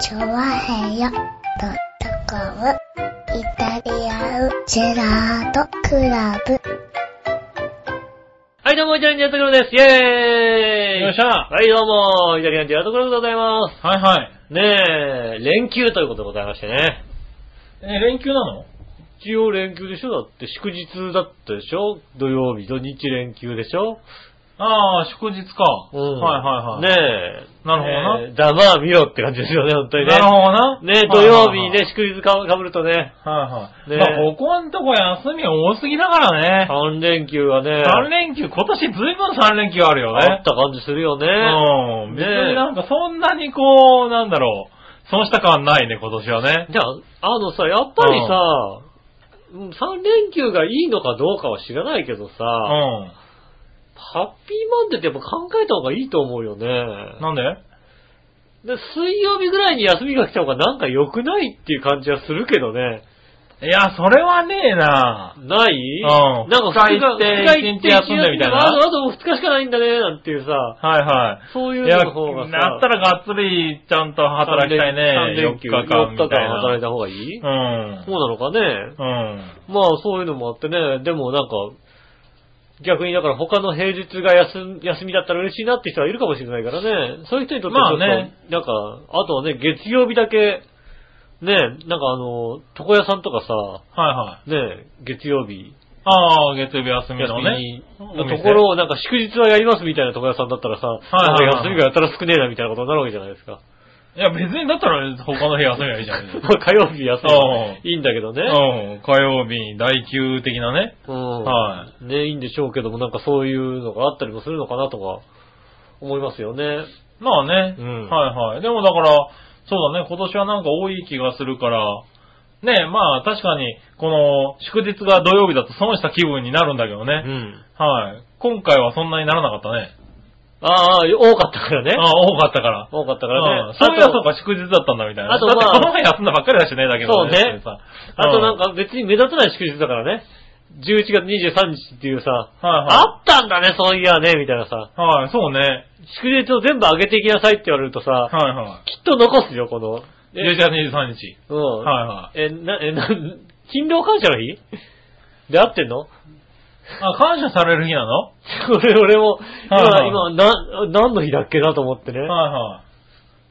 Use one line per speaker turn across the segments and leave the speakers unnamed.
チョワヘヨドットコムイタリアンジェラートクラブ。
はい、どうも、イタリアンジェラートクラブです。イェーイ
よっしゃ
はい、どうも、イタリアンジェラートクラブでございま
はいはい。
す。ねえ、連休ということでございましてね。
え、連休なの
一応連休でしょだって祝日だったでしょ土曜日、土日連休でしょ
ああ、祝日か。はいはいはい。
ねえ。
なるほどな
ねえざまあ見ろって感じですよね、本当にね。
なるほどな。
ねえ、土曜日ね、。祝日かぶるとね、
はいはい。
ね
まあ、ここんとこ休み多すぎだからね。
3連休はね、
3連休、今年ずいぶん3連休あるよ
あっ
ね。
た感じするよね。
うん。
ね
別になんかそんなにこう、なんだろう。損した感ないね、今年はね。
じゃあ、あのさ、やっぱりさ、うん3連休がいいのかどうかは知らないけどさ、
う
ハッピーマンデーってやっぱ考えた方がいいと思うよね。
ん。なんで
で、水曜日ぐらいに休みが来た方がなんか良くないっていう感じはするけどね。
いや、それはねえな
ない
うん
なんか二日
二日行って
二
一日休んでみたいな
あとあともう2日しかないんだね、なんていうさ、
はいはい。
そういう
いや、
のの方がさ、
なったらがっつりちゃんと働きたい
3
ね。
連休、
4日間みた
4
い
日間働い
な。
た方がいい、
うん
そう。なのかね。
うん。
まあそういうのもあってね、でもなんか、逆にだから他の平日が休休みだったら嬉しいなって人はいるかもしれないからね、そういう人にとってはちょっと、
まあね
なんか、あとはね、月曜日だけ、ね、なんかあの、床屋さんとかさ、
はいはい。
ね、月曜日、
ああ、月曜日休みの
休
ね
み。
お
の
店
ところをなんか祝日はやりますみたいな床屋さんだったらさ、
いはい
なんか
はい
休みがやたら少ねえなみたいなことになるわけじゃないですか。
いや、別にだったら他の日休みはいいじゃん。 う
火曜日休みはいいんだけど ね。
ん。火曜日に第9的なね。
うん。。
はい
ね、いいんでしょうけども、なんかそういうのがあったりもするのかなとか、思いますよね。
まあね。
うん
はいはい。でもだから、そうだね、今年はなんか多い気がするから、ねまあ確かに、この、祝日が土曜日だと損した気分になるんだけど
う
ね。
ん。
はい。今回はそんなにならなかったね。
ああ、多かったからね。
ああ、多かったから。
多かったか
う
ら
ん
ね。
そういや、そう
か。
か、祝日だったんだみたいな。
あと
だって
まあ
この前休んだばっかりだしね、だけど
そうね
さ
あとなん
か、
か別に目立たない祝日だからね。11月23日っていうさ、
はいはい
あったんだね、そういやね、みたいなさ。
はい、そうね。
祝日を全部上げていきなさいって言われると
は
さ
い、はい。
きっと残すよ、この。
11月23日。
うん。
はいは
え、な、え、な、勤労感謝の日 で合ってんの
い。あ、感謝される日なのは
俺、俺も、今、
はい
今、な、何の日だっけなと思ってね。
いは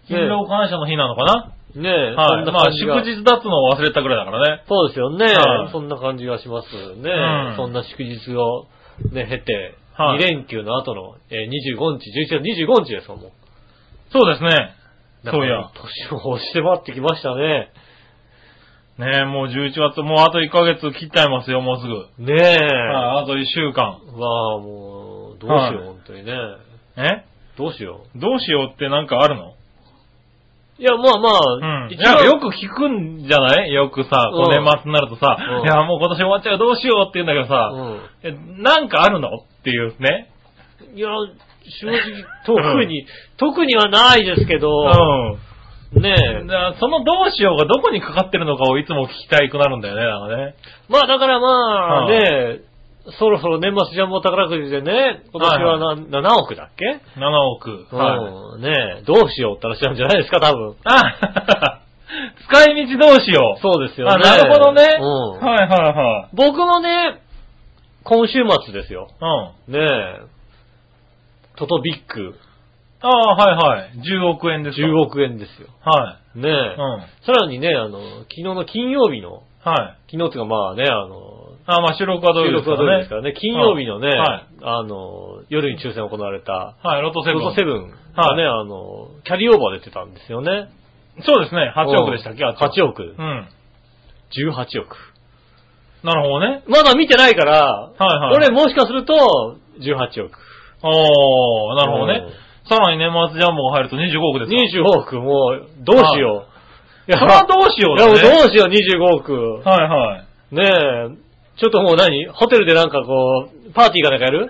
い。
ね
勤労感謝の日なのかな
ねえ、
はい。
そん
ま
な
あ、
感じが
祝日だっつのを忘れたぐらいだからね。
そうですよね、
はい
そんな感じがしますね。
うん
そんな祝日を、ね、経て、
はい
2連休の後の、えー25日、11月25日ですもん。
そうですね。そういや
だから。年を押して待ってきましたね。
ねえ、もう11月、もうあと1ヶ月切っちゃいますよ、もうすぐ。
ねえ。
はい、あと1週間。
わあ、もう、どうしよう、
はい
本当にね。
え
どうしよ
どうしようってなんかあるの
う。いや、まあまあ、
うん。い
一
や、
応
よく聞くんじゃないよくさ、
う
こう
ん
年末になるとさ
うん、
いや、もう今年終わっちゃう、どうしようって言うんだけどさ、
うん
えなんかあるのっていうね。
いや、正直、特に、特にはないですけ
う
ど、
ん。
ねえ。
じゃあそのどうしようがどこにかかってるのかをいつも聞きたいくなるんだよね、なんかね。
まあだからまあ、
はい
ねえ、そろそろ年末ジャンボ宝くじでね、今年はな7億だっけ、
7億。はい。
うん、ねえ、どうしようって話なんじゃないですか、多分。
あ使い道どうしよう。
そうですよね。
あ、なるほどね。
うん
はいはいはい。
僕もね、今週末ですよ。
うん。あ
ねえ、トトビック
あ、はいはい。10億円ですか。
10。億円ですよ。
は
ねえ、
い。うん。はい。
さらにね、あの、昨日の金曜日の、昨日っていうかまあね、あの、
あまあ収録はどうい
収
う
録はどうですからね、金曜日のね、
はい
あの、夜に抽選行われた、
はい、ロトセブン。
ロトセブンがね、あの、キャリーオーバーで出てたんですよね。
そうですね。8億でしたっけ
うん ?8 億。
うん。
18億。
なるほどね。
まだ見てないから、
はいはい
俺もしかすると、18億。
おー、なるほど
うん
ね。さらに年末ジャンボが入ると25億ですか。
25億、もう、どうしよう。い
それはどうしようだね。
いやもうどうしよう、25億。
はいはい。
ねえ、ちょっともう何ホテルでなんかこう、パーティーかなんかや る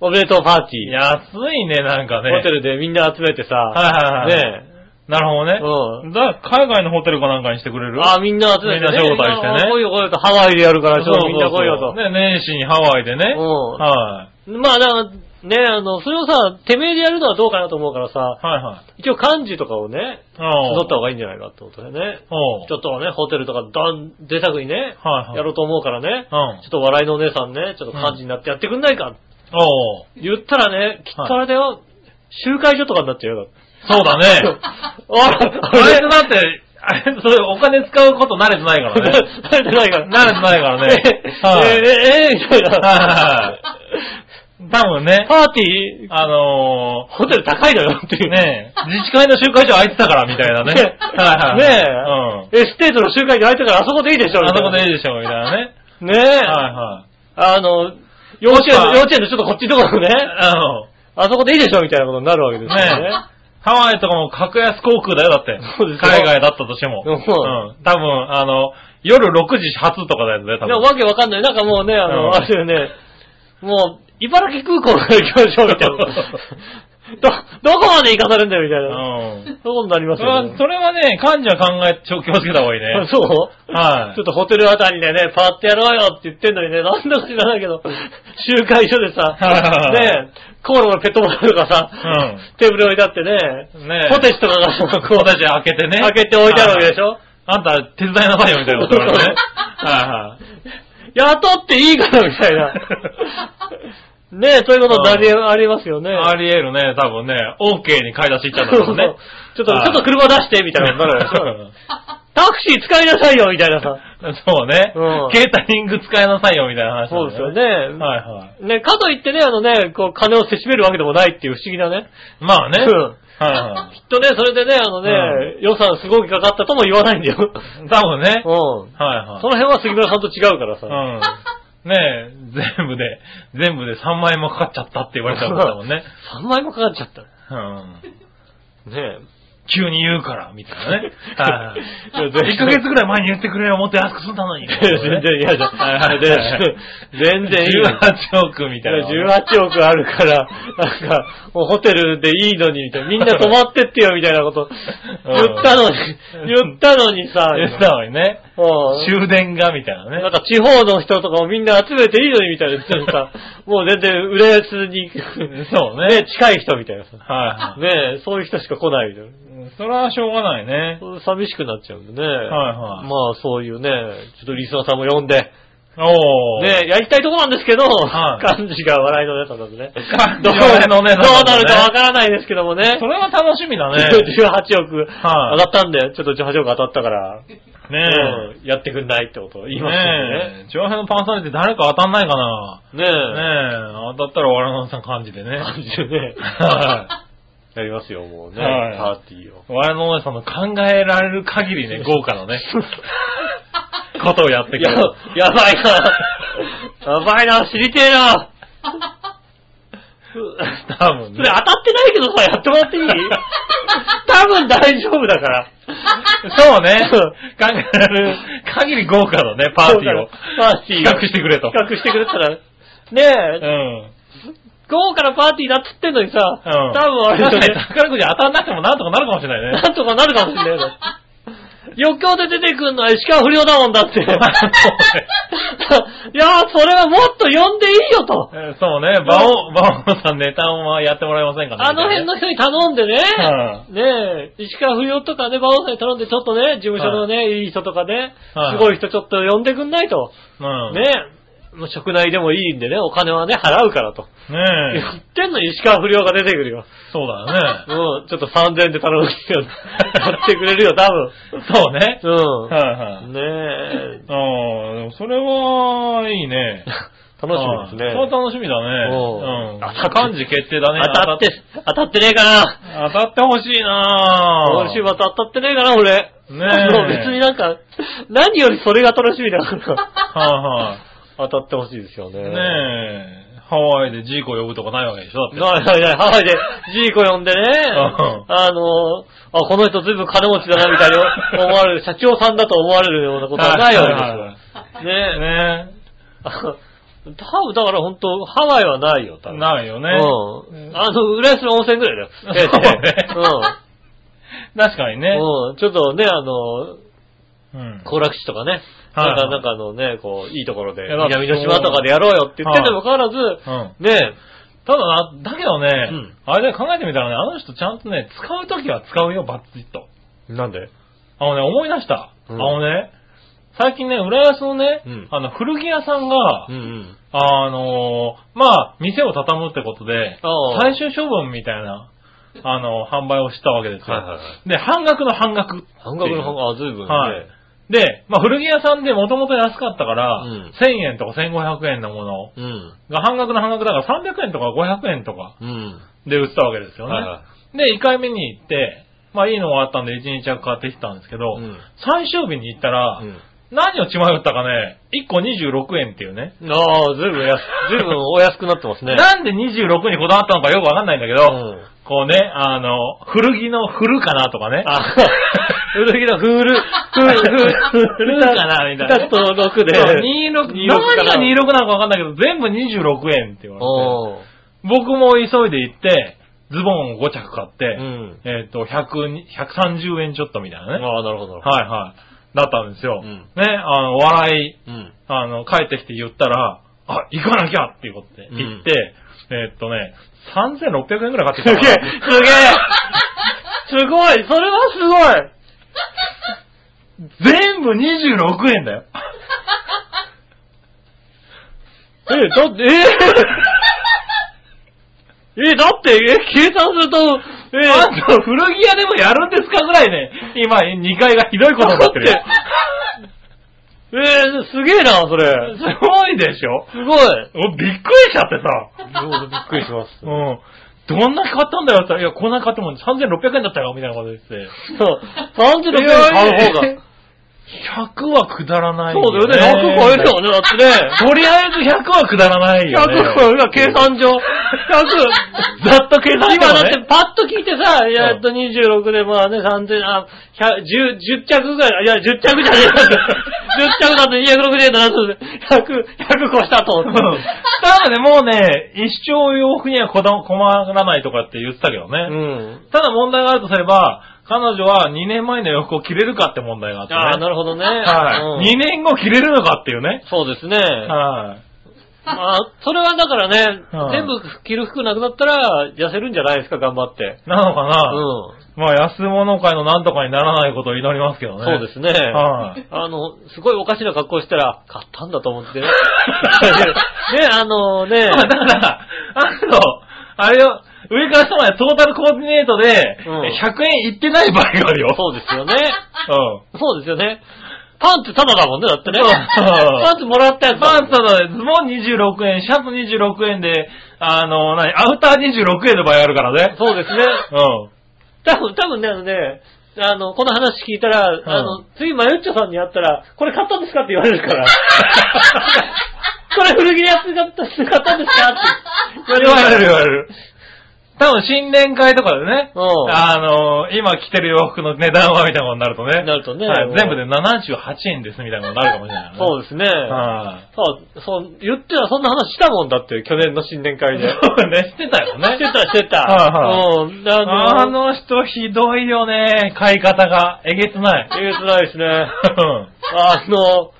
お弁当パーティー。
安いね、なんかね。
ホテルでみんな集めてさ、
はいはいはい。
ねえ、
なるほどね。
うん。
だ海外のホテルかなんかにしてくれる
あ、みんな集めてね。
みんな招待して
み
ね
んな来いよ来いよと、ハワイでやるから、ちょっとみんな
そうそ
来
うそう
いよと。
ね、年始にハワイでね。
うん
は
まあ、だから、ねえ、あの、それをさ、てめえでやるのはどうかなと思うからさ、
はいはい。
一応漢字とかをね、
あ
取った方がいいんじゃないかってことでね。
おう
ちょっとね、ホテルとかドン、贅沢にね、
はいはい。
やろうと思うからね、
うん
ちょっと笑いのお姉さんね、ちょっと漢字になってやってくんないか、
おう
言ったらね、きっとあれだよ、集会所とかになっちゃうよ。
そう だね。
あれ
あれだって、あれ、それお金使うこと慣れてないから ね。
慣れてないから。
慣れてないからね
え
はい
えええみたいな
は。多分ね、
パーティー、
あの
ホテル高いのよってい
ー、
う。
ねえ自治会の集会所空いてたからみたいな ね。はい
ね
はいうん。
え、エステートの集会で入ったからあそこでいいでしょみ
あ
た
そ
いな
こでいいでしょ、みたいなね。
ねえ、
はいはい。
あの、幼稚園
もしく
の、
は
幼稚園のちょっとこっちのと ころのね、
あの、
あそこでいいでしょみたいなことになるわけですよね。
ねハワイとかも格安航空だよ、だって
そうで。すよ
海外だったとしても。
う
うんん。多分、あの、夜6時発とかだよね、多
でも
分。
わけわかんない。なんかもうね、あの、
うん
あれだよね、もう、茨城空港から行きましょうみたい な。ど、どこまで行かされるんだよみたいな。
うん。
そういうことになります
そ
よ
れ
ね
は。それはね、漢字は考え、ちょ、気をつけた方がいいね。
そう
はい
ちょっとホテルあたりでね、パーってやろうよって言ってんのにね、なんだか知らないけど、集会所でさ、
はい
ねコーラのペットボトルがさ、
うん
テーブルに置いてあってね、
ね
ポテチとかがさこう
ポテチ開けてね。
開けて置いてあるわけでし
ょ。
ょ
あんた手伝いなさいよみたいなこ とだからね。はいはい。
雇っていいからみたいな。 ねえ、そういうことになり、ありますよね。
あり得るね、多分ね、OK に買い出し行っちゃった
そうそ
か
う
らね。
ちょっと、ちょ
はい
っと車出してみたいなことになるでしょ。タクシー使いなさいよみたいなさ。
そうね
うん。
ケータリング使いなさいよみたいな話
そうですよね。。
はいはい。
ね、かといってね、あのね、こう、金をせしめるわけでもないっていう不思議なね。
まあね。
うん
はいは
きっとね、それでね、あのね、予算すごくかかったとも言わないんだよ。
い。多分ね
う。ん。
はいはい
そ。の辺は杉村さんと違うからさ。
うん。ねえ、全部で、全部で3万円もかかっちゃったって言われたことだもんね。
3万円もかかっちゃった。
うん。
ね
急に言うから、みたいなね。はい
いや
1
全 然
ヶ月ぐらい前に言ってくれよ、もっと安く済んだの に。
え。全然嫌じゃん。
はいはいはい
全然いいよ。
18億みたいな。
18億あるから、なんか、もうホテルでいいのに、みたいなみんな泊まってってよ、みたいなこと。言ったのに、言ったのにさ、
言ったのに
う
ね。
ん
終電が、みたいなね。
なんか地方の人とかもみんな集めていいのにみたいな言ってさ、もう全然売れずに、
そうね
ね、近い人みたいなさ。
はいは
ねえ、そういう人しか来ないみたいな。
い。それはしょうがないね。
寂しくなっちゃうんでね。
はいはい
まあそういうね、ちょっとリスナーさんも呼んで、
おー。
ねやりたいとこなんですけど、
はい
感じが笑いのネタなんでね。
漢字
どう
が笑いのネタなんでね
どうなるかわからないですけどもね
そ。れは楽しみ だね。
18億
はい
当たったんで、ちょっと18億当たったから、
ねえ。
うんやってくんないってことを言いますよ
ねえ。長編のパンサーって誰か当たんないかな。
ね。ねえ。
ねえ。当たったら笑わなさん感じでね。
感じでね、
は
やりますよ、もうね、
はい
パーティーを。
い。我のお姉さんの考えられる限りね、豪華 なね、ことをやってく
や
る。、
やばいな。やばいな、知りてえ な。
多分
そ
ね
れ当。たってないけどさ、やってもら っていい多分大丈夫だから。
そうね。考えられる限り豪華のね、パーティーを。
パーティーを
企画してくれと。
企画してくれたら、ねえ、
うん。
豪華なパーティーだっつってんのにさ、
うん。
多分あれだ
確かに
ね、
宝くじ当たんなくてもなんとかなるかもしれないね。
なんとかなるかもしれないよ。余興で出てくんのは石川不良だもんだ って。いやー、それはもっと呼んでいいよと。
えーそうね、馬王、馬王さんネタはやってもらえませんかね
あの辺の人に頼んでね、ねえ、石川不良とかね、馬王さんに頼んで、ちょっとね、事務所のね、いい人とかね、
は
す
い
ごい人ちょっと呼んでくんないと。
うん。うん。
ねえ、もう職内でもいいんでね、お金はね、払うからと。
ね
言
え。
ってんのに石川不良が出てくるよ。
そうだ ね。
もう、ちょっと3000円で頼むよ。やってくれるよ、多
そうね。
分。
はいはい。
うん。ねえ、
ああ、でもそれは、いいね。
楽しみですね。
はいそれは楽しみだ
おう
ね。うん。
当たって
漢字決定だね。
当たって、当たってねえかな。
当たってほしいな
今週末当たってねえかな、俺。
ねえ
もう別になんか、何よりそれが楽しみだ から。
は
当たってほしいですよね。
いはい。ねえ。ハワイでジーコ呼ぶとかないわけ でしょだっ
な
て。
いないない、ハワイで、ジーコ呼んでね、
ん
あの、あ、この人ずいぶん金持ちだな、みたいに 思われる、社長さんだと思われるようなことはないわけですよ。
はいはい
ねえ。
はいね
あ多分だから本当ハワイはないよ、多分。
ないよね。
うん。あの、浦安の温泉ぐらいだよ。
そうね
うん。
確かにね。
うん、ちょっとね、あの、
うん。
行楽地とかね、
は
なん
い
か、なんかあのね、こう、いいところで、
いやだって
南の島とかでやろうよって言ってんのにもかかわらず、
うん。
ね
ただな、だけどね、
うん
あれで考えてみたらね、あの人ちゃんとね、使うときは使うよ、バッチッと。
なんで
あのね、思い出した。
うん
あのね、最近ね、浦安のね、
うん
あの、古着屋さんが、
んうん。
あのーまあ、店を畳むってことで
ああ、
最終処分みたいな、あの、販売をしたわけですよ。
はいはいはい
で、半額の半額っていう。
半額の半額、あ、随分ね。
はい。で、まあ、古着屋さんでもともと安かったから、
うん
1000円とか1500円のもの
うん。
が半額の半額だから300円とか500円とか
うん。
で売ってたわけですよね。
はいは
で、1回目に行って、まあいいのがあったんで1日は買ってきたんですけど、
うん
最終日に行ったら、
うん
何を血迷ったかね、1個26円っていうね。
ああ、随分安、随分お安くなってますね。
なんで26にこだわったのかよくわかんないんだけ
う
ど、
ん。
こうね、あの、古着の古かなとかね。
あ、古着の古、古、古、
古かなみたいな
2と6で。
そう26、
26
何
か
が
な
26なのかわかんないけど、全部26円って言われて、
おー
僕も急いで行って、ズボンを5着買って、
うん。
えっ、と、100に、130円ちょっとみたいなね。
ああ、なるほど。
はいはい。だったんですよ。
うん
ね、あの、笑い、
うん。
あの、帰ってきて言ったら、あ、行かなきゃっていうことで、
うん
行って、えっとね、3600円くらい買って
す
き
げ
た
え、
か
すげえ、す
な
ごい、それはすごい。
全部26円だよ。
え、だって、えー、え、だって、え、計算すると、えー、
あんた古着屋でもやるんですかぐらいね、今2階がひどいことになってるよ。
えー、すげえな、それ。
すごいでしょ
すごい。
おびっくりしちゃってさ。
びっくりします。
うん。どんなに買ったんだよって言ったら、いや、こんなに買っても3600円だったよ、みたいなこと言って。
そう。36円買う方が。
100はくだらない、
そうだよね。100超えるよね、だってね。
とりあえず100はくだらないよ、ね。
100超えるよ、計算上。100。
ざっと計算して
今
も
だっ
ね
てパッと聞いてさ、いや
うん
えっと26でまあね、3000、あ、100 10、10着ぐらい、いや、10着じゃねえ10着だと260円だな、そう100、100越したと思って。
ただね、もうね、一生洋服にはこだ困らないとかって言ってたけどね。
うん。
ただ問題があるとすれば、彼女は2年前の洋服を着れるかって問題があって、ね。
ああ、なるほどね。
は
う
い。
ん
2年後着れるのかっていうね。
そうですね。
はい。
まあ、それはだからね
うん、
全部着る服なくなったら痩せるんじゃないですか、頑張って。
なのか
う
な、
ん。
まあ、安物会のなんとかにならないことを祈りますけどね。
そうですね。
はい
あの、すごいおかしな格好したら、買ったんだと思 ってね。ね、あのね、
まあだから、あの、あれよ、上から下までトータルコーディネートで、
うん
100円いってない場合があるよ。
そうですよね。
うん。
そうですよね。パンツタダだもんね、だってね。
そう
パンツもらったやつ
パンツ
だもん
だ、ズボン26円、シャツ26円で、あの、何、アウター26円の場合あるからね。
そうですね。
うん。
多分、多分ね、あのね、あの、この話聞いたら、
ん
あの、次、マユッチョさんに会ったら、これ買ったんですかって言われるから。これ古着でやって買った買ったんですかって
言われる
か
言
ら
われる。多分新年会とかでね、
うん
あの今着てる洋服の値段はみたいなことになるとね。
なるとね
はい
もう
全部で78円ですみたいなことになるかもしれない、ね。
そうですね。
はい
そう、そう、言ってたそんな話したもんだって、去年の新年会で。
そうね、してた
し
よ
て
ね。
た、してた。
は
うん。あの、
あの人ひどいよね、買い方が。えげつない。
えげつないですね。
うん
あの、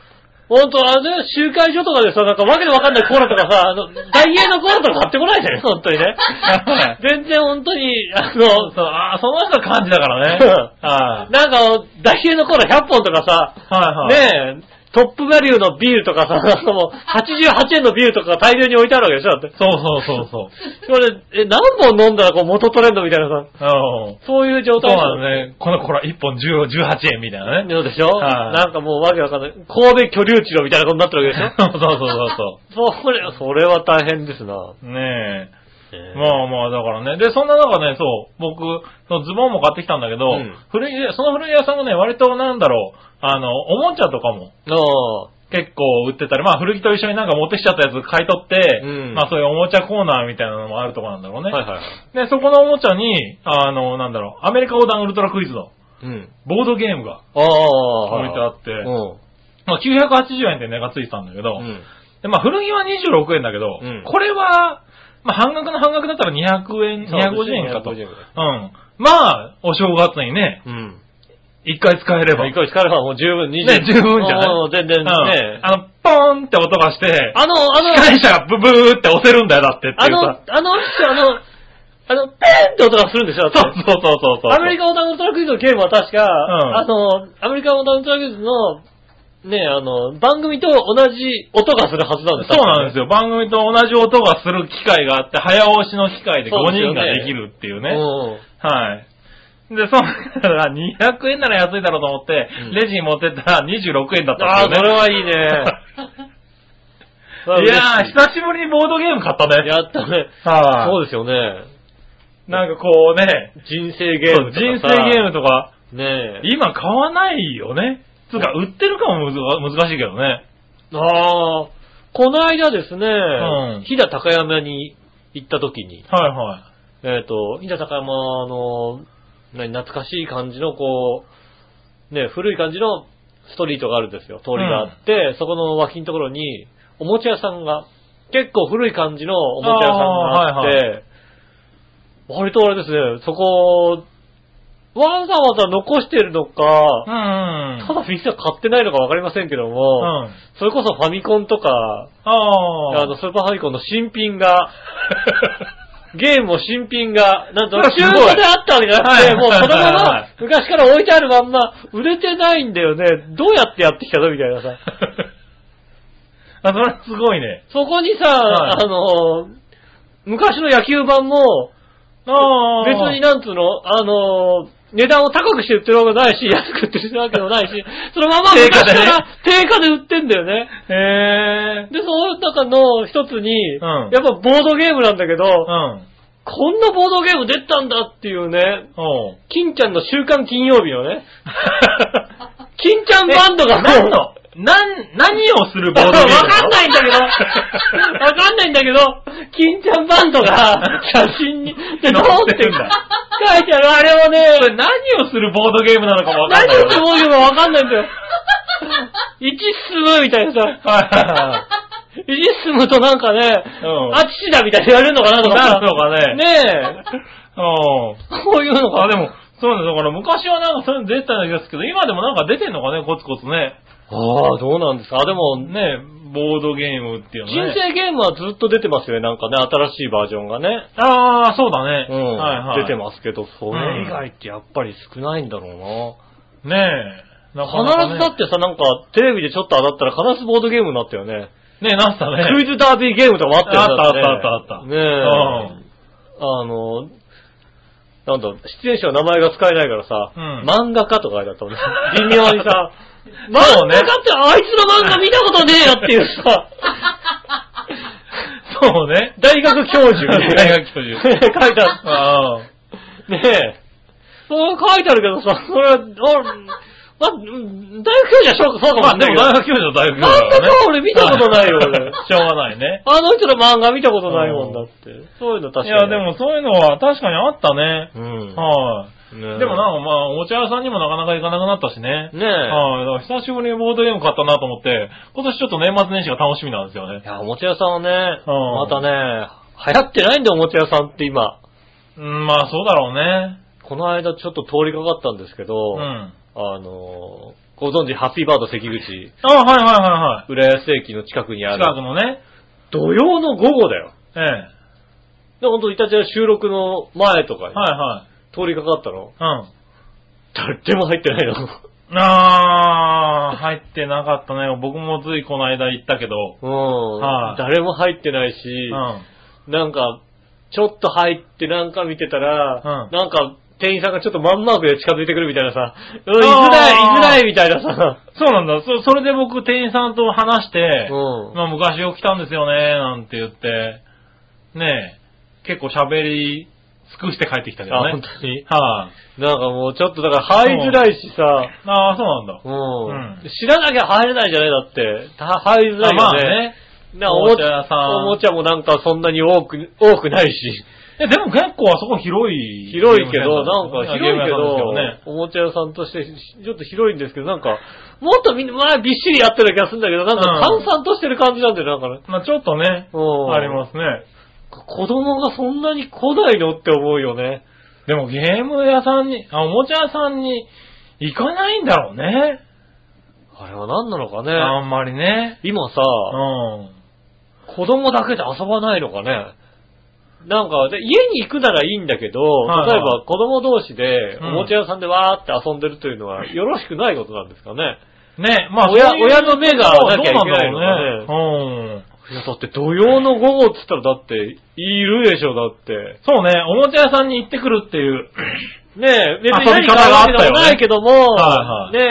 本当あの、集会所とかでさ、なんかわけのわかんないコーラとかさ、あの、ダイエーのコーラとか買ってこないじゃない本当に ね
はい。
全然本当に、あ
そう
の、
そう、あーその人の感じだから
う
ね。
ん
はい
なんか、ダイエーのコーラ100本とかさ、
はいはい。
ねえ、トップバリューのビールとかさ、あのもう88円のビールとかが大量に置いてあるわけでしょだ って。
そうそうそうそう。
それ、え、何本飲んだらこう元トレンドみたいなさ、
うん
そういう
そ
状
う
態で
なのね。この頃1本10 18円みたいなね。
そうでしょ、
はい
なんかもうわけわかんない。神戸居留地のみたいなことになってるわけでしょ
そうそうそうそ
それ、それは大変ですな。
う。ね え。
あ、
まあまあ、だからね。で、そんな中ね、そう、僕、そのズボンも買ってきたんだけ
う
ど、
ん
古着屋その古着屋さんもね、割となんだろう、あの、おもちゃとかも
あ
結構売ってたり、まあ古着と一緒になんか持ってきちゃったやつ買い取って、
うん
まあそういうおもちゃコーナーみたいなのもあるとこなんだろうね。
あ、はいはいはい。
で、そこのおもちゃに、あの、なんだろう、アメリカ横断ウルトラクイズの
うん。
ボードゲームが、
ああ、
置いてあって
うん。
まあ980円で値がついてたんだけど、
うん。
で、まあ、古着は26円だけど、
うん
これは、まあ、半額の半額だったら200円、250円かと。
250円
うん。まあ、お正月にね、
うん。
一回使えれば。
一回使えばもう十分、二
ね十分じゃない
うん全然
うん
ね。
あの、ポーンって音がして、
あの、あの、
機関車がブブーって押せるんだよ、だってって
あ
いう
の、
さ。
あの、あの、あの、ペンって音がするんでしょ
そうそうそうそうそう。
アメリカオーダーのトラクイズのゲームは確か、
ん
あの、アメリカオーダーのトラクイズの、ね、あの、番組と同じ音がするはずなんです
そうなんです
よ。
よ。番組と同じ音がする機会があって、早押しの機会で
そう
5
ですよ
人
ね
ができるっていうね。
うん。
はい。で、その、200円なら安いだろうと思って、
うん
レジに持ってったら26円だった
ああ、こ
んですよ、
れ
ね。
はいいね。
いやー、久しぶりにボードゲーム買ったね。
やったね。
は
そ
い、
うですよね。
なんかこうね、
人生ゲ
そ
ーム
う
とかさ。
人生ゲームとか、
ねえ。
今買わないよね。つうか、売ってるかもむず難しいけどね。
ああ、この間です
う
ね
ん、
飛騨高山に行った時に、
はいはい。
えっ、と、飛騨高山の、何、懐かしい感じの、こう、ね、古い感じのストリートがあるんですよ。通りがあって、そこの脇のところに、おもちゃ屋さんが、結構古い感じのおもちゃ屋さんがあって、
あーはい
割とあれですね、そこ、わざわざ残してるのか、
うんうん。
ただみんな買ってないのかわかりませんけども、
うん。
それこそファミコンとか、
ああ。
あの、スーパーファミコンの新品 が、ゲームも新品が、なんと、
それす
中
ごい
古であったわけじゃなく
は
て、
い
もうそのま
はい
ま
はい
昔から置いてあるまんま売れてないんだよね。どうやってやってきたのみたいなさ。
あ、それすごいね。
そこにさ、
はい
あの、昔の野球版も、
あ
別になんつうの、あの、値段を高くして売ってるわけもないし、安く売ってるわけもないし、そのまま昔から定価で売ってんだよね。
へえ。
で、その中の一つに、
うん
やっぱボードゲームなんだけど、
うん。
こんなボードゲーム出たんだっていうね、
おう。
金ちゃんの週刊金曜日の ね、金ちゃんバンドが
え何のなん、何をするボー
わ
ドゲームなの
かんないんだけど、わかんないんだけど、金ちゃんバンドが写真に、で、ど
載
う
っ
ってて
るんだ
書いてある、あれはね、
それ何をするボードゲームなのかもわか
何
んないよ
を
ね。
すごいのかわかんないん だよ。一進むみたいなさ、
はいはい はい。
一進むとなんかね、
うん
あっちだみたいに言われるのかなとかさ
なるのかね
ね
おう
え、こういうのが
あ、でも、そうなんだ。だから昔はなんかそういうの出てたんですけど、今でもなんか出てんのかね、コツコツね。
ああ、どうなんですか。あでも、
ね、ボードゲームっていうのね。
人生ゲームはずっと出てますよね、なんかね、新しいバージョンがね。
ああ、そうだね。
うん、
はいはい。
出てますけど、それ以外ってやっぱり少ないんだろ
す。ねえ。
うな。
なかなか
必
ね
ずだってさ、なんか、テレビでちょっと当たったら必ずボードゲームになったよね。
ねえ、なったね。
クイズダービーゲームとかもあったよね。
あったあったあったあった
ねえ。あの、なんだ、出演者の名前が使えないからさ、
うん
漫画家とかだったもんね。微妙にさ、
そ
漫
うね
画家ってあいつの漫画見たことねえよっていう さ、
そうね。
大学教授み たいな。
大学教授
書いてある。
ああ。
ねえ。そう書いてあるけどさ、それは、おまあ、うん大学教授はそうそうか
まあ
もし
で
れ
も
ないけど。
大学教授の大学教授だか
漫
らね。
画家俺見たことないよ
は
俺
しょうがない ね。
あの人の漫画見たことないもんだって。そういうの確かに。
いや、で、もそういうのは確かにあったね。
うん。
はい。
ねえ
でもなんかまあ、お茶屋さんにもなかなか行かなくなったしね。
ねえ
はい。だから久しぶりにボードゲーム買ったなと思って、今年ちょっと年末年始が楽しみなんですよね
い。や、おもちゃ屋さんはね、ま
うん
たね、流行ってないんだよ、おもちゃ屋さんって今。
うん、まあそうだろうね。
この間ちょっと通りかかったんですけど、
うん。
あの、ご存知、ハッピーバード関口、
あはいはいは
浦安駅の近くに
いは
あ
い。
る、
近くのね。
土曜の午後だよ。
ええ。
で、ほんと、イタチラ収録の前とかに、
は
通りかかったの。
いはい。
誰でも入って ないの。
うん。ああ、入ってなかったね。僕もついこの間行ったけど。
うん。
はい
誰も入ってないし、
うん。
なんか、ちょっと入ってなんか見てたら、
うん
なんか、店員さんがちょっとマンマークで近づいてくるみたいなさ、うん、居づらい、居
あー
づらいみたいなさ、
そうなんだ。そ、それで僕店員さんと話して、
うん
まあ昔よく来たんですよね、なんて言って、ねえ、結構喋り尽くして帰ってきたけど
あ、
ね。
本当に。
はい、
なんかもうちょっとだから入りづらいしさ、
ああ、そうなんだ。
うん
うん
知らなきゃ入れないじゃねだって。た入りづらい
あま
よ
あ
ね。
ね。
なおもち
おもちゃ
ゃ
屋さん
おもちゃもなんかそんなに多く、多くないし。
え、でも結構あそこ広い。
広いけど、なんか広い
ゲーム
け
屋
ど、
んです
おもちゃ屋さんとしてしちょっと広いんですけど、なんか、もっとみんな、まあびっしりやってる気がするんだけど、なん
う
か
ん
閑散としてる感じなんだよ、なんかね。
けどね。まあちょっとね、
うん
ありますね。
子供がそんなに来ないのって思うよね。
でもゲーム屋さんに、あ、おもちゃ屋さんに行かないんだろうね。
あれは何なのか
あ
ね。
んまりね。
今さ、
うん。
子供だけで遊ばないのかね。なんか、で家に行くならいいんだけど、
はいはい
例えば子供同士で、
う
お
ん
もちゃ屋さんでわーって遊んでるというのは、よろしくないことなんですかね。
ね、まあ、
親
そういう
親の目がなきゃいけないの
どう
か
なん
ね
だろうね。うん。
いや、だって土曜の午後って言ったらだって、いるでしょ、だって。
そうね、おもちゃ屋さんに行ってくるっていう。
ねえ、別に
遊び
何
方
か
があ
あ
っ
ったた
よね
ないけども、
はい
ね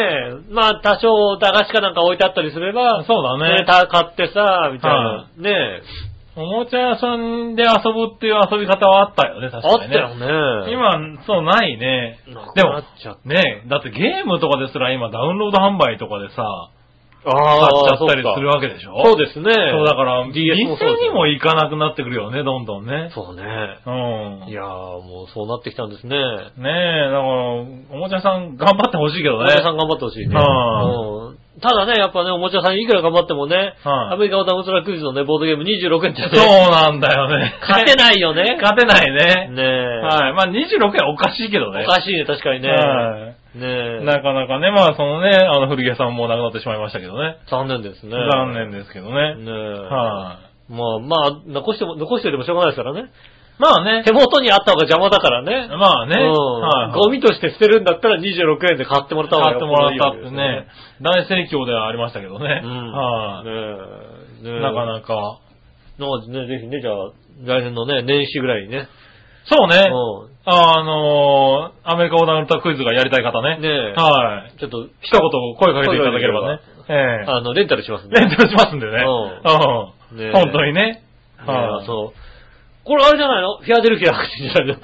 え、まあ多少駄菓子かなんか置いてあったりすれば、
そうだね
ねた買ってさ、みたい
は
な。ねえ、
おもちゃ屋さんで遊ぶっていう遊び方はあったよね、確
あっ
か
た
にね。
よね。、
今、そう、ないね。で
で
も
も、ちゃっ、
ね、だってゲームとかですら今ダウンロード販売とかでさ、
た
買
あ
っ
あ、
ちゃったりする
わ
わけでしょ
そうですね。
そうだから、
DS もそうです
店にも行かなくなってくるよね、どんどんね。
そうね。
うん。
いやー、もうそうなってきたんですね。
ねえ、だから、おもちゃ屋さん頑張ってほしいけど
お
ね。
もちゃ屋さん頑張ってほしいね。
は
うんただね、やっぱね、おもちゃ屋さんいくら頑張ってもね、
はい
アメリカオタムトラクイズのね、ボードゲーム26円じゃ
そう
ね、
なんだよね。
勝てないよね。
勝てないね。
ねえ。
はい。まあ26円おかしいけどね。
おかしいね、確かにね。
はい
ねえ。
なかなかね、まあそのね、あの古着屋さんもなくなってしまいましたけどね。
残念ですね。
残念ですけど
ね
ね。
え。
はい。
まあまあ、残しても、残しておいてもしょうがないですからね。
まあね。
手元にあった方が邪魔だからね。
まあね。
うん
はい。
ゴミとして捨てるんだったら26円で買ってもらった方が
買ってもらったってね
よ。
大盛況ではありましたけどね。
っぽどいいわけですよねうん。
はい。
ねえ。ねえ。
なかなか。
なんかね、ぜひね、じゃあ、来年のね、年始ぐらいにね。
そうね。
う
あのー、アメリカオーダールタクイズがやりたい方ね。
ん。ねえ。
はい。
ちょっと、
一言声かけていただければね。ええ
あの、レンタルしますね。
レンタルしますんでね。
うん
う
ねえ
ん。本当にね。
ね
はい
そう。これあれじゃないのフィアデルフィア白人じゃないの
あ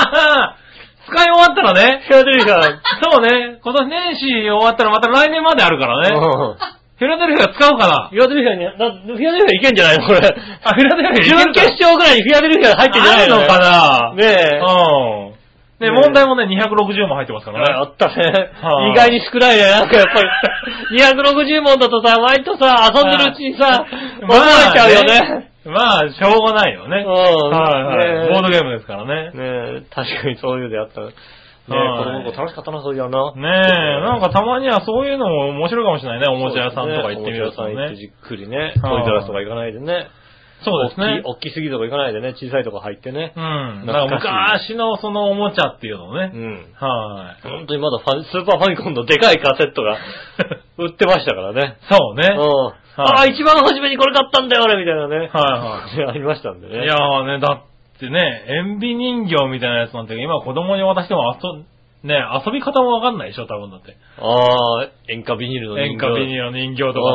あ使い終わったらね。
フィアデルフィア。
そうね。今年年始終わったらまた来年まであるからね。
うん
フィラデルフィア使おうかな。
フィアデルフィアに、なフィアデルフィアいけんじゃないのこれ。
あ、フィラデルフィアいけるか
準決勝ぐらいにフィアデルフィア入ってんじゃないの
あるのか
ね
な
え。
う
ねえ
ん。ね、問題もね、260も入ってますか
あ
ら
あ
ね。
ったね
はあ。
意外に少ないね。なんかやっ ぱり、260問だとさ、割とさ、遊んでるうちにさ、
ま
覚え
あ
ちゃうよね。。
まあ、しょうがないよね。
うん
はいはい。
ねえ
ボードゲームですからね。
ねえ、確かにそういうであった。ねえ、
はい
子供の子楽しかったな、そういうな。
ねえ、なんかたまにはそういうのも面白いかもしれないね。お
お
もちゃ屋さんとか行ってみると
おもちゃ屋さん行って
ね。
じっくりね、
は
ト
あ
イトラスとか行かないでね。
そうですね。
大きい、大きすぎるとこ行かないでね、小さいとこ入ってね
う。ん。
懐
な
かし
ん
い
か昔のそのおもちゃっていうのを
う
ね。
ん。
はい。
本当にまだファミスーパーファミコンのでかいカセット が売ってましたからね。
そう
うん。
ね。
ああ、一番初めにこれ買ったんだよ、俺、みたいなね。
はい
。ありましたんでね。
いやーね、だってね、塩ビ人形みたいなやつなんて今子供に渡しても遊ん、ね、遊び方もわかんないでしょ、多分だって。
ああ、塩化ビニールの
演歌ビニ
ール
の人形とか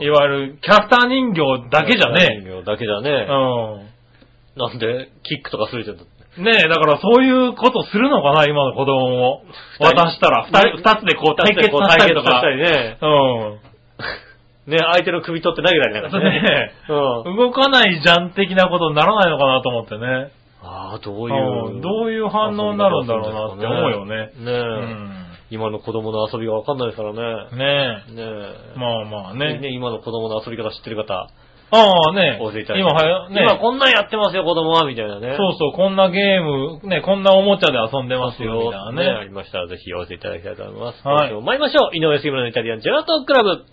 ね。いわゆるキャラクター人形だけじゃね。
だけじゃ
え。
ね
う
え。なんで、キックとかするじゃん。
ん。ねえ、だからそういうことするのかな、今の子供も。
二人
渡したら、二人二つでこう対決させたりとか。
対決させたりね。
うん。
ね、相手の首取って投げたりなんかして
ね
うん。
動かないじゃん的なことにならないのかなと思ってね。
ああ、どうい
ん
う。
どういう反応になるんだろうなって思うよね。
ねえ。今の子供の遊びがわかんないですから
う
ね。
ん。ね
ね
え。まあまあ
え。
ね。
ね今の子供の遊び方知ってる方、
ああね。
教えていただいて
今はや、ね。
今こんなんやってますよ、子供は、みたいなね。
そうそう、こんなゲーム、ね、こんなおもちゃで遊んでますよ、みたい
ね。
な
あ
ね。
りましたら、ぜひお寄せいただきたいと思います。
はい
参りましょう。井上杉村のイタリアンジェラートクラブ。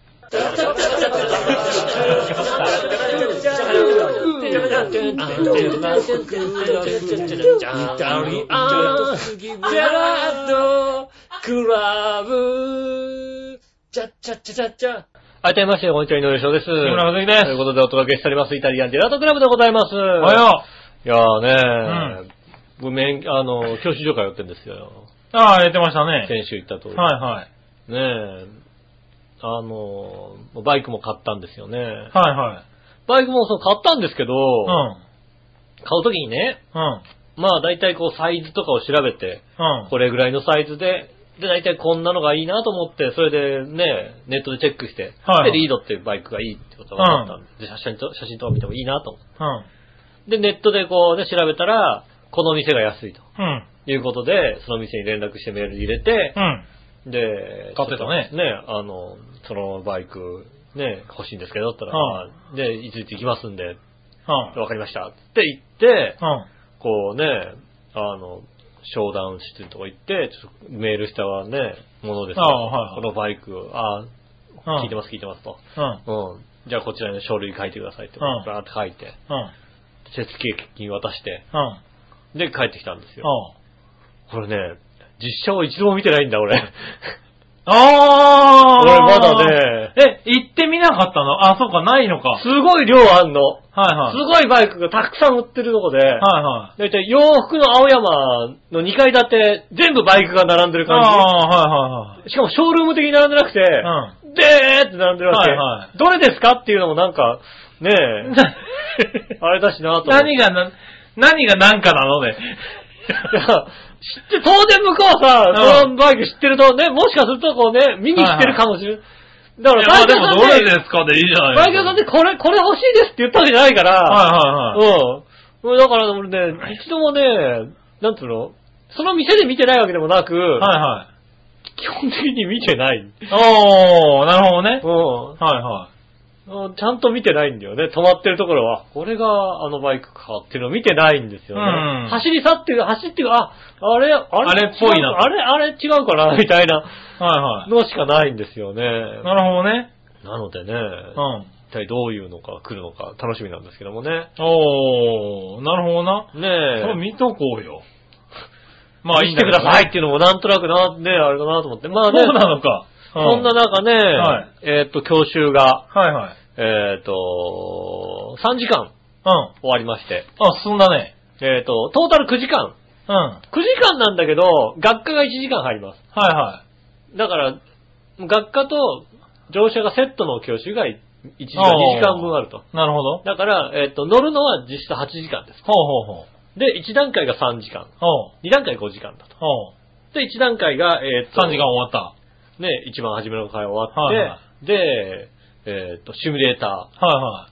改めまして、こんにちは、井上翔です。杉
村和樹 です
ということでお届けしております、イタリアンジェラートクラブでございます。お
おはよ
いやーねー、ごめん、あの、教習所から寄ってんですよ。
う。ああ、やってましたね。
先週行ったと。
はいはい。
ねえ、あの、バイクも買ったんですよね。
はいはい。
バイクもそう買ったんですけど、
うん。
買うときにね、
うん。
まあ大体こうサイズとかを調べて、
うん。
これぐらいのサイズで、で大体こんなのがいいなと思って、それでね、ネットでチェックして、
はい
で、リードっていうバイクがいいってことが分かったんで、で写真と写真とか見てもいいなと思って。
うん。
で、ネットでこうね、調べたら、この店が安いと
うん。
いうことで、その店に連絡してメール入れて、
うん。
で、
買ってた
ち
ね
ょっとね、あの、そのバイク、ね、欲しいんですけど、だったら、
うん
あで、いついつ行きますんで、
うん。
わかりました。って言って、
うん。
こうね、あの、商談してるとこ行って、ちょっとメールしたわね、ものです、
ああは
こ
い
のバイク、ああ、聞いてます聞いてますと。
うん。
うん。じゃあこちらに書類書いてくださいって、
うん
バーって書いて、
うん。
手付金渡して、
うん。
で帰ってきたんですよ。
あ
これね、実写を一度も見てないんだ、俺。
あー
俺まだね、
え、行ってみなかったの あ、そうか、ないのか。はい
すごい量あんの。
はい。
すごいバイクがたくさん売ってるとこで、
はいはい。
だいたい洋服の青山の2階建て、全部バイクが並んでる感
ああー、
じ。しかもショールーム的に並んでなくて、
はいはい。うん。
でーって並んでるわけ。
はいは
どれですかっていうのもなんか、ね え、あれだしなと思って。
何がな、何が何かなのね。
いや、知って、当然向こうはさ、
う
そのバイク知ってると、ね、もしかするとこうね、見に来てるかもしれん。だから、
ま
バ
あ
イク
で
屋
も
さん
どれ
で、
ですかでいいじゃな
バイ
い
ク
で
屋
すか。
さんでこれ、これ欲しいですって言ったわけじゃないから、
はいはいはい。
うん。だから俺ね、一度もね、なんつうの、その店で見てないわけでもなく、
はいはい。
基本的に見てない。うん。
おー、なるほどね。はいはい。
うんちゃんと見てないんだよね。止まってるところは。これがあのバイクかっていうのを見てないんですよね。
うん
走り去ってる、走ってる、あ、あれ、あれ
あれっぽいな
違うあれ、あれ違うかな、みたいな
はいはい。
のしかないんですよね。
なるほどね。
なのでね、
うん。
一体どういうのか来るのか楽しみなんですけどもね。
おー、なるほどな。
ね
そ
え。
れ見とこうよ。
まあ、
ん
来
だ
て
け
く
ど
ださいっていうのもなんとなくな、ね、あれかなと思って。ま
そ
あ
う
ね、
なのか。う
そんな中ね、
はい
えーっと、教習が、
はいはい。
えーっと、3時間
うん。あ、
終わりまして、
進んだね。
えーっと、トータル9時間。
うん。は
9時間なんだけど、学科が1時間入りま
いは
す。だから、学科と乗車がセットの教習が1時間、
あー
2時間分あると。
い。なるほど。
だから、えーっと、乗るのは実質8時間です。
ほうほうほう。
で、1段階が3時間。
ほう。
2段階5時間だと。
ほう。
で、1段階が、えーっと、
3時間終わっ
ね、一番初めの回終わって、
はいは
で、えーっと、シミュレータ
た。は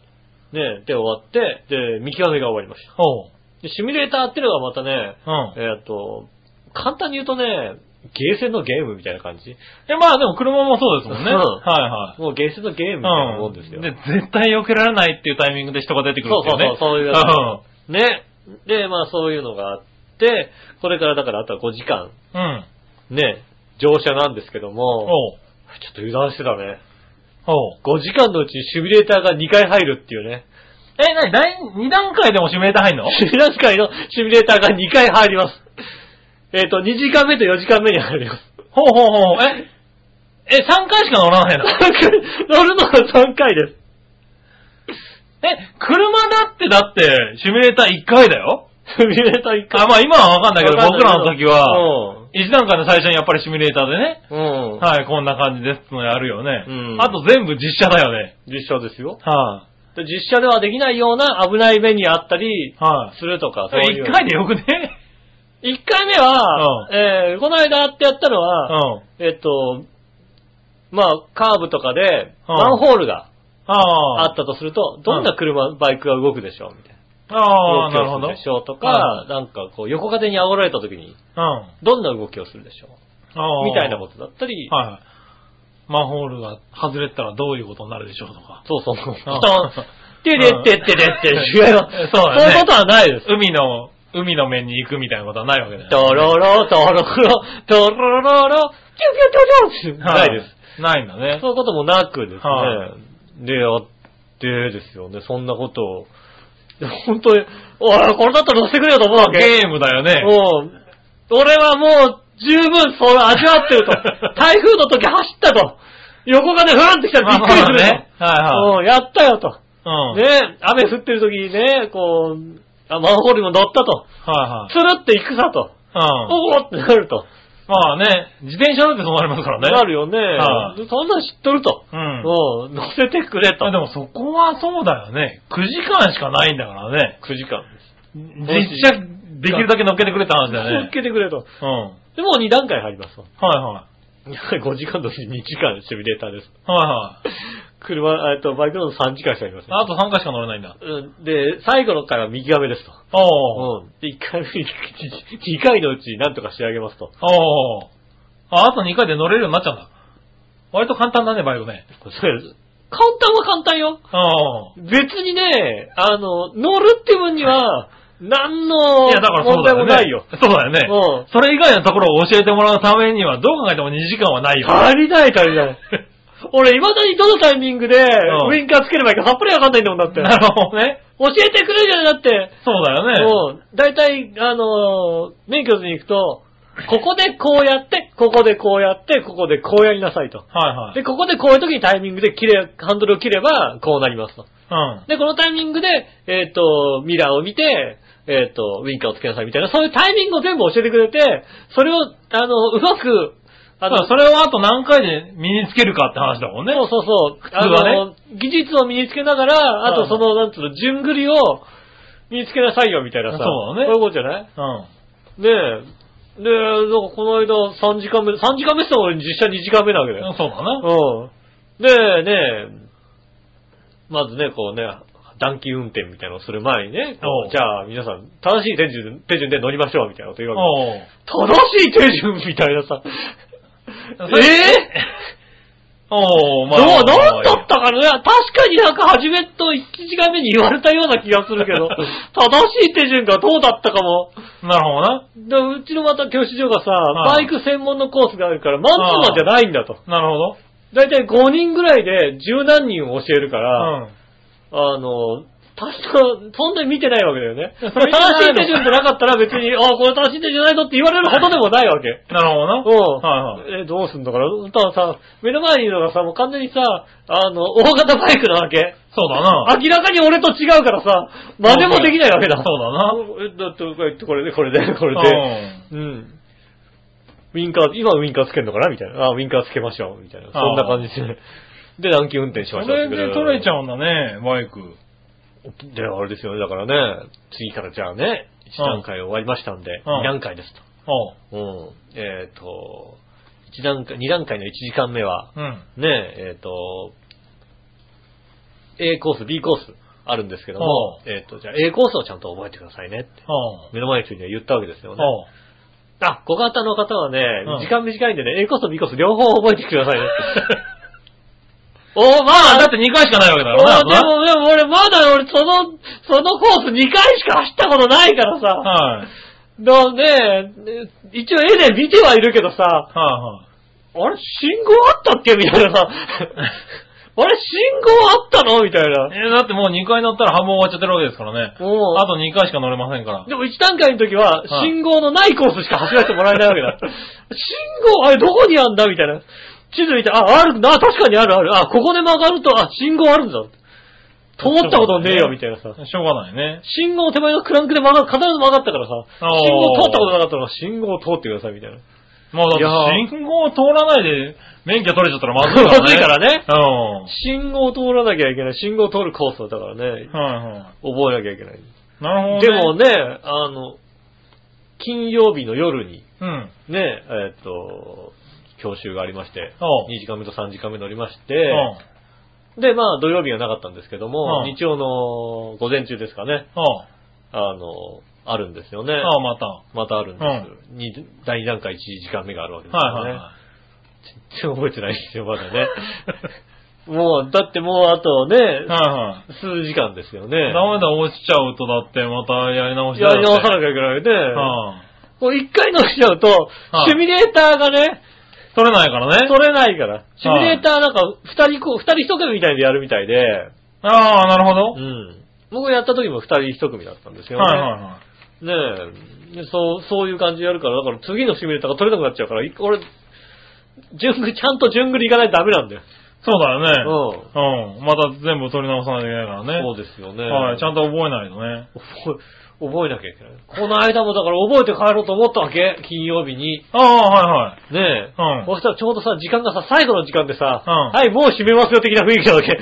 いはい。
ー、ね、で終わって、で、見極めが終わりました。
ほう。
で、シミュレーターってのがまたね、
うん。
えーっと、簡単に言うとね、ゲーセンのゲームみたいな感じ。
え、まあでも車もそうですもんね。
うん
はいはい。
もうゲーセンのゲームみたいなもんですよ。
で、絶対避けられないっていうタイミングで人が出てくるんですよね。
そうそうそうそういうやつね。
ん
で、まあそういうのがあって、これからだからあとは5時間、
うん。
ね、乗車なんですけども、
おう。
ちょっと油断してたね。
おう。
5時間のうちシミュレーターが2回入るっていうね。
え、なに、第2段階でもシミュレーター 入んの
シミュレーターのシミュレーターが2回入ります。えっ、と、2時間目と4時間目に入ります。
ほうほうほう。え、え、3回しか乗ら ないの
乗るのは3回です。
え、車だってだって、シミュレーター1回だよ。
シミュレーター1回。
あ、まあ今はわかんないけど、僕らの時は、
は、
1段階の最初にやっぱりシミュレーターでね、
うん。うん。
はい、こんな感じですってのやるよね。
うん
あと全部実写だよね。
実写ですよ。
は
で実写ではできないような危ない目にあったり
い、はい。
するとか、そうい
一
う。
回でよくね
?1 回目は、
う
えーこの間ってやったの
うん。
は、えっと、まあ、カーブとかで、
うん
マンホールが
あ
あ
あ
ったとすると、どんな車、バイクが動くでしょうみたいな。
ああ、なる
動
ほ
き
ど。
をす
うん。
るでしょうとか
は、
なんかこう、横風に煽られた時に、
あ
どんな動きをするでしょ
あ。
うみたいなことだったり、
はい。マンホールが外れたらどういうことになるでしょうとか。
そうそうそう。
あ
人てれってってれって、違います。
そうだね
いうことはないです。
海の、海の面に行くみたいなことはないわけだよね。
ドロロ、ドロロ、ドロロロ、キュキュキュキュって
は
ないです。。
ないんだね。
そういうこともなくです
は
ね。で、やってですよね、そんなことを。本当に、おい、これだったら乗せてくれよと思うわけ。
ゲームだよね。
もう、俺はもう十分それ味わって ると。台風の時走ったと。横がね、ふわんってきたらびっくりするね。
まあま
うん、やったよと。
あね。はいはい。うん。
ね、雨降ってる時にね、こう、あマンホールにも乗ったと。
は
つるって行くさと。
いはい。うん。
おおってなると。
まあね、自転車だってそうなりますからね。
なるよね。
はい
でそんなん知っとると。
うん。
うん、乗せてくれと
あ。でもそこはそうだよね。9時間しかないんだからね。
9時間です。
実写できるだけ乗っけてくれた話だよ
乗っ
ね。
けてくれと。
うん。は
で、もう2段階入ります と。
いはい。
5時間のうち2時間シミュレーターです。
はいはい。
車、えっと、バイクの3時間しかありません。
あと3回しか乗れないんだ。
うんで、最後の回は右側目ですと。
おー。
うん。で、1回目、2回のうちなんとか仕上げますと。
おー。あ、あと2回で乗れるようになっちゃうんだ。割と簡単だね、バイクね。
それ簡単は簡単よ。
おー。
別にね、あの、乗るって分には、何の
いや、だからそう
問題
だよ
も
ね。
ないよ。
そうだよね。
うん
それ以外のところを教えてもらうためには、どう考えても2時間はないよ。
足りない足り ない。俺、未だにどのタイミングで、
ん
ウインカーつければいいか、さっぱりわかんないんだもんだって。
なるほどね。
教えてくれるじゃん、だって。
そうだ よね。
もう、だいたい、あのー免許に行くと、ここでこうやって、ここでこうやって、ここでこうやりなさいと。
はいはい。
で、ここでこういう時にタイミングで切れ、ハンドルを切れば、こうなりますと。
うん。
で、このタイミングで、えっ、と、ミラーを見て、えっ、と、ウィンカーをつけなさいみたいな、そういうタイミングを全部教えてくれて、それを、あの、うまく、あ
ただ
の、
それをあと何回で身につけるかって話だもんね。
そうそうそう。
通は
あの、技術を身につけながら、あとその、なんつうの、順繰りを身につけなさいよみたいなさ。
そうだね
そういうことじゃないね
うん。
え。で、なんかこの間3時間目、3時間目って言ったら俺実写2時間目なわけだよ。
そうだな。
うん。で、ねえ、まずね、こうね、暖気運転みたいなのをする前にね、こ
お
う
う
じゃあ皆さん、正しい手順手順で乗りましょうみたいなこと言うわけ。
おう
正しい手順みたいなさ。え
それおうまあ。
どう、なんだったかな確かになんか初めと一時間目に言われたような気がするけ ど、正しい手順がどうだったかも。
なるほどな。
でうちのまた教師所がさ、
ああ
バイク専門のコースがあるから、マンツーマンじゃないんだと。
なるほど。
だいたい5人ぐらいで十何人を教えるか
う
ら、
ん。
あの、確か、そんなに見てないわけだよ ね。
いやそ
正
れ
しい手順じゃなかったら別に、ああ、これ正しい手順じゃないぞって言われるほどでもないわけ。
なるほどな。
うん。
はいはい。
え、どうすんだから、たださ、目の前にいるのがさ、もう完全にさ、あの、大型バイクなわけ。
そうだな。
明らかに俺と違うからさ、真似もできないわけだ。
そうだな。
えだって、これこれで、これで、これで。うん。ウィンカー、今ウィンカーつけるのかなみたいな。あ、ウィンカーつけましょう。みたいな。そんな感じで。で、乱気運転し
う
ま
ん。
し
そ
ょう。
れで取れちゃ
う。
うんだね、バイク。
で、あれですよね。だからね、次からじゃあね、1段階終わりましたんで、
うん
2段階です
おう。
と。うん。えっ、と、一段階、2段階の1時間目は、
うん。
ねえ、えっ、と、A コース、B コースあるんですけども
は、
えっ、と、じゃあ A コースをちゃんと覚えてくださいねって、
おう。
目の前の人には言ったわけですよね。
おう。
あ、ご型の方はね、
ん
時間短いんでね、A コースと B コース両方覚えてくださいね。
おまあ、だって2回しかないわけだろ
あ
うな。
でも、でも俺まだ俺その、そのコース2回しか走ったことないからさ、
はい。
だねえ、一応絵で見てはいるけどさ、
はいは
あ
い。
れ信号あったっけみたいなさ、あれ信号あったのみたいな。
えーだってもう2回乗ったら半分終わっちゃってるわけですからね。
もう
あと2回しか乗れませんから。
でも1段階の時は、
はい
信号のないコースしか走らせてもらえないわけだ。 信号、あれどこにあんだみたいな。地図見て、あ、あるな、確かにあるある。あ、ここで曲がると、あ、信号あるんだ。通ったことねえよ、みたいなさ。
しょうがないね。
信号手前のクランクで曲がる、必ず曲がったからさ。
あー
信号通ったことなかったら、信号通ってください、みたいな。
もうだ
いや
って信号を通らないで免許取れちゃったらまずいからね。
まずいからね。
うん。
信号通らなきゃいけない。信号通るコースだったからね、
はいは
覚えなきゃいけない。
い。なるほどね。
でもね、あの、金曜日の夜に、
うん。
ね、えーっと、教習がありまして、
おう
2時間目と3時間目乗りまし
う
て、
ん。
で、まあ土曜日はなかったんですけども、
うん
日曜の午前中ですかね、
おう
あの、あるんですよね。
ああ、また。は
またあるんです、に第2段階1時間目があるわけ
い
ですよ
は
ね。
いは
全然覚えてないんですよ、まだ ね。もう、だってもうあとね
い。、は
数時間ですよ
いは
ね
い。。ダメだ、落ちちゃうとだってまたやり直し
やり直さ
い。
なきゃいけないね。
うん。
もう一回乗しちゃうと、
はい
シミュレーターがね、
取れないからね。
取れないから。シミュレーターなんか、二人こう、二人一組みたいでやるみたいで、
ああ、なるほ
う
ど。
ん。僕やった時も二人一組だったんですよね。
はいはいはい。
ねえでそう、そういう感じでやるから、だから次のシミュレーターが取れなくなっちゃうから、い俺、順繰り、ちゃんと順繰り行かないとダメなんだよ。
そうだよね。
う
うん。また全部取り直さないといけないからね。
そうですよね。
はい、ちゃ
ん
んと覚えないとね。
覚え、覚えなきゃいけない。この間もだから覚えて帰ろうと思ったわけ金曜日に。
ああ、はいはい。
ねえ。
う
そ
ん
したらちょうどさ、時間がさ、最後の時間でさ、
うん
はい、もう閉めますよ的な雰囲気な わけ。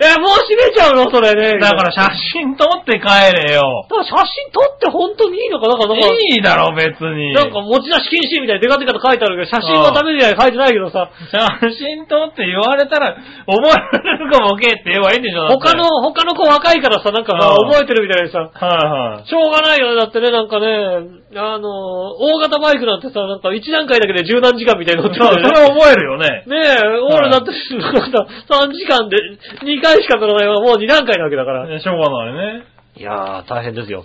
え、もう閉めちゃうのそれね。
だから写真撮って帰れよ。
だから写真撮って本当にいいのかなんか、なんか、
いいだろ、別に。
なんか持ち出し禁止みたいなデカデカと書いてあるけど、写真はダメみたいに書いてないけどさ、
写真撮って言われたら、覚えられるかもけって言えばいいんでしょ、だって
他。の、他の子若いからさ、なんかさ、
うん
覚えてるみたいでさ、
はいはい。
しょうがないよね、だってね、なんかね、あの、大型バイクなんてさ、なんか一段階だけで十何時間みたいに乗
そ
っ
う、
て
そ
るよ
れ
ね
覚えるよね。
ねえ、俺だって、なんか3時間で2回しか乗らないはもう2段階なわけだから。
しょうがないね。
いやー、大変ですよ。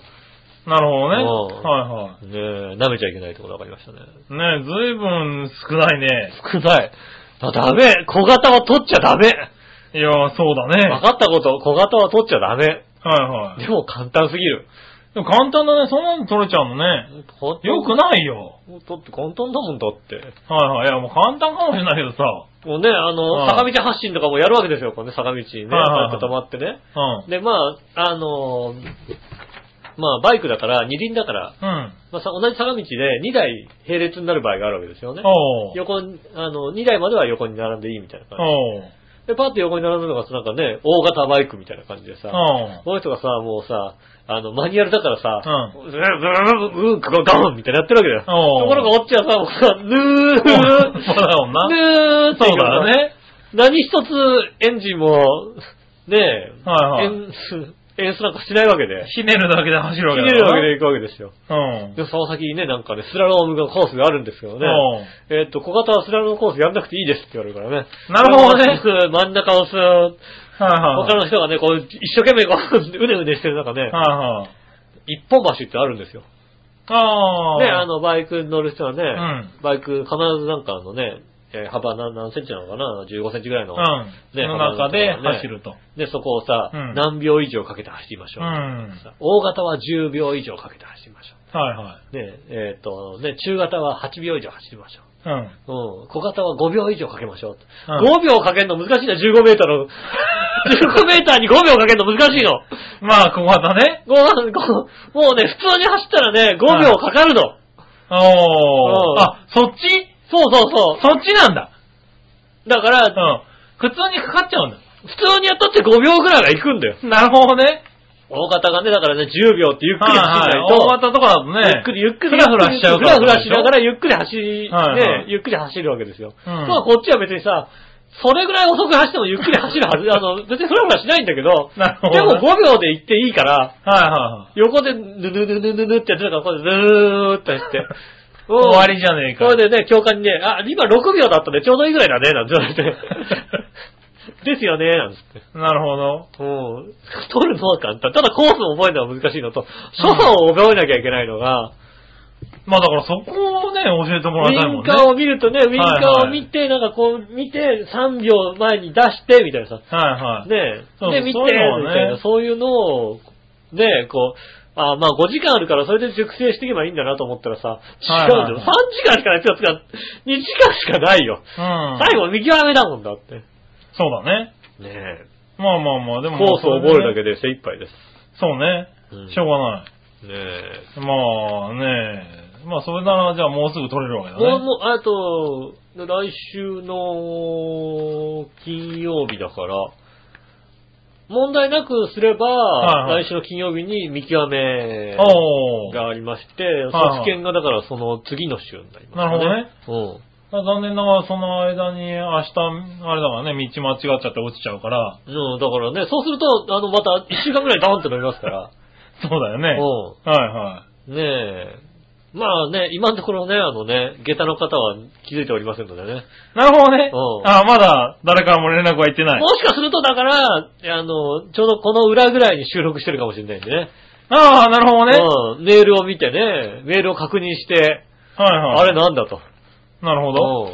なるほどね。
うん
はいは
ねえ、舐めちゃいけないってこと分かりましたね。
い。ねずいぶん少ないね。
少ない。あダメ小型は取っちゃダメ
いや、そうだね。
分かったこと、小型は取っちゃダメ。
はいはい。
でも簡単すぎる。
でも簡単だね。そんなの取れちゃうのね。よくないよ。
だって簡単だもんだって。
はいはい。いや、もう簡単かもしれないけどさ。
もうね、あの、
はい
坂道発進とかもやるわけですよ、こうね、坂道にね、こう
はいは
や
いはい
って止まってね。
うん。
で、まあ、あの、まあ、バイクだから、二輪だから、
うん。
まあ、さ同じ坂道で2台並列になる場合があるわけですよね。
おう。
横に、あの、2台までは横に並んでいいみたいな感
おう。
じ。で、パッと横に並んだのが、なんかね、大型バイクみたいな感じでさ、
うん。
この人がさ、もうさ、あの、マニュアルだからさ、
う
うん、ずるずるずるガガンみたいなやってるわけだよ。
おう
ところがおっちゃんさ、もうさ、ぬ
そう
ー、
だもんな。
ぬーって
そう
言
だ
から
ね。
何一つエンジンも、ねえ、
はいはい
エンス、エンスなんかしないわけで、
ひねるだけで走るわ
ひ
け
ねる
だ
わけで
で。
行くわけですよ。
うん。
で、その先にね、なんかね、スラロームのコースがあるんですけどね、えっと、小型はスラロームコースやんなくていいですって言われるからね。
なるほどね
スラロームコース真ん中をスーッ
うん。はい
他の人がね、こう、一生懸命こう、 うねうねしてる中ね、
はい。はいはい。
一本橋ってあるんですよ。
ああ。
ね、あの、バイクに乗る人はね、
う
バイク必ずなんかあのね、えー幅何何センチなのかな ?15 センチぐらいの。
うん。そ
ね
の中で
幅の中でね
走ると。
で、そこをさ、
うん
何秒以上かけて走りましょう
う
みたいな。
ん。
さ大型は10秒以上かけて走りましょ
はいは
う。ね、えっ、と、ね、中型は8秒以上走りましょう。
い。うん。
うん、小型は5秒以上かけましょう。
うん
5秒かけるの難しいな、15メーターの。15メーターに5秒かけるの難しいの。
まあ、小型ね。
ご飯ごもうね、普通に走ったらね、5秒かかるの。
お
う
ー。
ん
あ、そっち
そうそうそ
そっちなんだ。
う。だから、
うん。普通にかかっちゃうんだ。
普通にやったって5秒ぐらいがいくんだよ。
なるほどね。
大型がね、だからね、10秒ってゆっくり走ら
はい
ない
はい。
と、
大型とかだとね。
ゆっくりゆっくり、
ふらふらしちゃう
ふ
から
らふらしながらゆっくり走り、
はいはい
ね、ゆっくり走るわけですよ。
うん
だからこっちは別にさ、それぐらい遅く走ってもゆっくり走るはず、あの、別にふらふらしないんだけど、
なる ほ
でも
どね。
5秒で行っていいから、
はいは
横でぬぬぬぬぬぬってやってたから、こうやってずーっとやって。
いはい。 終わりじゃねえか。
それでね、教官にね、あ、今6秒だったね、ちょうどいいぐらいだね、なんて言 われて。ですよね、なんつって。
なるほど。
うん。取るのは簡単。ただコースを覚えるのは難しいのと、所作を覚えなきゃいけないのが、
まあだからそこをね、教えても
ウ
らいたい
ィ
も
ン
んね。
カーを見るとね、ウィンカーを見
て。
て、なんかこう見て、3秒前に出して、みたいなさ。
はいはい。
ね
そう
で、見て、
そ
み
う
た
いうのを
い
ね
な、そういうのを、ねこう、あまあ5時間あるからそれで熟成していけばいいんだなと思ったらさ、違
は
う
いはい
よ。3時間しかないってやつが、2時間しかないよ。
うん。
最後見極めだもんだって。
そうだね。
ね
まあまあまあ、でも。
コースを覚えるだけ
で。
で精一杯です。
そうね
うん。
しょうがない。
ねえ。
まあねまあそれなら、じゃあもうすぐ取れるわけだね。
もう、もう、あと、来週の金曜日だから、問題なくすれば、
はいはい
来週の金曜日に見極め
おー。
がありまして、
はいはい
卒検がだからその次の週になります、
なるほどね。
ほどね。
まあ残念ながらその間に明日、あれだからね、道間違っちゃって落ちちゃうから。
うん。うん、だからね、そうすると、あの、また一週間ぐらいダウンってなります から。
そうだよね。は
う
いは
ん。ねえ。まあね、今のところね、あのね、下駄の方は気づいておりませんのでね。
い。なるほどね
う。ん
あまだ誰からも連絡は行ってない
も。しかすると、だから、あの、ちょうどこの裏ぐらいに収録してるかもしれないんでね。
ああ、なるほどね。
うん、メールを見てね、メールを確認して、
はいはい。
あれなんだと。
なるほど。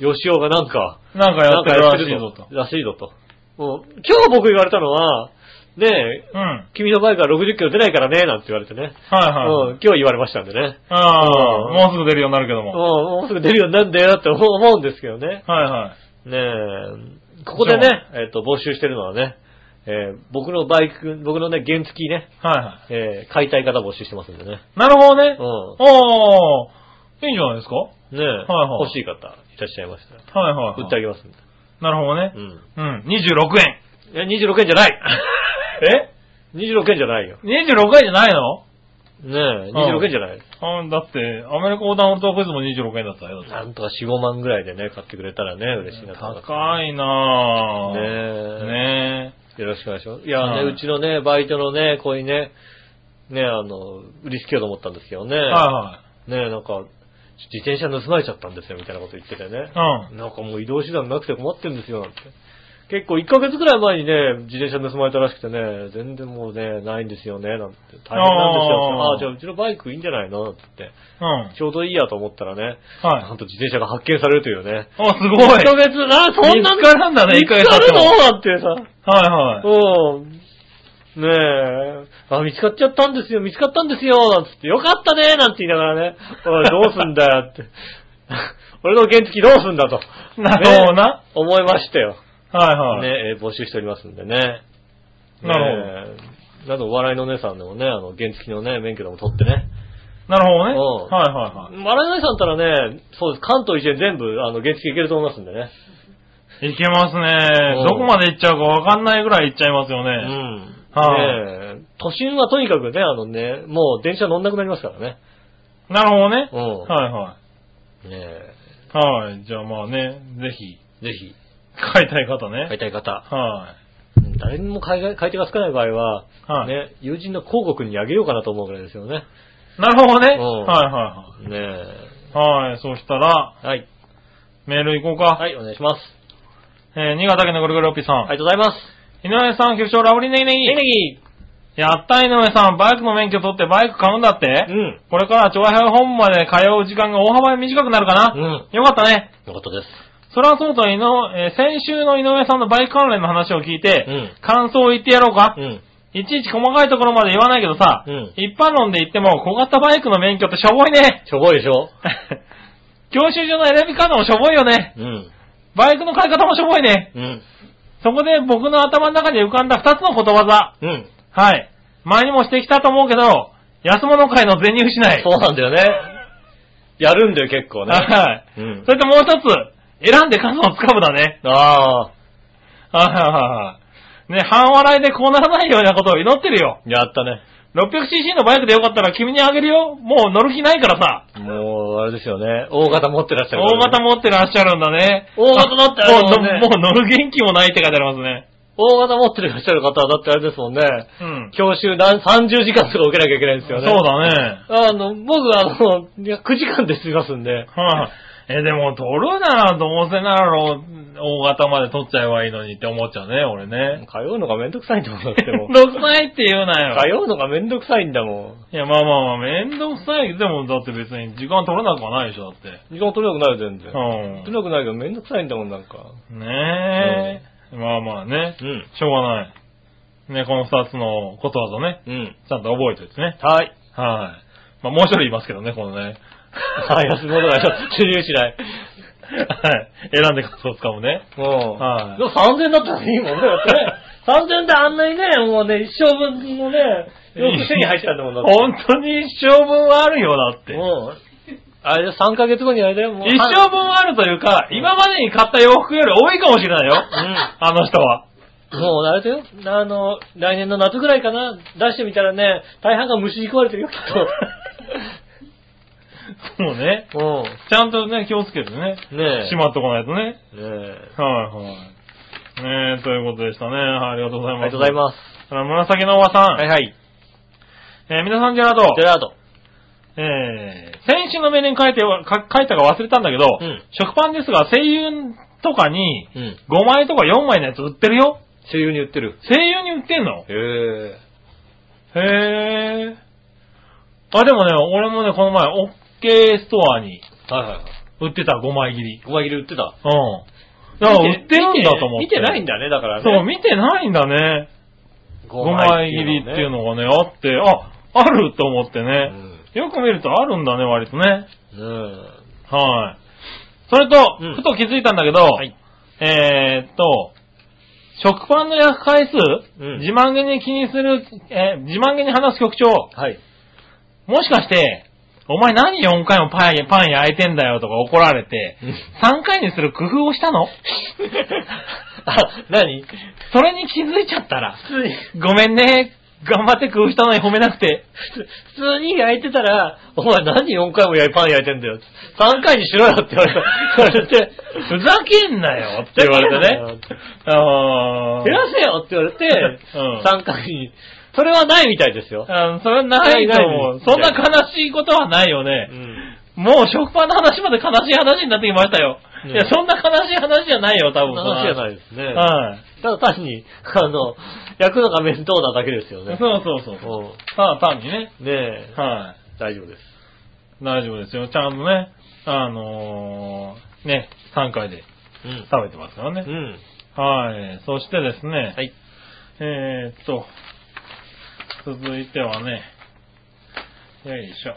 う
吉尾がなんか、
ん。なんかや
な
っ
ん
て
か
る
や
ら
っ
してい
る
ぞと
と。。らしいぞと。うん今日僕言われたのは、ねえ、
うん。はい
君のバイクは60キロ出ないからね、なんて言われてね。
はい。
うん今日言われましたんでね。
ああ、
うん
もうすぐ出るようになるけど
うん
も。
もうすぐ出るようになるんだよって思う思うんですけどね。
はいはい。
ねえ、ここでね
そう、
えっと、募集してるのはね、えー僕のバイク、僕のね、原付きね、
はいは
えー買いたい方募集してますんでね。
い。なるほどね
う。
おー、いいんじゃないですかは
ん。ねえ、
はい
欲しい方いらっしゃいましたら、
いはいはい。
売ってあげますんで。
なるほどね
う。ん。
うん。26円。
いや、26円じゃない。 え ?26 円じゃないよ。
26円じゃないの
ねえ、26円じゃない。
あだって、アメリカ横断オルトクイズも26円だったよ。
なんとか4、5万ぐらいでね、買ってくれたらね、嬉しいなと思います。
高いなぁ。
ねえ
ね
よろしくお願いします。いやね、
はいう
ちのね、バイトのね、こういうね、ね、あの、売りつけようと思ったんですけどね。
え。は
ねなんか、自転車盗まれちゃったんですよ、みたいなこと言っててね
い。はい。
なんかもう移動手段なくて困ってんですよ、なんて。結構1ヶ月くらい前にね、自転車盗まれたらしくてね、全然もうね、ないんですよね、なんて。大変なんですよ。
あー
ああー、じゃあうちのバイクいいんじゃないのって言って。
うん。はい。
ちょうどいいやと思ったらね、な
あ、
んと自転車が発見されるというね。
すごい。
1ヶ月な、そんな
見つからんだね一ヶ月
見つか
経っ
る
ても
のだってさ。
はいはい。
うん。ねえ。あ、見つかっちゃったんですよ、見つかったんですよ、なんつって、よかったね、なんて言いながらね、おい、どうすんだよって。 俺の原付どうすんだと。
なるほどな
ね思いましたよ。
はいはい。
ね、えー募集しておりますんでね。
な
るほど。など、お笑いのお姉さんでもね、あの、原付のね、免許でも取ってね。
なるほどね。
うん
はいはいは
笑いのお姉さんったらね、そうです、関東一円全部、あの、原付いけると思いますんでね。
い。いけますね
う。ん
どこまで行っちゃうかわかんないぐらい行っちゃいますよ
う
ね。
ん。
はい
ねえ都心はとにかくね、あのね、もう電車乗んなくなりますからね。
なるほどね。
うん。
はいは
ねえ
い。はい。じゃあまあね、ぜひ、
ぜひ、
買いたい方
買
ね。
いたい方、
は
誰にも買いが買い手がつかない場合は、
はい
ね、友人の広告にあげようかなと思うぐらいですよね。
い。なるほどね。はい
うん
は
ねえ
いはい。はい。そしたら、
はい。
メール行こうか。
はい、お願いします。
えー、新潟県のぐるぐるおっぴーさん。
ありがとうございます。
井上さん、局長、ラブリーネギネギ。
エネギ
やった、井上さん、バイクの免許取ってバイク買うんだって、
ーうん。
これから長編本部まで通う時間が大幅に短くなるかな、
うん。
よかったね。
よかったです。
それはそうと、井上えー先週の井上さんのバイク関連の話を聞いて、
うん
感想を言ってやろうか、
うん。
いちいち細かいところまで言わないけどさ、
うん
一般論で言っても小型バイクの免許ってしょぼいね。
しょぼいでしょ
教習所の選び方もしょぼいよね。
うん。
バイクの買い方もしょぼいね。
うん。
そこで僕の頭の中に浮かんだ二つのことわざ。
うん。
はい。前にもしてきたと思うけど、安物会の全入しない。
そうなんだよね。やるんだよ、結構ね。
はい。
うん
そ。れともう一つ、選んで数をつかむだね。
ああ、
はいはいはいはい。ね、半笑いでこうならないようなことを祈ってるよ。
やったね。
600cc のバイクでよかったら君にあげるよ。もう乗る気ないからさ。
もう、あれですよね。大型持ってらっしゃるから
大
ね、
型持ってらっしゃるんだね。
大型だってあれだもんね
あもうもう乗る元気もないって書いてありますね。
大型持ってらっしゃる方は、だってあれですもんね。
うん。
教習何30時間とか受けなきゃいけないんです
そ
よ
う
ね。
だね。
あの、僕、あの、いや9時間で済みますんで。
はい、え、でも、取るならどうせなら、大型まで取っちゃえばいいのにって思っちゃうね、俺ね。
通うのがめんどくさいんだもん、だっても う。通
どくさいって言うなよ。
うのがめんどくさいんだも
いや、まあまあまあ、めんどくさい。でも、だって別に時間取れなくはないでしょ、だって。
ん。時間取れなくなる、全然。取
う
れなくなるけどめんどくさいんだもん、なんか。
ん。ねえ。まあまあね
う。ん。
しょうがない。ね、この二つのことわざね。
うん。
ちゃんと覚えておいてね。
はい。
はい。まあ、もう一人いますけどね、このね。
はい、安物が主流しない。
はい。選んで数をつかむね。
うん。
はい
でも3000だったらいいもんね、だって ね。3000であんなにね、もうね、一生分のね、よく手に入ったんだもんだって。
本当に一生分はあるよ、だって。
もう、あれで3ヶ月後にあれだよ、もう。
一生分はあるというか、今までに買った洋服より多いかもしれないよ。
ん
あの人は。
もうあれだよ。あの、来年の夏ぐらいかな、出してみたらね、大半が虫に食われてるよ、きっ
そうね。
と。 う
ちゃんとね、気をつけてね。
ん。ねえ。
しまっとかないとね。
ねえ。
はいはい。ねえ、ということでしたね。はい、ありがとうござい
ありが
ます。
とうございます。
す。紫のおばさん。
はいはい。
えー皆さんジェラード。
ジェラード。
えー、先週のメールに書いては、か書いたか忘れたんだけど、
うん
食パンですが、声優とかに、
うん。
5枚とか4枚のやつ売ってるよ。
声優に売ってる。
声優に売ってんの
へえ。
へえ。あ、でもね、俺もね、この前、オッケーストアに
はいはいはい。
売ってた5枚切り。
ごま切り売ってた。
うん。だから売ってるんだと思って。
見て見てないん
だ、
だね、だからね。
そう、見てないんだね。
五
5枚切りっていうのがね、あって、あ、あると思って
は
ね。
ね。
よく見るとあるんだね、割とね。
うん。ね
はい。それと、
うん
ふと気づいたんだけど、
い
えーっと、食パンの焼く回数、
うん
自慢げに気にする、えー自慢げに話す局長、
え はい。
もしかして、お前何4回もパン、パン焼いてんだよとか怒られて、3回にする工夫を したの
あ、何普
それに気づいちゃったら、
通に、
ごめんね、頑張って工夫したのに褒めなくて。
普通に焼いてたら、お前何4回も焼いパン焼いてんだよ。3回にしろよって言われた言われて、
ふざけんなよって言われてね。あー
減らせよって言われて、
うん
3回に。それはないみたいですよ。
あのそれはないと思
ないな
う。
い
そんな悲しいことはないよ
う
ね。
ん。
もう食パンの話まで悲しい話になってきましたよ。いや、そんな悲しい話じゃないよ、多分。。
話じゃないいですね。
はい。
ただ単に、あの、焼くのが面倒なだけですよ
そう
ね。
そうそうそう。ただ単にね。
うんねえ、
は
大丈夫です。
い。大丈夫ですよ。ちゃんとね、あのー、ね、3回で
うん。
食べてますから
う
ね。
ん。
はい。そしてですね、
はい。
えーっと、続いてはね、よいしょ。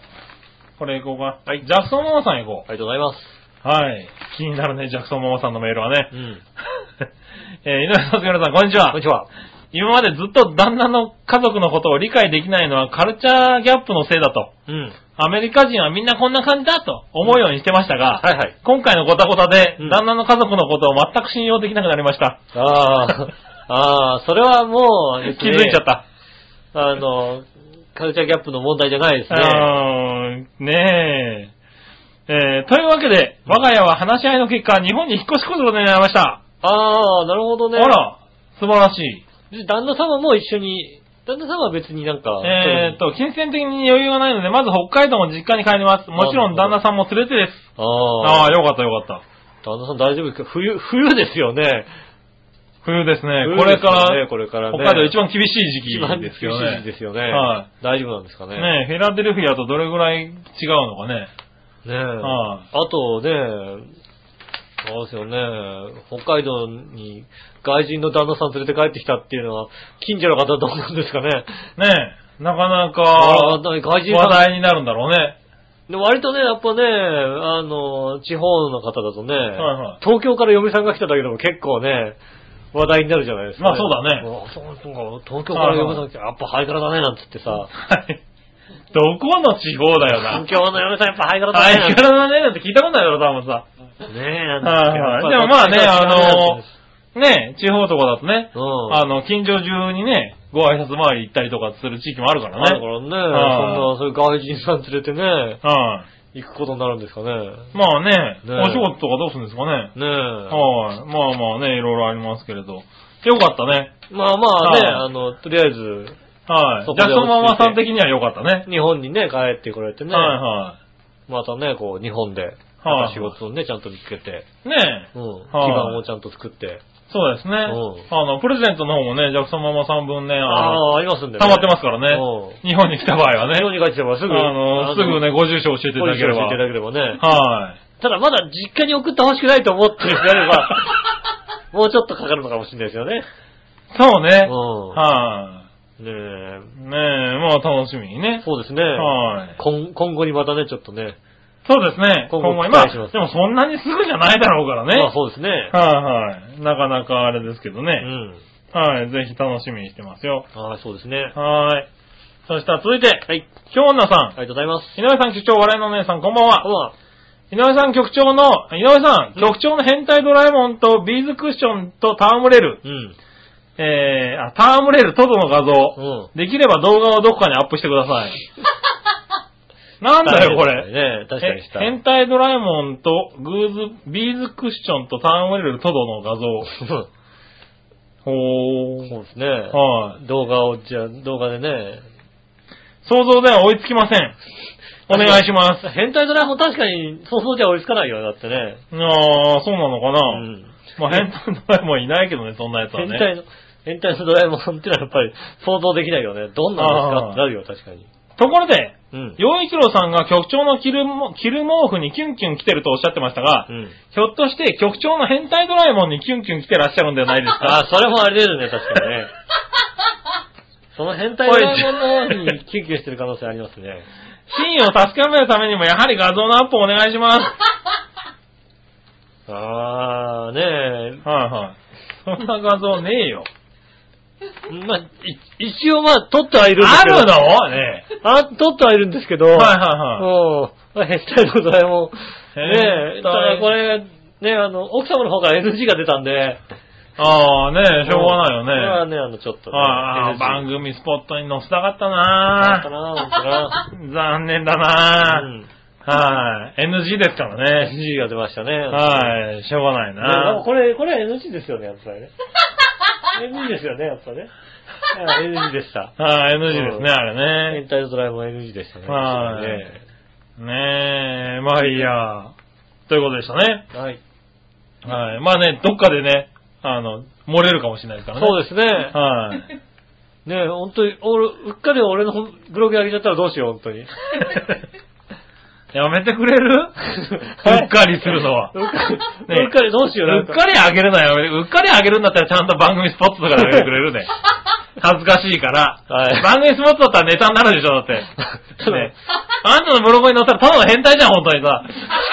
これいこうか。はい。ジャクソンママさんいこ
ありがとうございます。
う。はい。気になるね、ジャクソンママさんのメールはね。
うん。
えー井上さん、杉村さん、こんにちは。
こんにちは。
今までずっと旦那の家族のことを理解できないのはカルチャーギャップのせいだと。
うん。
アメリカ人はみんなこんな感じだと思うようにしてましたが、
はいはい。
今回のごたごたで、
うん
旦那の家族のことを全く信用できなくなりました。
ああ、ああ、それはもう、
気づいちゃっ。た。
あの、カルチャーギャップの問題じゃないですね。
うーんねえ。えーというわけで、我が家は話し合いの結果、日本に引っ越しことになりました。
ああ、なるほど
あ
ね。
ら、素晴らしい。
で。旦那様も一緒に、旦那様は別になんか、
えーっと、金銭的に余裕がないので、まず北海道の実家に帰ります。もちろん旦那さんも連れてです。あ
あ
あ
あ、
ー、よかったよかった。
旦那さん大丈夫ですか冬、冬ですよね。
冬ですね。
冬
これから、
ですよねこれからね。
北海道一番厳しい時期
一番厳
で
しい
すけど
時期
ね。
ですよね。
は
大丈夫なんですかね。
ねえフィラデルフィアとどれぐらい違うのかね。
ねえ
は
あとね、あれですよね、北海道に外人の旦那さん連れて帰ってきたっていうのは、近所の方どうなんですかね。
ねえなかな
ああ、
か、
外人
話
さ
題になるんだろうね。
ん。で割とね、やっぱね、あの、地方の方だとね、
いはい
東京から嫁さんが来ただけでも結構ね、話題になるじゃないですか、
まあそうだね
あそうなんか東京から嫁さんが来て、やっぱハイカラだね、なんつってさ、
はい。どこの地方だよな
東。京の嫁さんやっぱハイカラだね、
相
なん
変
つっ
わらないなんて聞いたことないだろ、多分さ。
てねえ、なんつって。
はいはい
やっぱ
でもまあね
東京から来ただけなんつって
ねえ地方とかだとね、
うん。
あの、近所中にね、ご挨拶回り行ったりとかする地域もあるか
だかららね、
ね。
そん
は
な、
い
そういう外人さん連れてね、
は
行くことになるんですかね。
い。まあね、
ねえ
お仕事とかどうするんですかね。
ねえ。
はい。まあまあね、いろいろありますけれど。よかったね。
まあまあね、
はい
あの、とりあえず、
はい。
そこ
じ
で
ゃあそのまま
落ち着いて
さん的には良かったね。
日本にね、帰ってこられてね、
はいは
またね、こう、日本で、また仕事をね、ちゃんと見つけて、
い。ねえ。
うん、基
はい
盤をちゃんと作って。
そうですね。
う
あの、プレゼントの方もね、ジャクソンママさん分ね、
あ
あの
あ、ありますんで、ね。
溜まってますからね
うん。
日本に来た場合はね
日。本に帰ってきればす
あ
ぐ、
の、すぐね、、ご住所教えていた
ポ
だ
ジシ
け
ョ
れ
ンしていただ
ば。
ければね。
はい。
ただまだ実家に送ってほしくないと思ってる人であれ ば、もうちょっとかかるのかもしれないですよね。
そうね。
う
は
ん。ねえ、
い。ねえ、まあ楽しみにね。
そうですね。
はい。
今今後にまたね、ちょっとね。
そうですね。
今
今
後
後、
期
ま
待
あ、
します
でもそんなにすぐじゃないだろうからね。
まあそうですね。
はいはい。なかなかあれですけど
う
ね。
ん。
はい。ぜひ楽しみにしてますよ。
ああ、そうですね。
はい。そしたら続いて、
はい。
京女さん。
ありがとうございます。
井上さん局長、笑いのお姉さん、こんば
こ
ん
んばん
は。
は。
井上さん局長の、井上さん、局長の変態ドラえもんとビーズクッションと戯れる、
うん。
えー、あ、戯れるトドの画
う
像。
ん。
できれば動画をどこかにアップしてく ださい。なんだよ、これ。
れ。ね確かに
え
した。
変態ドラえもんとグーズ、ビーズクッションと戯れるトドの画像。
そう
ほー。
そうですね。
はい。
動画を、じゃあ動画でね。
想像では追いつきません。お願いします。
変態ドラえもん確かに想像じゃ追いつかないよ、だってね。
あー、そうなのか
う
な、
ん。
まあ変態ドラえもんいないけどね、そんなやつは
変
ね。
態の、変態のドラえもんってのはやっぱり想像できないよね。どんなんですか
あー
ってなるよ、確かに。
ところで、
うん。
洋一郎さんが局長の着るも、着る毛布にキュンキュン来てるとおっしゃってましたが、
うん。
ひょっとして局長の変態ドラえもんにキュンキュン来てらっしゃるんではないです
あ
か
あ、それもあれですね、確かにね。その変態ドラえもんの方にキュンキュンしてる可能性ありますね。
真意を確かめるためにもやはり画像のアップをお願いします。
あー、ね
はいはい。そんな画像ねえよ。
え、まあ、い一応まあ、撮ってはいるんです
あ
けど。
るのねえ。
あ、撮ってはいるんですけど。
はいはいは
い
い。
はい。うん。変態のドラえもん。ねえ、
変
た
態
だこれ、ねあの、奥様の方から NG が出たんで。
ああねえ、しょうがないよ
これは
ね。
ね、あの、ちょっと、ね。
ああ、
NG
番組スポットに載せたかった
だったな、
な
本当な。
残念だ な
う
ぁ
ん。
はい。NG ですからね。
NG が出ましたね。い。
はい。しょうがない
ね、で
な
もこれ、これは NG ですよね、やっぱりね。NG ですよね、やっぱね。あ NG でした。
ああ、NG です
うん
ね、あれ
変
ね。
態のドラえもん NG でしたね。
はいねえ、まあいいや。ということでしたね。
はい。はい。
はい。まあね、どっかでね、あの、漏れるかもしれないですからね。
そうですね。
はい。
ねえ、本当に、俺、うっかり俺のほんブログ上げちゃったらどうしよう、本当 に。
やめてくれるうっかりするのは。
うっかり、
ねえ
うっかりどうしよう、な
うんっ
か。
かりあげるのはやめて、うっかりあげるんだったらちゃんと番組スポットとかであげてくれる ね。恥ずかしいから。
はい
番組スポットだったらネタになるでしょ、だって。
そう
ね。あんたのブログに載ったらただの変態じゃん、本当にさ。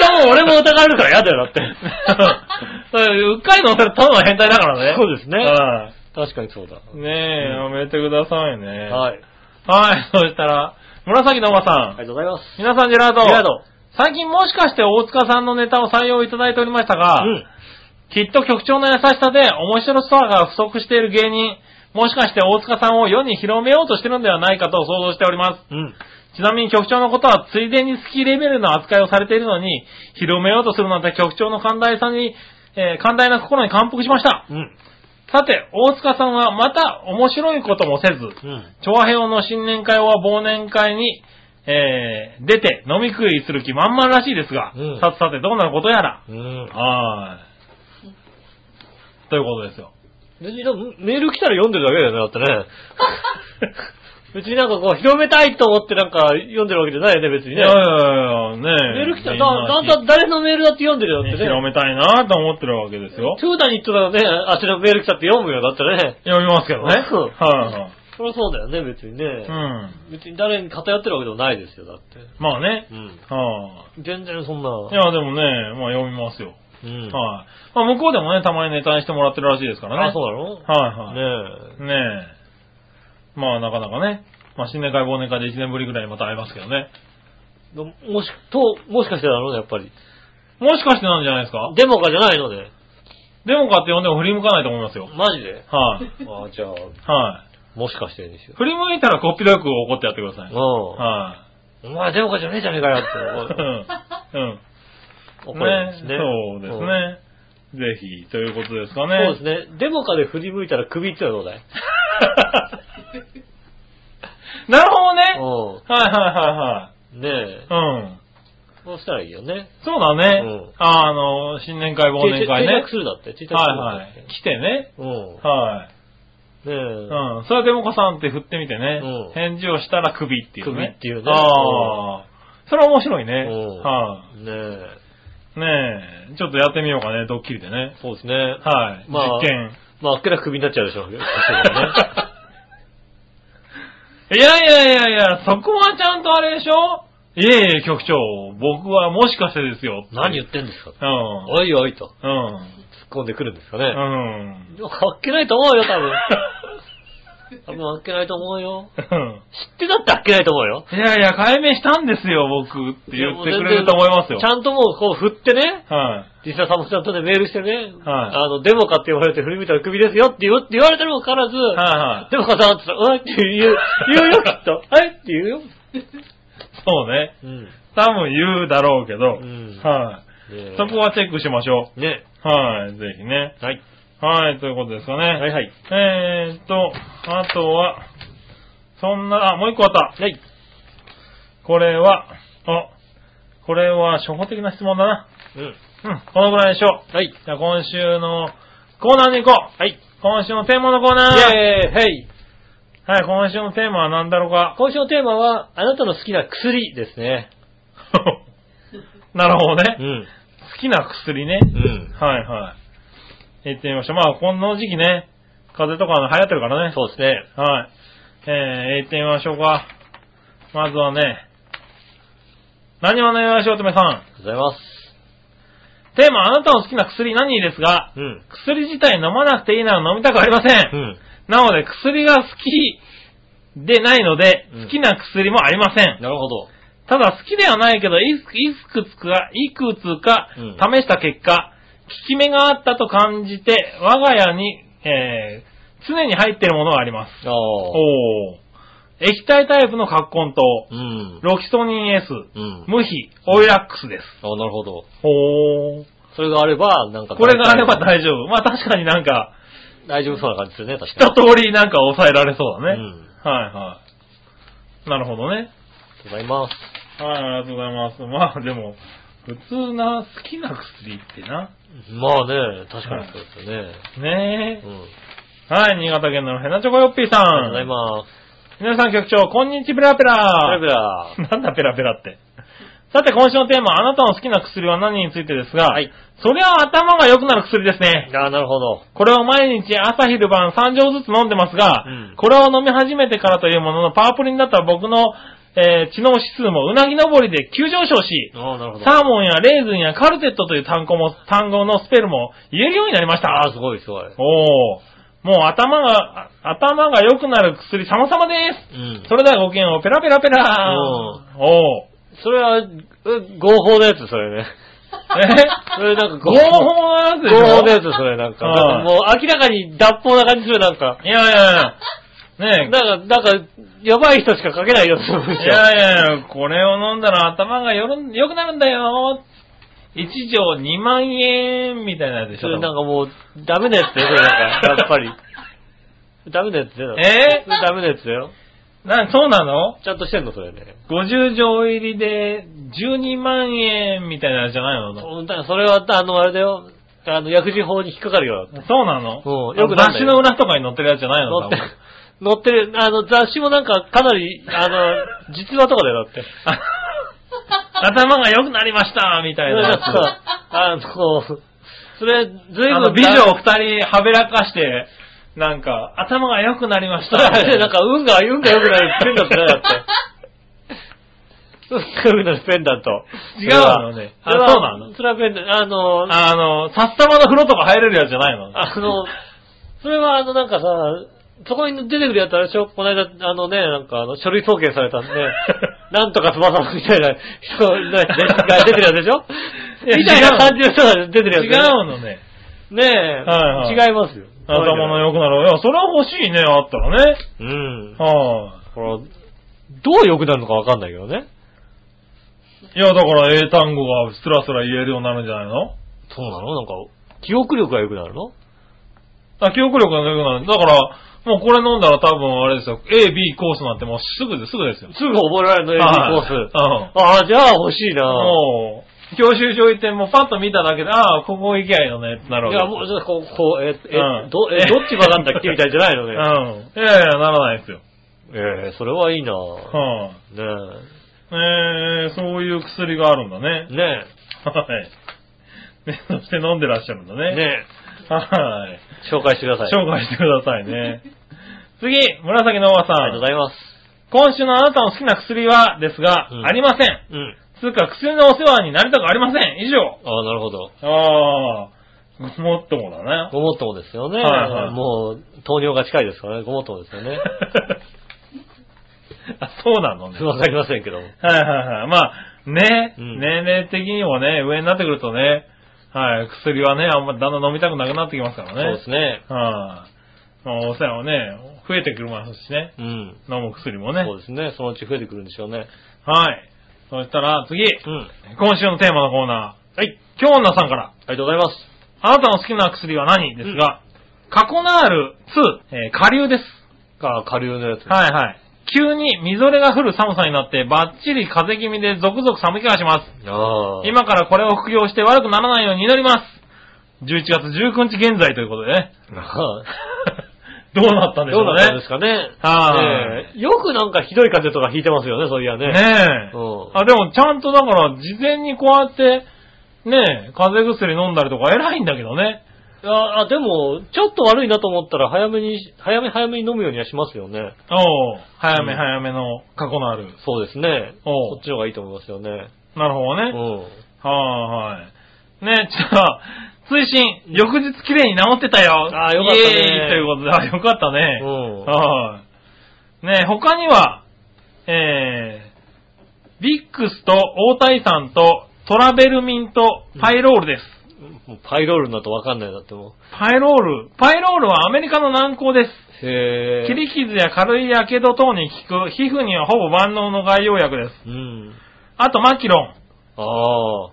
し かも俺も疑われるから嫌だよ、だって。うっかり載せたらただの変態だからね。
そうですね
は
確かにそうだ。
いねえ、やめてくださいね。
はい。
はい、そしたら、紫のおばさ
あ
ん。
りがとうございます。
皆さん、ジェラード。
ジェラード
最近もしかして大塚さんのネタを採用いただいておりましたが、
うん。
きっと局長の優しさで面白さが不足している芸人、もしかして大塚さんを世に広めようとしてるんではないかと想像しております。
うん。
ちなみに局長のことはついでに好きレベルの扱いをされているのに、広めようとするなんて局長の寛大さに、えー寛大な心に感服しました。
うん。
さて、大塚さんはまた面白いこともせず、
うん。
調和平の新年会は忘年会に、えー、出て飲み食いする気満々らしいですが、
うん
さてさてどうなることやら。
うん。
はい。ということですよ。
別にでも、メール来たら読んでるだけだよね、だってね。 別になんかこう、広めたいと思ってなんか読んでるわけじゃないよね、別に
い
ね
やい。やいや、ねえ。
メール来たら、
みん
だ、
な
だんだん誰のメールだって読んでるよ、だ
ね
ってね
広。めたいなと思ってるわけですよ。
トゥーダに行ったらね、あっちのメール来たって読むよ、だってね。
読みますけどね。
そう
は
そりゃそうだよね、別にね。
いはい。うん。
別に誰に偏ってるわけでもないですよ、だって。
まあね
う。ん。
は
全然そん
い。い
な。
や、でもね、まあ読みますよ。
うん。
はい。まあ向こうでもね、たまにネタにしてもらってるらしいですから
あ、
ね。
そうなの
はいはい。
ね
ねえ。まあなかなかね。まあ新年会忘年会で1年ぶりぐらいにまた会いますけどね。
え。どもし、と、もしかしてなのね、やっぱり。
もしかしてなんじゃないですか
デモかじゃないのね。
でもかって呼んでも振り向かないと思いますよ。
マジで
は
あ
い。
じゃあ、
は
もしかしてです
い。
よ。
振り向いたらこっぴどく怒ってやってください。
う
は
ん。お前デモかじゃねえじゃねえかよ
い。
って
うん。
怒
うん。
怒るんで
ね
すね。
そうですね。ぜひ、ということですかね。
うん。そうですね。デモかで振り向いたら首ってのはどうだい
なるほどね。
う
はいは
ん。ねえ
いはい。はい。うん。
そうしたらいいよね。
そうだね。
うん
あの、新年会忘年
定
会ね
着。するだって。定着する
はい
だ
は
って
い。来てね。
うん。
はい。
ねえ。
うん。それはデモカさんって振ってみてね。
うん
返事をしたら首っていうね。
首っていうね
ああ。それは面白いね。
うん
は
ねえ。
い、ねえ。ちょっとやってみようかね、ドッキリでね。
そうですね。
はい。
まあ
実験。
まあ、あっけなく首になっちゃうでし ょうね。そう
いやいやいやいや、そこはちゃんとあれでしょいえいえ、局長、僕はもしかしてです
だ
よ。
ね何言
っ
ってんですか
うん。
おいおいと突っ
う
込
ん。
んでくるんですかね。
うん。
でもあっけないと思うよ、多 分。多分あっけないと思うよ。
うん
知ってたってあっけないと思うよ。
いやいや、解明したんですよ、僕って言ってくれると思いますよ。
ちゃんともうこう振ってね、
はい。
実際さんもちゃんとね、メールしてね、
はい
あの、デモかって言われて振り向いたら首ですよって言うって言われてるにもかかわらず、
はいはい。
デモかさんって言ったら、うんって言う、言うよ、きっと。はいって言うよ。
そうね。
うん。
多分言うだろうけ
う
ど、
ん
は
ね
い
え。
そこはチェックしましょ
ね。
う。はい、ぜひね。
はい。
はい、ということですかね。
はいはい。
えーっと、あとは、そんな、あ、もう一個あった。
はい。
これは、あ、これは初歩的な質問だな。
うん。
うん、このぐらいでしょう。
はい。
じゃあ今週のコーナーに行こう。はい。今週のテーマのコーナー。
イェーイはい。
はい、今週のテーマは何だろうか。
今週のテーマは、あなたの好きな薬ですね。
なるほどね。
ん。
好きな薬ね。
うん。
はいはい。行ってみましょう。まあ、この時期ね、風邪とか流行ってるからね。
そうですね。
はい。えー、行ってみましょうか。まずはね、何話のよしおとめさん。
ありがとうございます。
テーマ、あなたの好きな薬何ですが、
うん。
薬自体飲まなくていいなら飲みたくありません。
ん。
なので、薬が好きでないので
うん、
好きな薬もありません。
なるほど。
ただ好きではないけど、いくいくつか、いくつか
うん
試した結果、効き目があったと感じて、我が家に、えー常に入っているものがあります。
ああ。
おー液体タイプのカッコン糖、
うん。
ロキソニン S、
うん。
無比、オイラックスです。
あなるほど。
おー
それがあれば、なんか。
これがあれば大丈夫。まあ確かになんか、
大丈夫そうな感じですよね、確か
一
に。
通りなんか抑えられそうだね。
うん
はいはい。なるほどね。
ありがとうございます。
はい、ありがとうございます。まあでも、普通な好きな薬ってな。
まあね、確かにそうですよね。
ね
う
え。
ん。
はい、新潟県のヘナチョコヨッピーさ
ありがとうござい
ん。
ます。
皆さん局長、こんにちペラ
ペ
ペ
ラペ
ラ。
ラ。
なんだペラペラって。さて、今週のテーマ、あなたの好きな薬は何についてですが、
はい。
そりゃ頭が良くなる薬ですね。
ああ、なるほど。
これを毎日朝昼晩3錠ずつ飲んでますが、
うん
これを飲み始めてからというもののパープリンだった僕の、えー知能指数もうなぎ登りで急上昇し、
ああ、なるほど。
サーモンやレーズンやカルテットという単語も、単語のスペルも言えるようになりました。
ああ、すごいすごい。
おおもう頭が、あ頭が良くなる薬様々で
うん
す。それではごきげんをペラペラペラおお
それは、え合法のやつ、そ れね。
え
それなんか
合法なやつでしょ
合法のやつ、それなんか。
はい
なんかもう明らかに脱法な感じする、なんか。
いやいやいや。ねえ
なんか、なんか、やばい人しか書けないよ、その文章
いやいやいや、これを飲んだら頭がよる良くなるんだよ。一錠2万円みたいなやつでし
そ
ょ。
れなんか
多
もう、ダメなやつだよ、それなんか。やっぱり。 ダメなやつだよ。
え
それダメなやつだよ。
分な、そうなの
ちゃんとしてんの、それね。
?50 錠入りで12万円みたいなやつじゃないの
そうだからそれは、あの、あれだよ。あの、薬事法に引っかかるよ。
そうなの
うんよくなん
雑
だ
誌
よ
の裏とかに載ってるやつじゃないの
乗って
多分、
乗ってる、あの、雑誌もなんか、かなり、あの、実話とかだよ、だって。
あ 頭が良くなりましたみたいなや
なんか
つ。
さあの、それ、ずい
あ
ぶ
の
ん。
美女を二人はべらかして、なんか、頭が良くなりまし
それ
たみた
あ
いな。
れ、 なんか、運が、運が良くなるペンダントだよ、だ って。運が良くなるペンダント。
違うのね
それ
あ
は
そうなの
それはペンダント、あの、
あの、札束の風呂とか入れるやつじゃないの
あの、それはあのなんかさ、そこに出てくるやつあれでしょこの間、あのね、なんかあの、書類送検さ れたんで、なんとか翼みたいな人が出てるやつでしょ
いや
みたいな感じの人が出てるやつ
違
でしょ
うのね。
ねえ、
はいはい
違いますよ。
頭の良くなる。いや、それは欲しいね、あったらね。
うん。
は
これどう良くなるのかわかんないけどね。
い。いや、だから英単語がスラスラ言えるようになるんじゃないの
そうなのなんか、記憶力が良くなるの
あ記憶力が良くなる。だから、もうこれ飲んだら多分あれですよ。A、B コースなんてもうすぐです、すぐですよ。
すぐ覚えられるの、
はい
AB コース。ああ、じゃあ欲しいな
うん。もう、教習所行ってもうパッと見ただけで、ああ、ここ行きゃいいのねってなるわ
い
け
や、もう、ちょっとこう、こう、え、え、
うん
ど、え、どっちがなんだっけみたいじゃないの
う
ね。
ん。いやいや、ならないですよ。
ええそれはいいな
は
ね
い。えー、そういう薬があるんだね
え。。ね
はい。ね、そして飲んでらっしゃるんだ
え。
ね。。
ね
はい。
え。紹介してください。
紹介してくださ いね。次、紫のおばさ
ありがとうご
ん。
ざいます。
今週のあなたの好きな薬は、ですが、
うん
ありません。
うん。
つうか、薬のお世話になりたくありません。以上。
ああ、なるほど。
ああ、ごもっともだな。
ごもっともですよね。
はいはい
もう、糖尿が近いですからね。ごもっともですよね。
あそうなのね。
わかりませんけども。
はいはいはい。まあ、ね、
うん
年齢的にもね、上になってくるとね、はい、薬はね、あんまだんだん飲みたくなくなってきますからね。
そうですね。
はい、まあお世話もね、増えてくるますしね。
うん。
飲む薬もね。
そうですね。そのうち増えてくるんでしょうね。
はい。そしたら次、
うん。
今週のテーマのコーナー。はい。京女さんから、
ありがとうございます。
あなたの好きな薬は何ですが、カコナール2、えー下流です。
ああ、下流のやつ。
はいはい。急にみぞれが降る寒さになって、ばっちり風邪気味で続々寒気がします。
ああ。。
今からこれを服用して悪くならないように祈ります。11月19日現在ということで ね。
ああ
どうなったんで し
ど
ょ
う
う
なったんで
ね
す。かね。
はい
ええよくなんかひどい風邪とか引いてますよね、そういやね。
ねえ。
うん
あ、でもちゃんとだから、事前にこうやって、ねえ、風邪薬飲んだりとか偉いんだけどね。
ああ、でも、ちょっと悪いなと思ったら早めに、早め早めに飲むようにはしますよね。
おう早め
うん
早めの過去のある。
そうですね。
おう
そっちの方がいいと思いますよね。
なるほど
う
ね。
ん。
はーい。ねえ、じゃあ、推進、翌日綺麗に治ってたよ。
あーよかったね
イエーイということで、あ、よかったね。
うん。
はーい。ねえ、他には、えー、ビックスと大谷さんとトラベルミンとパイロールです。
もうパイロールになるとわかんないなっても
パイロール。パイロールはアメリカの軟膏です。
う。へえ。
切り傷や軽い火傷等に効く、皮膚にはほぼ万能の外用薬です。
うん。
あと、マキロン。
ああ。
は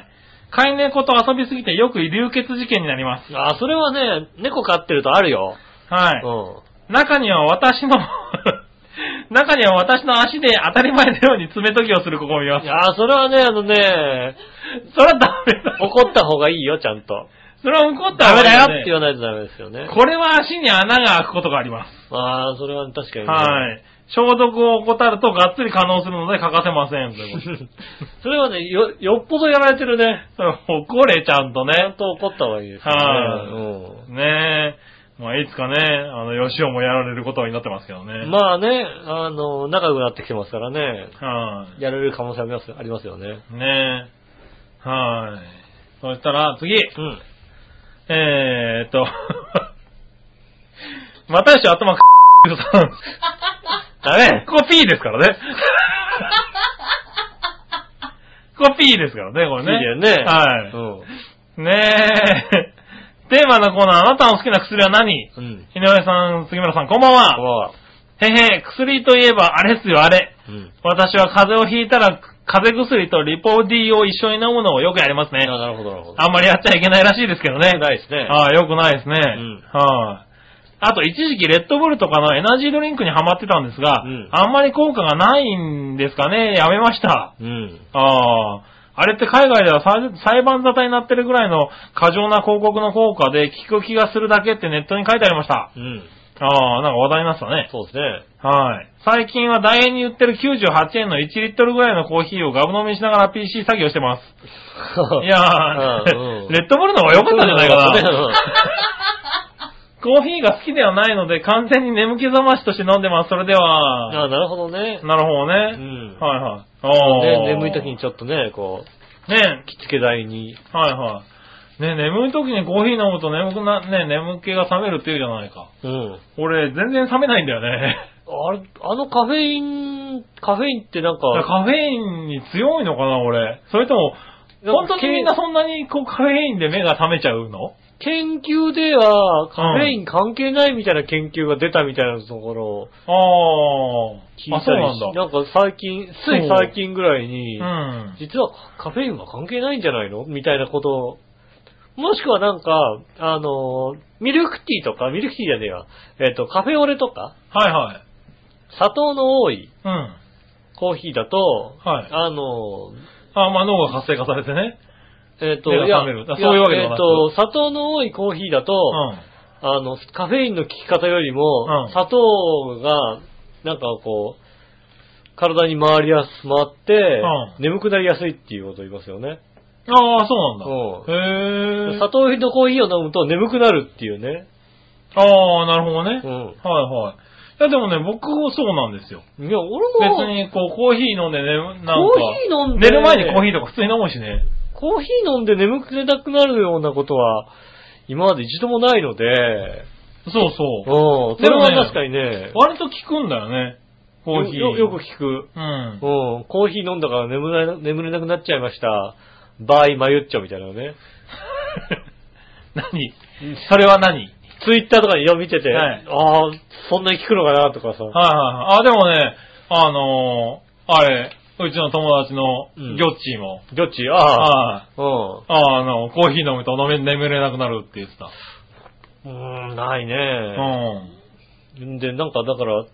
い。飼い猫と遊びすぎてよく流血事件になります。
あ、それはね、猫飼ってるとあるよ。
はい。
う
中には私の、 中には私の足で当たり前のように爪研ぎをする子もいま
い
す。
やー、それはね、あのね、
それはダメだ。
怒った方がいいよ、ちゃんと。
それは怒った
ダメ
ら
だよって言
よ。
わないとダメですよね。
これは足に穴が開くことがあります。
ああ、それは確かにね。
はい。消毒を怠るとがっつり可能するので欠かせません ということで。
それはね、よ、よっぽどやられてるね。
怒れちゃんと
ちゃん
ね。
と怒った方がいいですよ
はい
ね。
ねえ。まあいつかね、あの、吉尾もやられることになってますけどね。
うん。まあね、あの、仲良くなってきてますからね。
はい、
やれる可能性ありますありますよね。
ねえ。はい。そしたら、次。
うん。
えーっと。 またし頭くさん。
ダメ
ここ P ですから ね。ここ P ですからね、こ
いいだ
れね。
よね。
はい
い。
ねえ。テーマのコーナー、あなたの好きな薬は何
うん。うん。
井上さん、杉村さん、こんば
こんば
んは。
んは
へへ、薬といえばあれっすよ、あれ。
うん。
私は風邪をひいたら、風邪薬とリポ D を一緒に飲むのをよくやりますね。
あなるほど、なるほど。
あんまりやっちゃいけないらしいですけどね。
ないですね。
ああ、よくないですね。
ん
はい、あ。と、一時期レッドブルとかのエナジードリンクにハマってたんですが、
うん
あんまり効果がないんですかね。やめました。
うん。
ああ。あれって海外では裁裁判沙汰になってるぐらいの過剰な広告の効果で効く気がするだけってネットに書いてありました。
うん。
ああ、なんか話題になってたね。
そうですね。
はい。最近は楕円に売ってる98円の1リットルぐらいのコーヒーをガブ飲みしながら PC 作業してます。いやー、
うんうん
レッドブルの方が良かったんじゃないか
そうだ
な。
よ ね
コーヒーが好きではないので完全に眠気覚ましとして飲んでます。それで
うん
は、
あなるほどね。
なる
う
ほどね。
ん。
はいはい。おー
ね眠い時にちょっとね、こう、
ね
きつけ台に。
はいはい。ね眠い時にコーヒー飲むと眠くな、ね眠気が覚めるっていうじゃないか。
うん。
俺、全然覚めないんだよね。
あれ、あのカフェイン、カフェインってなん
だから
か、
カフェインに強いのかな、俺。それとも、本当にみんなそんなにこうカフェインで目が覚めちゃうの
研究ではカフェイン関係ないみたいな研究が出たみたいなところを
あ
聞い
あ。あ、
た
そう
り
なん
し
だ。
なんか最近、つい最近ぐらいに、
うん。
実はカフェインは関係ないんじゃないのみたいなことを。もしくはなんか、あの、ミルクティーとか、ミルクティーじゃねえわ。えっ、と、カフェオレとか、
はいはい。
砂糖の多い
うん。
コーヒーだと、
はい
あの、
あまあ脳が活性化されてね。
えっ、と、
目が
いや
覚めるあ
い
そういうわけで
え
は
っ、
なく
と、砂糖の多いコーヒーだと、
うん。
あの、カフェインの効き方よりも、
うん
砂糖が、なんかこう、体に回りやす、回って、
う
眠くなりやすいっていうことを言いますよね。
ああ、そうなんだ。へえ。
砂糖入りのコーヒーを飲むと眠くなるっていうね。
ああ、なるほどね。
う
はい
ん。
はい。いやでもね、僕もそうなんですよ。
いや、俺
別
も、
にこうコーヒー飲んでね、なんか。
コーヒー飲んで
寝る前にコーヒーとか普通に飲むしね。
コーヒー飲んで眠くなくなるようなことは、今まで一度もないので、
そう
う
そう。
ん。それは確かにね、
割と効くんだよね。コーヒー。
よよく聞く。
うん。
うん、コーヒー飲んだから眠れな眠れなくなっちゃいました。バイマユッチョみたいなのね。
何それは何
ツイッターとかで見てて、
はい
ああ、そんなに聞くのかなとかさ。
はいはいはい。あ、でもね、あのー、あれ、うちの友達の
うん
ギョッチーも、
どっちああ、
あ
うん。う
あ、あの、コーヒー飲むと飲め、眠れなくなるって言ってた。
ーん、ないね
う。ん。
で、なんかだから、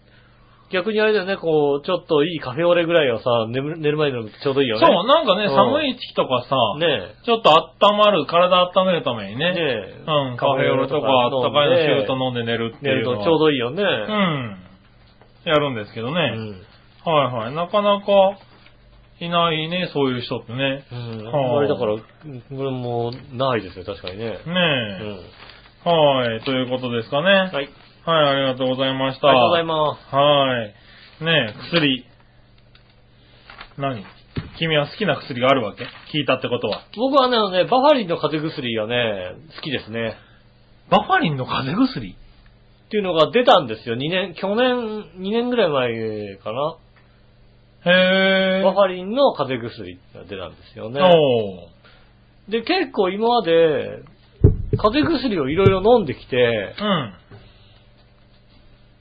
逆にあれだよね、こう、ちょっといいカフェオレぐらいはさ、眠る寝る前に飲むとちょうどいいよね。
そう、なんか
う
ね、
ん
寒い時期とかさ、
ね
ちょっと温まる、体温めるた
え。
めにね、
ねえ。
うん、カフェオレとか温かいのシュート飲んで寝るって
寝
いう
る
のは。
とちょうどいいよね。
うん。やるんですけどね
う。ん。
はいはい。なかなか、いないね、そういう人ってね。
うん。
はあ
あんまりだから、うんこれもうないですよ、確かにね。
ね
う
え。
ん。
はい、ということですかね。
はい。あり
はい、ありがとうございました。
がとうございます。
はい。ねえ、薬。何君は好きな薬があるわけ聞いたってことは。
僕はね、あのね、バファリンの風邪薬がね、好きですね。
バファリンの風邪薬
っていうのが出たんですよ。2年、去年、2年ぐらい前かな。
へぇー。
バファリンの風邪薬が出たんですよね。
おー
で、結構今まで、風邪薬をいろいろ飲んできて、
うん。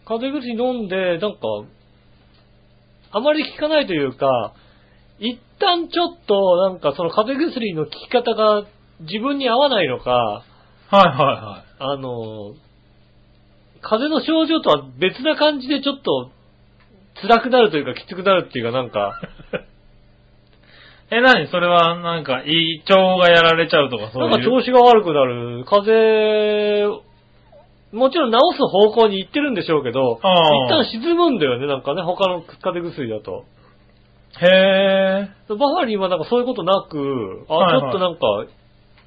風邪薬飲んで、なんか、あまり効かないというか、一旦ちょっと、なんかその風邪薬の効き方が自分に合わないのか、
はいは
あの、風邪の症状とは別な感じでちょっと辛くなるというか、きつくなるっていうか、なんか、
え、なにそれは、なんか、胃腸がやられちゃうとか、 そう
ないんか
う。
調子が悪くなる。風邪、もちろん治す方向に行ってるんでしょうけど、
ああ
一旦沈むんだよね、なんかね、他の風邪薬だと。
へー。
バファリンはなんかそういうことなく、あ、
はいはい
ちょっとなんか、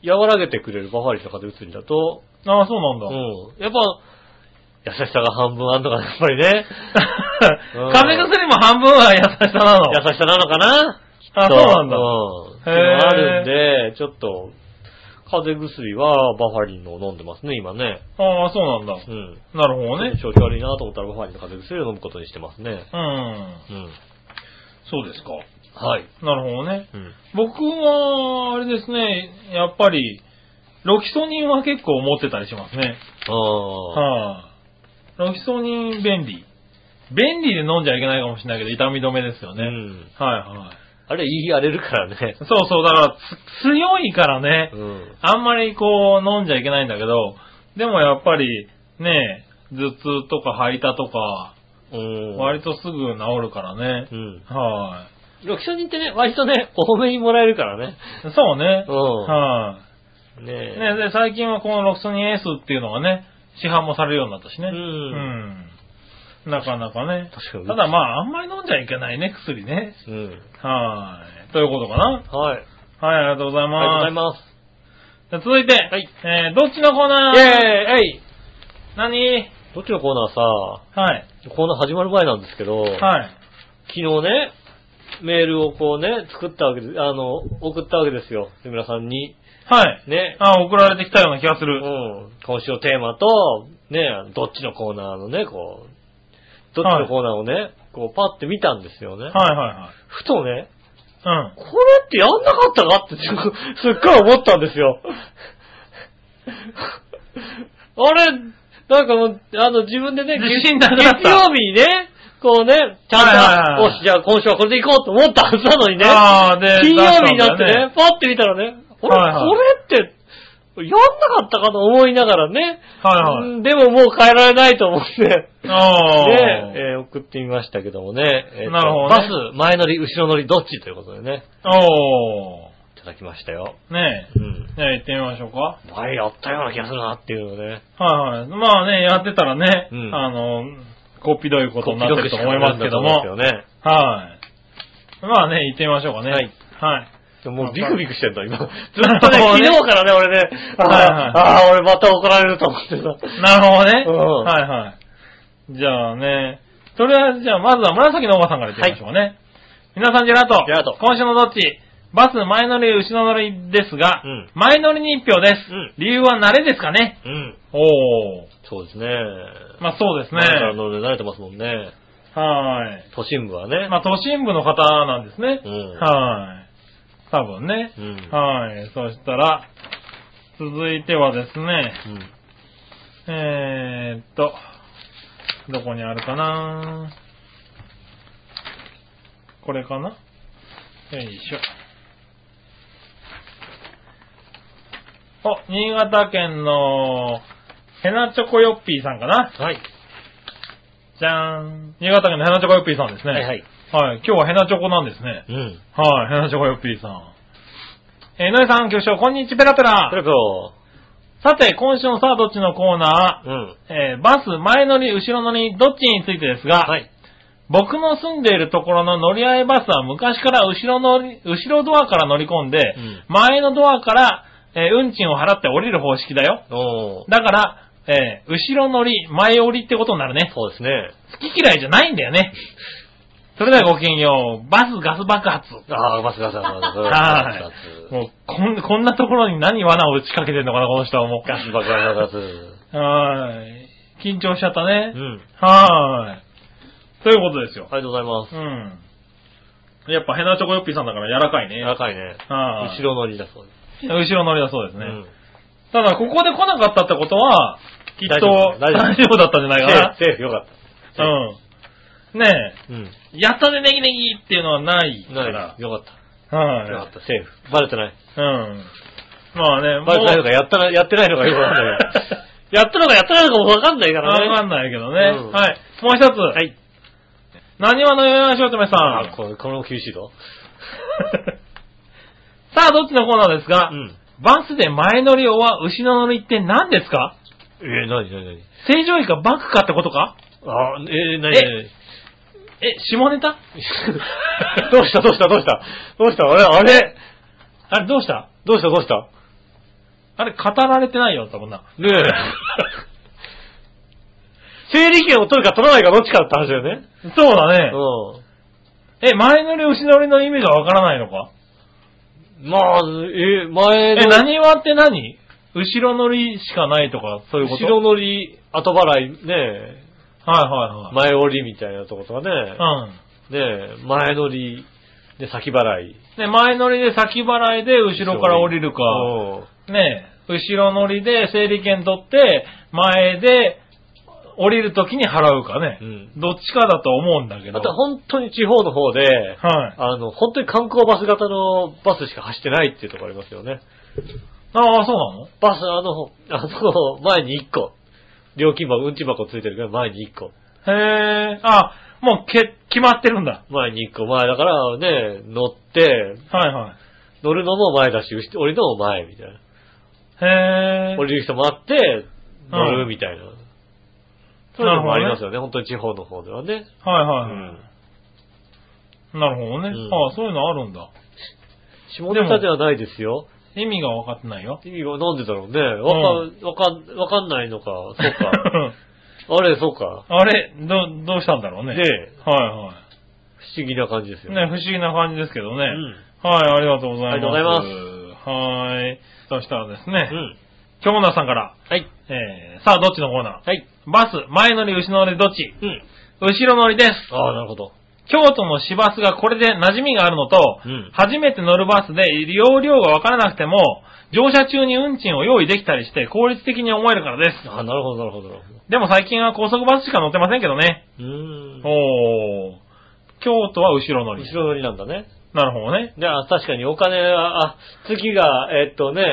和らげてくれるバファリンの風邪薬だと、
ああ、そうなん
うん。
だ。
やっぱ、優しさが半分あんのかな、やっぱりね。うん
風邪薬も半分は優しさなの。
優しさなのかな
あ、そうなんだ。
うん。って
へー
いうのがあるんで、ちょっと、風邪薬はバファリンのを飲んでますね、今ね。
ああ、そうなんだ。
うん。
なるほどね。
調子悪いなと思ったらバファリンの風邪薬を飲むことにしてますね。
うん。
うん。
そうですか。
はい。
なるほどね。
うん。
僕は、あれですね、やっぱり、ロキソニンは結構持ってたりしますね。
ああ。
はい、ロキソニン便利。便利で飲んじゃいけないかもしれないけど、痛み止めですよ
う
ね。
ん。
はいはい。
あれ、言い荒れるから ね。
そうそう、だからつ、強いからね
う、ん。
あんまりこう、飲んじゃいけないんだけど、でもやっぱり、ね、頭痛とか吐いたとか、
うん。
割とすぐ治るからね。
うん。
は
ロキソニンってね、割とね、多めにもらえるからね。
い、そうね。
う
はい、
ん。ねえ。
ね、で、最近はこのロキソニンエースっていうのがね、市販もされるようになったしね。
うん
うんなかなかね。
確かに
ただまあ、あんまり飲んじゃいけないね、薬ね。
うん。
はい。ということかな。
はい。
はい、ありがとうござい
ありがとうご
ま
ざ
す。
います。
じゃあ続いて、
はい
えー、どっちのコーナ
イ
ー
ェーイえい
何
どっちのコーナーさ、
はい。
コーナー始まる前なんですけど、
はい。
昨日ね、メールをこうね、作ったわけで、あの、送ったわけですよ。木村さんに。
はい。
ね。
あ、送られてきたような気がす
う
る。
ん。今週のテーマと、ね、どっちのコーナーのね、こう、どっちのコーナーをね、こう、パって見たんですよね。
はいは
ふとね、
いはい。
これってやんなかったかって、 すごすっごい思ったんですよ。あれ、なんかもう、あの、自分でね、
自信なくなった
月曜日にね、こうね、ちゃんと、
はいはいはい
よし、じゃあ今週はこれでいこうと思ったはずなのに
うん。
ね、
ああ、で、
金曜日になっ
出したんだよ
てね、。パッて見たらね、あれ、
はいはい
これって、やんなかったかと思いながらね、
はいはい。
うんでももう変えられないと思って、
ああ。
ね、えー送ってみましたけどもね。えーと
なるほどね
バス、前乗り、後ろ乗り、どっちということでね、
お
いただきましたよ。
ー。ね
うん。
え。じゃあ行ってみましょうか。
前やったような気がするなっていうのね。
はいはい。まあね、やってたらね、
うん
あの、こっぴどいことになっ
こ
て
っぴどくし
ると
か
思いますけど
な
も。
いと思うんですよね
はい。まあね、行ってみましょうかね。
はい。
はい。
でももうビクビクしてんだ、今。ずっとね、
そう
昨
ね
日からね、俺ね、あー
はいはい
あー、俺また怒られると思ってさ。
なるほどね。
うん
はいはい。じゃあね、とりあえずじゃあまずは紫のおばさんから行ってみましょうかね。皆さんジェラート。
ジェラート
今週のどっちバス前乗り、後ろ乗りですが、
うん
前乗りに一票で
う
す、
ん
理由は慣れですかね
うん。
おー。
そうですね。
まあそうですね。
前から乗るの慣れてますもんね。
はー
都心部はね。
い。まあ都心部の方なんですね。
うん
はーい。多分ね。
うん
はい。そしたら、続いてはですね、
うん。
えーっと、どこにあるかなこれかなよいしょ。お、新潟県の、ヘナチョコヨッピーさんかな
はい。
じゃーん。新潟県のヘナチョコヨッピーさんですね。
はいはい。
はい。今日はヘナチョコなんですね。
うん。
はい。ヘナチョコヨッピーさん。えー、井上さん、局長、こんにちは、ペラペラ
そ。れと、
さて、今週のさあ、どっちのコーナー、
うん。
えーバス、前乗り、後ろ乗り、どっちについてですが、
はい。
僕の住んでいるところの乗り合いバスは昔から後ろ乗り、後ろドアから乗り込んで、
ん
前のドアから、えー運賃を払って降りる方式だよ。
おー
だから、えー後ろ乗り、前降りってことになるね。
そうですね。
好き嫌いじゃないんだよね。それではごきげんよう。バスガス爆発。
ああ、バスガスガスガス
は
ガ
い。もう、こん、こんなところに何罠を仕掛けてんのかな、この人はもう。
スガスバカガス。う
はい。緊張しちゃったね。
ん。
はーい。ということですよ。
ありがとうございます。
うん。やっぱヘナチョコヨッピーさんだから柔らかいね。
柔らかいね。
はい
後ろ乗りだそうで
後ろ乗りだそうです
す。
ね。
うん
ただ、ここで来なかったってことは、きっと
大丈夫大丈夫
大丈夫だったんじゃないか
セーフ、セーフよかっ
な。うん。ね
た。うん。
え、やったねネギネギっていうのはないか
な
ら
い。。よかった。よか
は
った、セーフ。バレてない。
い。うん。まあね、も
バレてないの
う、
か、やったな、やってないのかよくわかんないけど。 やったのかやってないのかもわかんないからね。
わかんないけどね。
うん
はい。もう一つ。
はい。
何話のよやしおとめさ
あ、
ん。
これ、これも厳しいぞ。
さあ、どっちのコーナーですか、
うん。
バスで前乗りをは牛の乗りって何ですか
えー、なになになに
正常位かバックかってことか
あー、えー、なに
え
なに
え、下ネタ
どうしたどうしたどうしたどうしたあれあれ
あれどうした
どうしたどうした
あれ語られてないよ、多分な。
ね え。整理券を取るか取らないかどっちかって話だよね。
そうだね。
う
え、前乗り、後乗りの意味がわからないのか
ん。まあ、えー、前
え、
の
何はって何後ろ乗りしかないとか、そういうこと
後ろ乗り、後払い、ねえ、
はいはいはい。
前折りみたいなとことかね、
うん。
ねえ、前乗り、で先払い。
ね、前乗りで先払いで後ろから降りるか、
うん
ね、後ろ乗りで整理券取って、前で降りるときに払うかね、
うん
どっちかだと思うんだけど。
あと本当に地方の方で、
はい。
あの、本当に観光バス型のバスしか走ってないっていうところありますよね。
ああ、そうなの
バス、あの、あの、前に1個。料金箱、運賃箱ついてるから前に1個。
へえ、あ、もうけ、決まってるんだ。
前に1個前だからね、乗って、
はいはい。
乗るのも前だし、後降りるのも前みたいな。
へえ。
降りる人もあって、乗るみたいな。そういうのもありますよね。本当に地方の方ではね。
はいうはい。
ん。
なるほどね。
うん
ああ、そういうのあるんだ。
下ネタではないですよ。
意味が分かってないよ。
意味がなんでだろうね。わか、わかん、わかんないのか。そう か。あれ、そうか。
あれ、ど、どうしたんだろうね。
ねえ
はいはい。
不思議な感じですよ
ね、不思議な感じですけどね。
うん
はい、ありがとうございます。。
ありがとうございます
はい。そしたらで
う
すね、
ん。
京奈さんから、
はい。
えー、さあ、どっちのコーナー
はい。
バス、前乗り、後ろ乗り、どっち
うん。
後ろ乗りです。
ああ、なるほど。
京都の市バスがこれで馴染みがあるのと、
うん
初めて乗るバスで容量が分からなくても、乗車中に運賃を用意できたりして効率的に思えるからです。
ああ、なるほど、なるほど、なるほど。
でも最近は高速バスしか乗ってませんけどね。
うーん。
おー。京都は後ろ乗り。
後ろ乗りなんだね。
なるほどね。
じゃあ、確かにお金は、あ、月が、えっとね、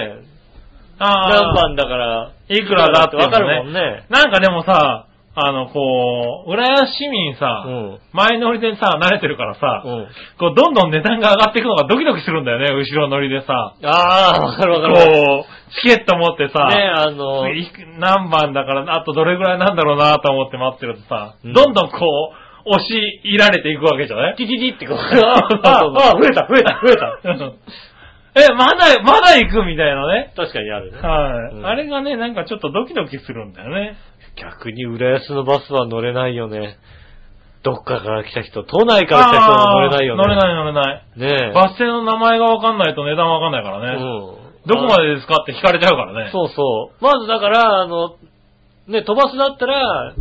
何
あー
番だから、
いくらだって
わかるもんね。
なんかでもさ、あの、こう、浦安市民さ、
うん。
前乗りでさ、慣れてるからさ、
うん。
こう、どんどん値段が上がっていくのがドキドキするんだよね、後ろ乗りでさ。
ああ、わかるわかる。
こう、チケット持ってさ、
ねあの、
いく何番だから、あとどれぐらいなんだろうなと思って待ってるとさ、
うん
どんどんこう、押し入られていくわけじゃない
ティティティってこう、 あ あ、
あ
ああ、増えた、増えた、増え た。
え、まだ、まだ行くみたいなね。
確かにあるね。
はい、
うん
あれがね、なんかちょっとドキドキするんだよね。
逆に浦安のバスは乗れないよね。どっかから来た人、都内から来た人は乗れないよね。
乗れない乗れない。
ねえ。
バス停の名前がわかんないと値段わかんないから
う
ね。
ん。
どこまでですかって聞かれちゃうからね。
そうそう。まずだから、あの、ね、飛ばすだったら、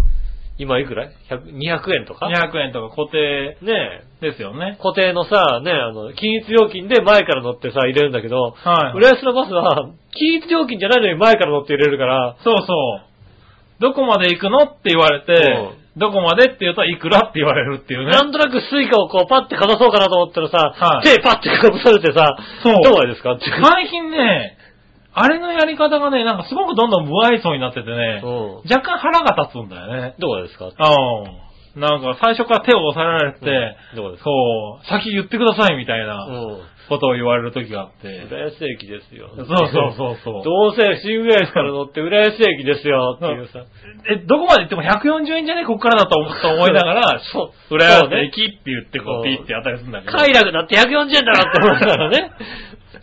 今いくらい ?100 200円とかね
200円とか固定
え。
ですよね。
固定のさ、ね、あの、均一料金で前から乗ってさ、入れるんだけど、
はい。
浦安のバスは、均一料金じゃないのに前から乗って入れるから、
そうそう。どこまで行くのって言われて、どこまでって言うといくらって言われるっていうね。
なんとなくスイカをこうパッてかざそうかなと思ったらさ、
はい
手パッてかぶされてさ、
そう
どうですかって。
最近ね、あれのやり方がね、なんかすごくどんどん無愛想になっててね、
うん
若干腹が立つんだよね。
どうですか
うん。なんか最初から手を押さえられて、
うんどうですか。
そう、先言ってくださいみたいうなんことを言われる時があって。
浦安駅ですよ。
そうそうそうそう。
どうせ新浦安から乗って浦安駅ですよっていうさ。、
え、どこまで行っても140円じゃねこっからだと思と思いながら
そう
裏やっ
そうね
て駅って言ってこう、
そ
ピ
う
ッてやったりするんだけど。
快楽だって140円だなって思ったら ね。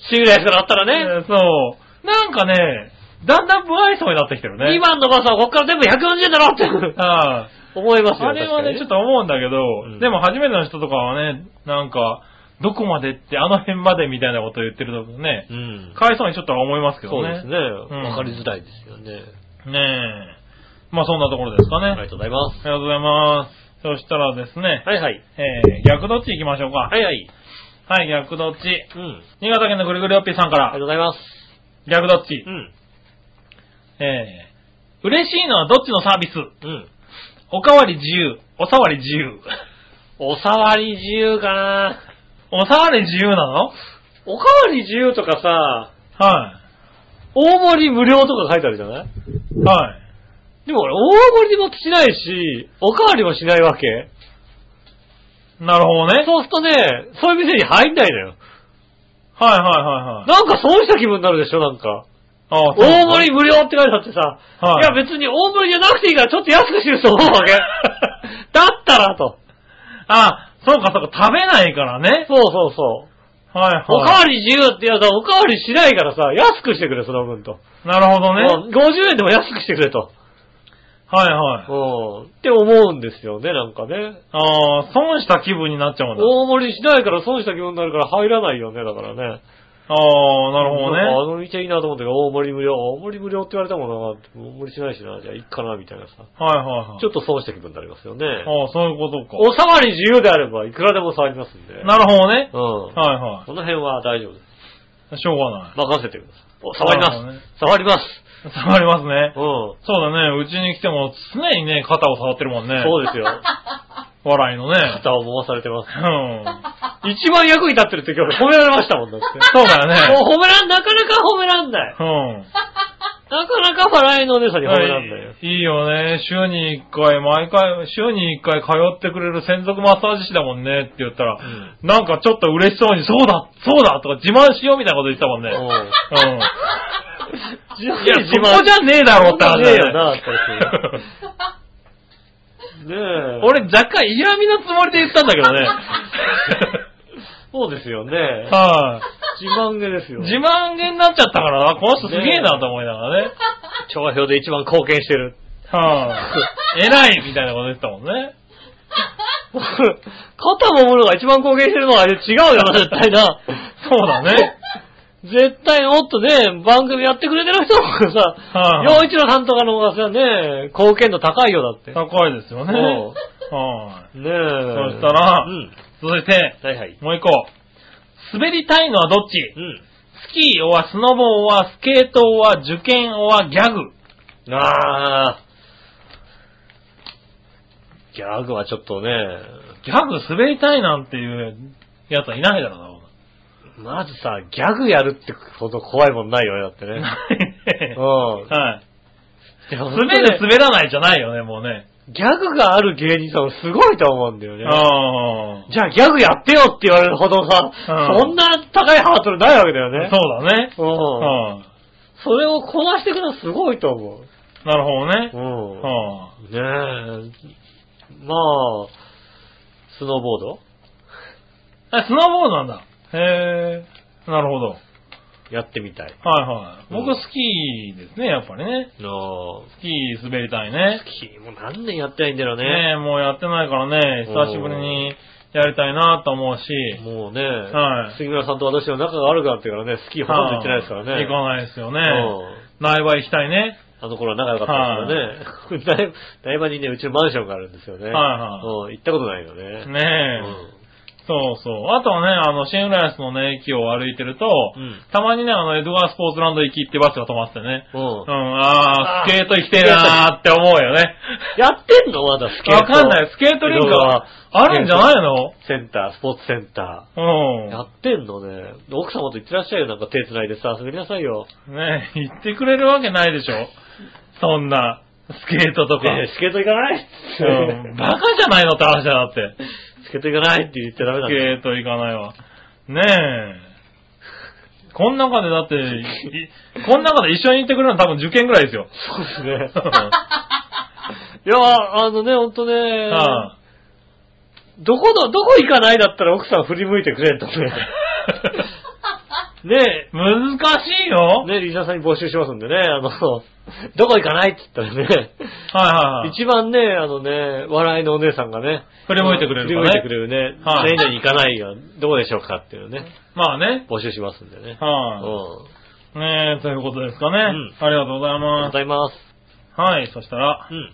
新浦安からあったらね。
えーそう。なんかね、だんだん不愛想になってきてるね。
2番のバスはこっから全部140円だろっ て
あ
思いますよ
あれはね、ちょっ
と。
と思うんだけど、
うん
でも初めての人とかはね、なんか、どこまでって、あの辺までみたいなことを言ってるとね、
うん。
かわいそうにちょっとは思いますけ
そ
ど
う
ね。
ですね。
ん
わかりづらいですよね。
ねえ。まあそんなところですか
あ
ね。あ
りが
り
とうございます。
がとうございます。そしたらですね、
はいはい。
えー、逆どっち行きましょうか。
はいはい。
はい、逆どっち。
うん。
新潟県のぐるぐるよっぴーさんか
ありがとうご
ら、
ざいます。
逆どっち
う。ん。
えー、嬉しいのはどっちのサービス
うん。
おかわり自由。おさわり自由。
おさわり自由かな
おさわり自由なの
おかわり自由とかさ、
は
大盛り無料とか書いてあるじゃない
い。はい。
でも俺、大盛りもしないし、おかわりもしないわけ
なるほどね。
そうするとね、そういう店に入んないのよ。
はいはいはいはい。
なんかそうした気分になるでしょ、なんか。
ああそう
大盛り無料って書いてあってさ、
はい
い、や別に大盛りじゃなくていいからちょっと安くしようと思うわ け。だったらと。
あ、そうかそうか、食べないからね。
そうそうそう。
はいはい。
おかわり自由って言うとおかわりしないからさ、安くしてくれ、その分と。
なるほどね。
うん50円でも安くしてくれと。
はいはい。
うん。って思うんですよね、なんかね。
ああ、損した気分になっちゃうんだ。
大盛りしないから損した気分になるから入らないよね、だからね。
ああ、な
なんかあ
るほどね。
の店いいなと思ったけど、大盛り無料、大盛り無料って言われたもんな、大盛りしないしな、じゃあいっかな、みたいなさ。
はいはいはい。
ちょっと損した気分になりますよね。
ああ、そういうことか。
おさわり自由であれば、いくらでも触りますんで。
なるほどね。
うん。
はいは
この辺は大丈夫です。
い。しょうがない。
任せてください。お触りま
なるほどね
す。触ります。
触りますね。
う
そうだね。うちに来ても常にね、肩を触ってるもんね
ん。。そうですよ。
笑いのね。
肩を回されてます
う。ん。
一番役に立ってる時俺褒められましたもんだって。
そうだよ ね。
もう褒めらん、なかなか褒めらんない。
うん。
なかなか笑いのお姉さんに褒めらんないよ。
いいよね。週に1回、毎回、週に1回通ってくれる専属マッサージ師だもんねって言ったら、
ん
なんかちょっと嬉しそうに、そうだそうだとか自慢しようみたいなこと言ってたもんね。うん。
いや
いや、そこじゃねえだろうって話だよね。
ねえ。
俺若干嫌味なつもりで言ったんだ けどね。
そうですよね。
はい、
自慢げですよ。
自慢げになっちゃったからな、この人すげえなと思いながらね。
長票で一番貢献してる。
はい、偉いみたいなこと言ってたもんね。
肩もむのが一番貢献してるのはあれ違うよな、絶対な。
そうだね。
絶対もっとね、番組やってくれてる人の方がさ、
はい
洋一郎さんとかの方がさ、ね、貢献度高いよだって。
高いですよね。
うん
はい、
ねえ。そ
そしたら
うん。
続いて、
はいはい。
もう一個。滑りたいのはどっち
うん。
スキーはスノボはスケートは受験はギャグ。
あー。ギャグはちょっとね、
ギャグ滑りたいなんていうやつはいないだろうな。
まずさ、ギャグやるってほど怖いもんないよね、だってね。
ないね。
うん。
はい。
でも
滑る滑らないじゃないよね、もうね。
ギャグがある芸人さんはすごいと思うんだよね。
ああ。
じゃあギャグやってよって言われるほどさ、
うん
そんな高いハードルないわけだよね。
そうだね。う
うん。
ん。
それをこなしていくのはすごいと思
なるほどね。う
う。
ん。
うん。ねえ。まあ、スノーボード
あ、スノーボードなんだ。へえ。なるほど。はい
やってみたい。
はい。
うん
僕スキーですね、やっぱりね。
の
スキー滑りたいね。
きもう何年やってないんだろうね。
ねえ、もうやってないからね、久しぶりにやりたいなと思うし。
もうね、
はい
杉村さんと私の仲が悪くなってからね、スキーほとんど行ってないですからね。
行かないですよね。
うん
内場行きたいね。
あの頃は仲良かったですからね。 台場にね、うちのマンションがあるんですよね。
はいは
うん行ったことないよね。
ねえ。そうそう。あとはね、あの、新浦安のね、駅を歩いてると、
うん
たまにね、あの、エドガースポーツランド行きってバスが止まってね。
うん。うん
うん、。あ
あー
ー、スケート行きてえなーって思うよね。
やってんのまだスケート。
わかんない。スケートリンクがあるんじゃないの
センター、スポーツセンター。や
う
ってんのね。奥様と行ってらっしゃいよ。なんか手繋いでさ、滑りなさいよ。
ん。ねえ、行ってくれるわけないでしょ。そんな、スケートとか。
ねえスケート行かない
うん、バカじゃないのって話だよだって。
スケート行かないって言っちゃダメ
ス
だ
ケ
ね。
ート行かないわ。ねえ。こん中でだって、いこん中で一緒に行ってくれるの多分受験ぐらいですよ。
そうですね。
はい
や、あのね、ほんとね、
あ
どこの、どこ行か ないだったら奥さん振り向いてくれんとね。ねえ、
難しいよ。
ね、リスナーさんに募集しますんでね、あの、 どこ行かないって言ったらね、
はいはいはい。
一番ね、あのね、笑いのお姉さんがね、
振り向いてくれる
振
かね
り向いてくれるね、
はい
何々行かないよ、どこでしょうかっていうのね、
まあね。
募集しますんでね。うん。あ
は
り
い。ねえ、ということですかね。
ん
ありがとうござ
が
い
とう
ま
ございます。
す。はい、そしたら
う、ん。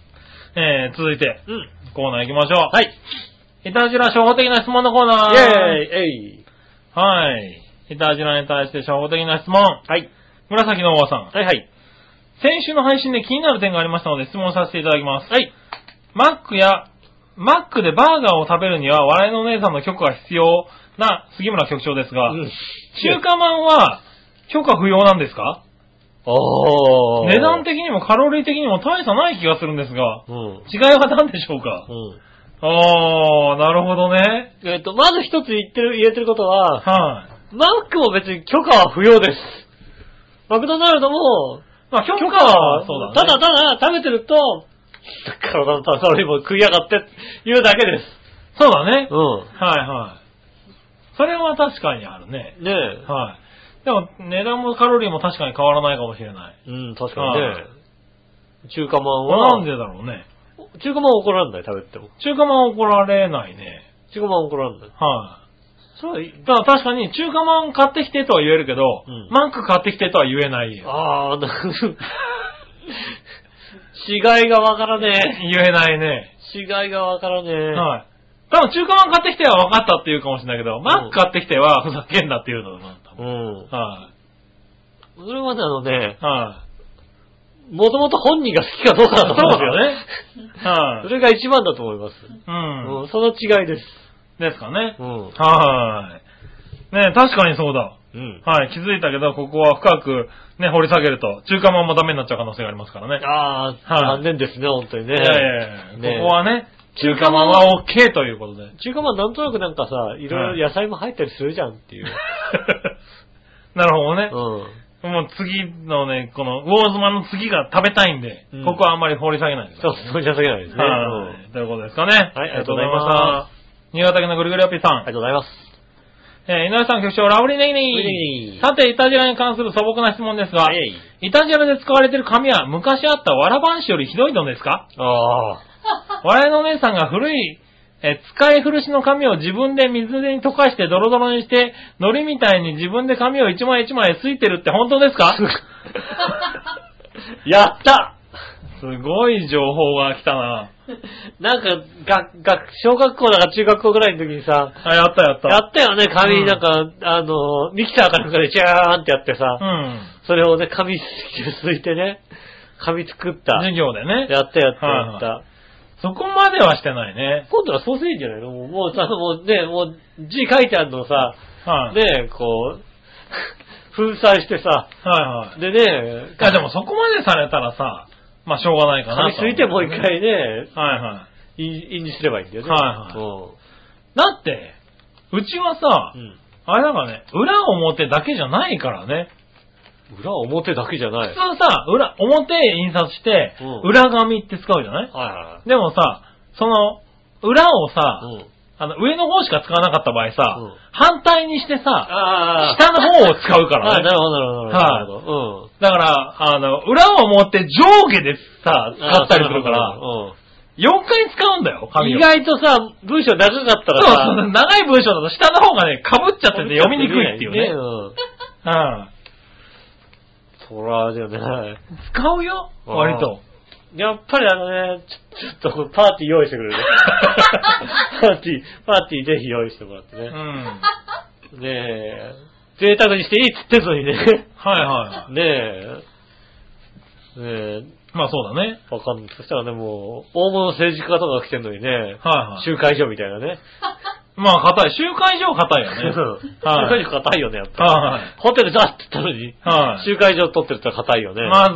えー、続いて、
うん。
コーナー行きましょう。
は。い。
いたじら初歩的な質問のコーナー。
イェーイえい
ーイはい。いたじらに対して初歩的な質問。
はい。
紫のおばさん。
はいはい。
先週の配信で気になる点がありましたので質問させていただきます。
はい。
マックや、マックでバーガーを食べるには笑いのお姉さんの許可が必要な杉村局長ですが、
うん
中華まんは許可不要なんですか
おー。
値段的にもカロリー的にも大差ない気がするんですが、
うん。
違いは何でしょうか
うん。
ああ、なるほどね。
えっと、まず一つ言ってる、言えてることは、
はい。
マックも別に許可は不要です。マクドナルドも、
まあ、許
許
可
可
は
は、、
そうだ
ただ
ね。
ただ食べてると、体の炭素類も食いやがってっていうだけです。
そうだね。
う
はいはい。それは確かにあるね。
ん。ねえ。
はい。でも、値段もカロリーも確かに変わらないかもしれない。
うん、確かに
は
ね。中華まんは、
なんでだろうね。
中華まんは怒らんない、食べても。
中華まん怒られないね。
中華まんは怒らんない。
はい。そう、だから確かに中華まん買ってきてとは言えるけど、
うん
マック買ってきてとは言えないよ。
あー、な 違いがわからね
言えないね。
え。違いがわからねえ。
はい。多分中華まん買ってきては分かったって言うかもしれないけど、マック買ってきてはふざけんなって言うのなんだ。
うん。
は
それはね、あのね
い。、は
もともと本人が好きかどうかだと思うんですよね。
い。は
そ
い。
れが一番だと思います。
う。
うんん、その違いです。
ですかね
う。ん。
はい。ね確かにそうだ。
うん。
はい、気づいたけど、ここは深くね、掘り下げると、中華まんもダメになっちゃう可能性がありますからね。
あー、
はい
残念ですね、本当にね。
いやいやいや
ね
ここはね、中
中
華
華ま
ま
ん
んは OK ということで。
中華まんなんとなくなんかさ、いろいろ野菜も入ったりするじゃんっていう。
なるほどね。
うん。
もう次のね、この、ウォーズマンの次が食べたいんで、
うん
ここはあんまり掘り下げないです
そ
か
う
ら、、ね。
そうじゃすぎないですね。うん
はい、ということですかね。
はいありがとうございました
ありがとうございました。新潟県のぐるぐるアピーさん。
ありがとうございます。
えー、井上さん局長、ラブリーネ
ラ
ギ
ブリー
ネ
ネ
ギ。
ギ
さて、イタジェラに関する素朴な質問ですが、
い。
イタジェラで使われてる紙は昔あったわらばんしよりひどいのですか
ああ。
我々のお姉さんが古い、えー使い古しの紙を自分で水に溶かしてドロドロにして、糊みたいに自分で紙を一枚一枚すいてるって本当です か
やった
すごい情報が来たな。
なんか、が、が、小学校だか中学校ぐらいの時にさ、
あ、やったやった。
やったよね、
うん
紙、なんか、あの、ミキサーかなんかでジャーンってやってさ、
うん。
それをね、紙すすいてね、紙作った。
授業でね。
やったやった
はい
やった。
そこまではしてないね。
今度はソーセージじゃないのもうもうさ、もうね、もう字書いてあるのをさ、
はい、
ね、こう、 粉砕してさ、
はいはい。
でね、
いやでもそこまでされたらさ、まあしょうがないかな
紙
と。
すいてもう一。回ね、
はいは
印印字すればいいんだよね。
はいはい。だって、うちはさ
う、ん。
あれだからね、裏表だけじゃないからね。
うん。裏表だけじゃない。
普通さ、裏、表印刷して
うん、
裏紙って使うじゃない
は
でもさ、その、裏
い
をさ、
はい。うん。
あの、上の方しか使わなかった場合さ
うん、
反対にしてさ、
あ
下の方を使うか
ああ、な
らね。
るほど、なるほど、なるほど。
だから、あの、裏を表上下でさ、
うん。
使ったりするから、
うん。
4回使うんだよ、紙を
意。外とさ、文章長かったら
そう
さ、
そう、長い文章だと下の方がね、被っちゃってて読みにくいっていうね。
うん。
うん。
そら、だよね。
使うよ、割と。
やっぱりあのね、ちょちょっとパーティー用意してくれ るね。パーティー、パーティーぜひ用意してもらって
う
ね。
ん。
ねえ、贅沢にしていいっつってんのにね。
はいは
ねえ、ねえ、
い。まあそうだね。
わかんない。そしたらね、もう、大物政治家とかが来てんのにね、
はいはい。
集会所みたいなね。
まあ硬い。集会所は硬いよね。
集
は
会
い。
所硬いよね、やっぱ。
はい。
ホテルだって言ったのに、
はい
集会所取ってるって言ったら硬いよね。
まず、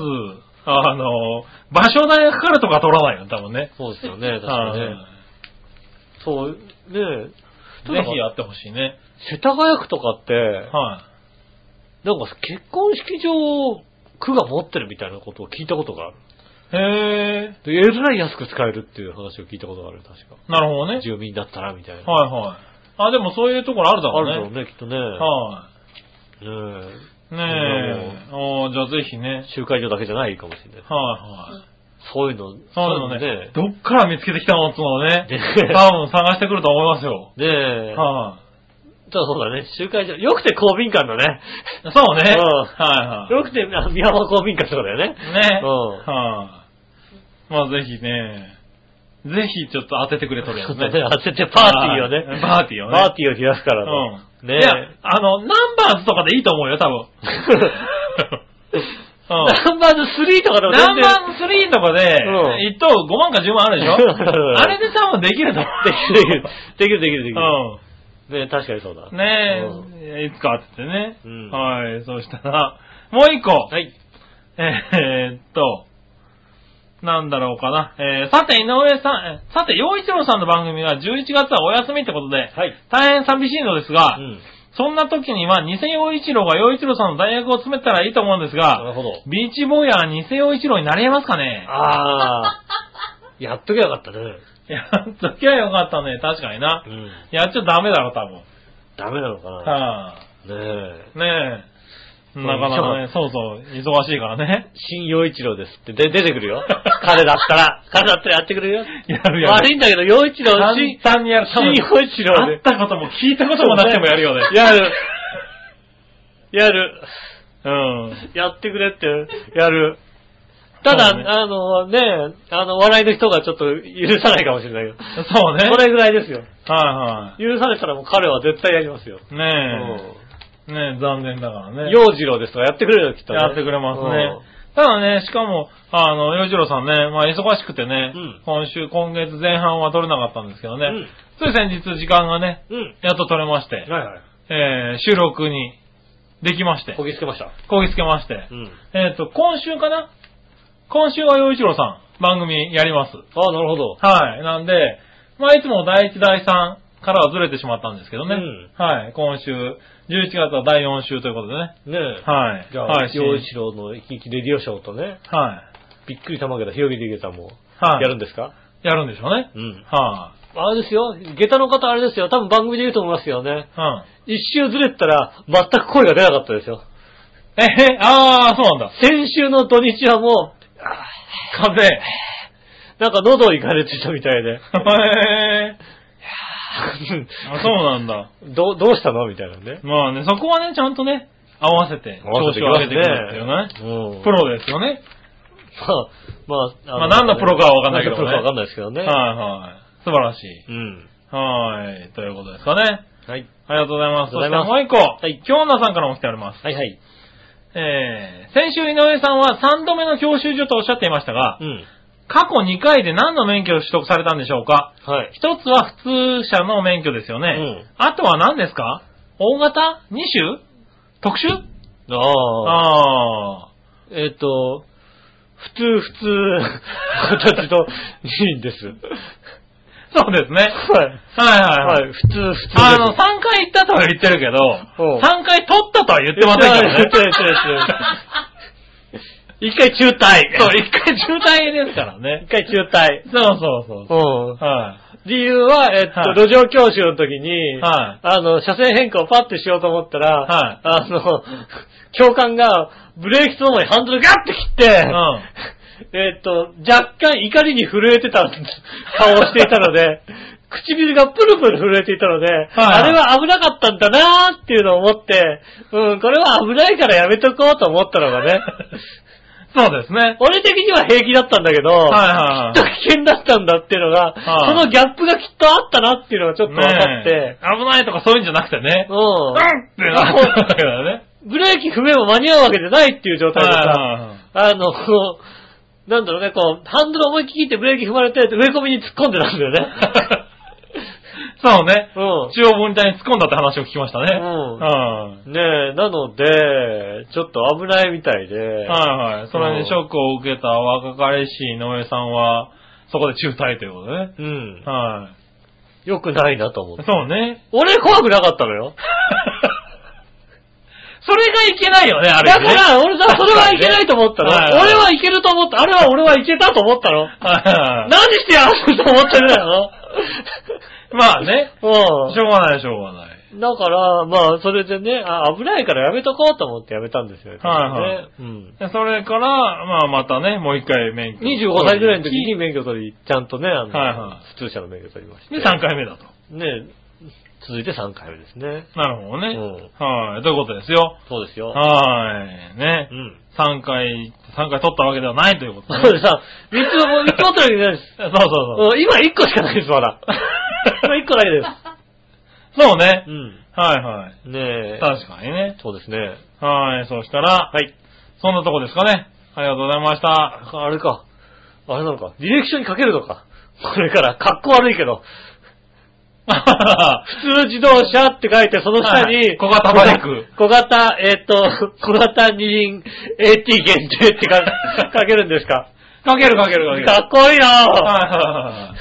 あの、場所代がかかるとか取らないよね、多分ね。
そうですよね、確か
は
に
い
ね。そう、ねえ。
ぜひやってほしいね。
世田谷区とかって、
は
なんか結婚式場を区が持ってるみたいなことを聞いたことがある。
い。へえ。
で、えらい安く使えるっていう話を聞いたことがある、確か。
なるほどね。
住民だったらみたいな。
はいはい。あ、でもそういうところあるだ
あ
ろ
るだろ
う
う
ね。
ね、きっとね。
は
ね
い。ねえ。おーじゃあぜひね
え。集会所だけじゃないかもしれない。
はいはい。
そういうの、
そういうのね、どっから見つけてきたのってのを ね、
ね
多分探してくると思いますよ。
ねえ。
は
ただそうだね、集会所。よくて公民館だね。
い。そうね。
うん
はいは
よくて、あ宮間公民館とかだよね。
い。ね。
うん
はい。まあぜひね、ぜひちょっと当ててくれとるやつね。
ね当ててパーティーを
はい
ね。
パーティーをね
パーティーを開くからの。
うん。
ねえ
いや、あの、ナンバーズとかでいいと思うよ、多分。う
ナンバーズ3とかでも
ん。ナン
全然。
バーズ3とかで
うん、
一等5万か10万あるでしょあれで多分できると思
できる、できる、 できる、できる、できる。
う。うん。
ね確かにそうだ。
ね
う
え、いつかってね。
うん
はい、そうしたら、もう一個。
はい。
えーっと、なんだろうかな。えー、さて、井上さん、えさて、洋一郎さんの番組は11月はお休みってことで、
はい。
大変寂しいのですが、
うん。
そんな時には、偽洋一郎が洋一郎さんの大学を詰めたらいいと思うんです
な
が、
るほど。
ビーチボーイヤーは偽洋一郎になれますかね
あ ー。やっときゃよかったね。
やっときゃよかったね、確かにな
う。ん。
やっちゃダメだろ、多分。
ダメなのかな。
は
ねえ。
い。ねえ。なかなかね、そうそう、忙しいからね。
新陽一郎ですって、で、出てくるよ。彼だったら、彼だったらやってくれるよ。
やるやる
悪いんだけど、陽一郎、新、
簡単にやる。多分
新陽一郎
会っ
で。
たことも聞いたこともなくてもやるよね。
やる。やる。
うん。
やってくれって、やる。ただ、
そうね
あのね、あの、笑いの人がちょっと許さないかもしれないけど。
そうね。
それぐらいですよ。
は
許されたらもう彼は絶対やりますよ。
いはい。ねえ。ねえ、残念だからね。
洋次郎ですとかやってくれるよ、きっとね。
やってくれます
うん
ね。ただね、しかも、あの、洋次郎さんね、まあ忙しくてね、
うん
今週、今月前半は撮れなかったんですけどね、
うん
つい先日時間がね、
うん。
やっと撮れまして、
はいはい。
えー、収録にできまして
こ、ぎつけました。
こぎつけまして、
うん。
えっ、と、今週かな今週は洋一郎さん、番組やります。
ああ、なるほど。
はい。なんで、まあ、いつも第1、第3からはずれてしまったんですけどね。
うん
はい。今週、11月は第4週ということでね。
ねえ。
はい。
じゃ
は
あ、
い。
洋一郎の生き生きレディオショーとね、
はい。
びっくり玉下駄、ひろぎりげたも、
はい。
やるんですか
やるんでしょうね。
うん。
は
あれですよ、下駄の方あれですよ、多分番組で言うと思いますよね。
い、うん。
一周ずれてたら、全く声が出なかったですよ。
えへ、ああ、そうなんだ。
先週の土日はも
風。へ
う、なんか喉をいかれてたみたい で。
え。あそうなんだ。
どう、どうしたのみたいなね。
まあね、そこはね、ちゃんとね、合わせて、調子を上げてくるっていうね。
うん。
プロですよね。
まあ、まあ、
まあ何のプロかは分かんないけど
何のプ
ね
ロかわかんないですけどね。
はいはい。素晴らしい。
うん。
はい。ということですかね。
はい。
ありがとうございます。
あ
そ
り
し
がと
て
うご
も
ざ
う一個。
い
京奈さんからも来ております。
はいはい。
えー、先週井上さんは3度目の教習所とおっしゃっていましたが、
うん。
過去2回で何の免許を取得されたんでしょうか
はい。
一つは普通車の免許ですよね。
うん
あとは何ですか大型二種特殊
ああ。
ああ。
えっ、と、普通、普通、形のいいんです。
そうで すね。
はい。
はいはいはい。
はい、普通、普通です。
あの、3回行ったとは言ってるけ
うん
ど、3回取ったとは言ってませんからね。
言ってない言ってない言ってな一回中退。
そう、1回渋滞ですからね。
一回中退。
そうそうそうう。は
ん。理由は、えっと、
はい
路上教習の時に、
い。はい。
あの、車線変更をパッてしようと思ったら、
はい
あの、 教官がブレーキとともにハンドルガッて切って、
うん。
えっと、若干怒りに震えて た顔をしていたので、唇がプルプル震えていたので、あれは危なかったんだなーっていうのを思って、うん、これは危ないからやめとこうと思ったのが ね、
そうですね。
俺的には平気だったんだけど、
はいはいは
き
い
っと危険だったんだっていうのが、
はい
そのギャップがきっとあったなっていうのがちょっと分かって、
ねえ危ないとかそういうんじゃなくてね。
うん。
ってなったんだけどね。
ブレーキ踏めば間に合うわけじゃないっていう状態でさ、
はいはいはい
あの、こう、なんだろうね、こう、ハンドル思いっきり切ってブレーキ踏まれて、植え込みに突っ込んでたんだ よね。
そうね。
うん。
中央分離帯に突っ込んだって話を聞きましたね。
うん
はい
ねえ、なので、ちょっと危ないみたいで、
はいはい。それにショックを受けた若彼氏井上さんは、そこで中退ということでね。
うん。
は
良くないなと思っ
い。
て。
そうね。
俺怖くなかったのよ。
それがいけないよね、あれ
だ
ね。
から、俺さ、それはいけないと思ったの。
はいは
俺
い
はいけると思った。あれは俺はいけたと思ったの。
はいはい
何してやろうと思ってるだ ろ。
まあね。
うん。
しょうがない、しょうがない。
だから、まあ、それでね、あ危ないからやめとこうと思ってやめたんですよ。
はいはい
ねうん。
でそれから、まあまたね、もう一回免許。
25歳ぐらいの時に免許取り、ちゃんとね、あの、
はいは
普通車の免許取りまして。
で、3。回目だと。
ね、続いて3回目ですね。
なるほどね。
う
はい。ということですよ。
そうですよ。
はい。ね
う。ん。
3回、三回取ったわけではないということね。
そうでさ、3つも、3つ持ってるわけじゃないです。
そうそう そう。
うん今1個しかないです、ま だ。今1個だけです。
そうね
う。ん。
はいは
ねえ
い。。確かにね。
そうですね。
はい。そしたら、はい。そんなとこですかね。ありがとうございました。
あれか。あれなのか。履歴書に書けるのか。これから、格好悪い けど。普通自動車って書いて、その下
は
に、
い小型バイク。
小 型、えっ、と、小型二輪 AT 限定ってか書けるんですか。
かけるかけるかける。
かっこいいなぁ
はいはいは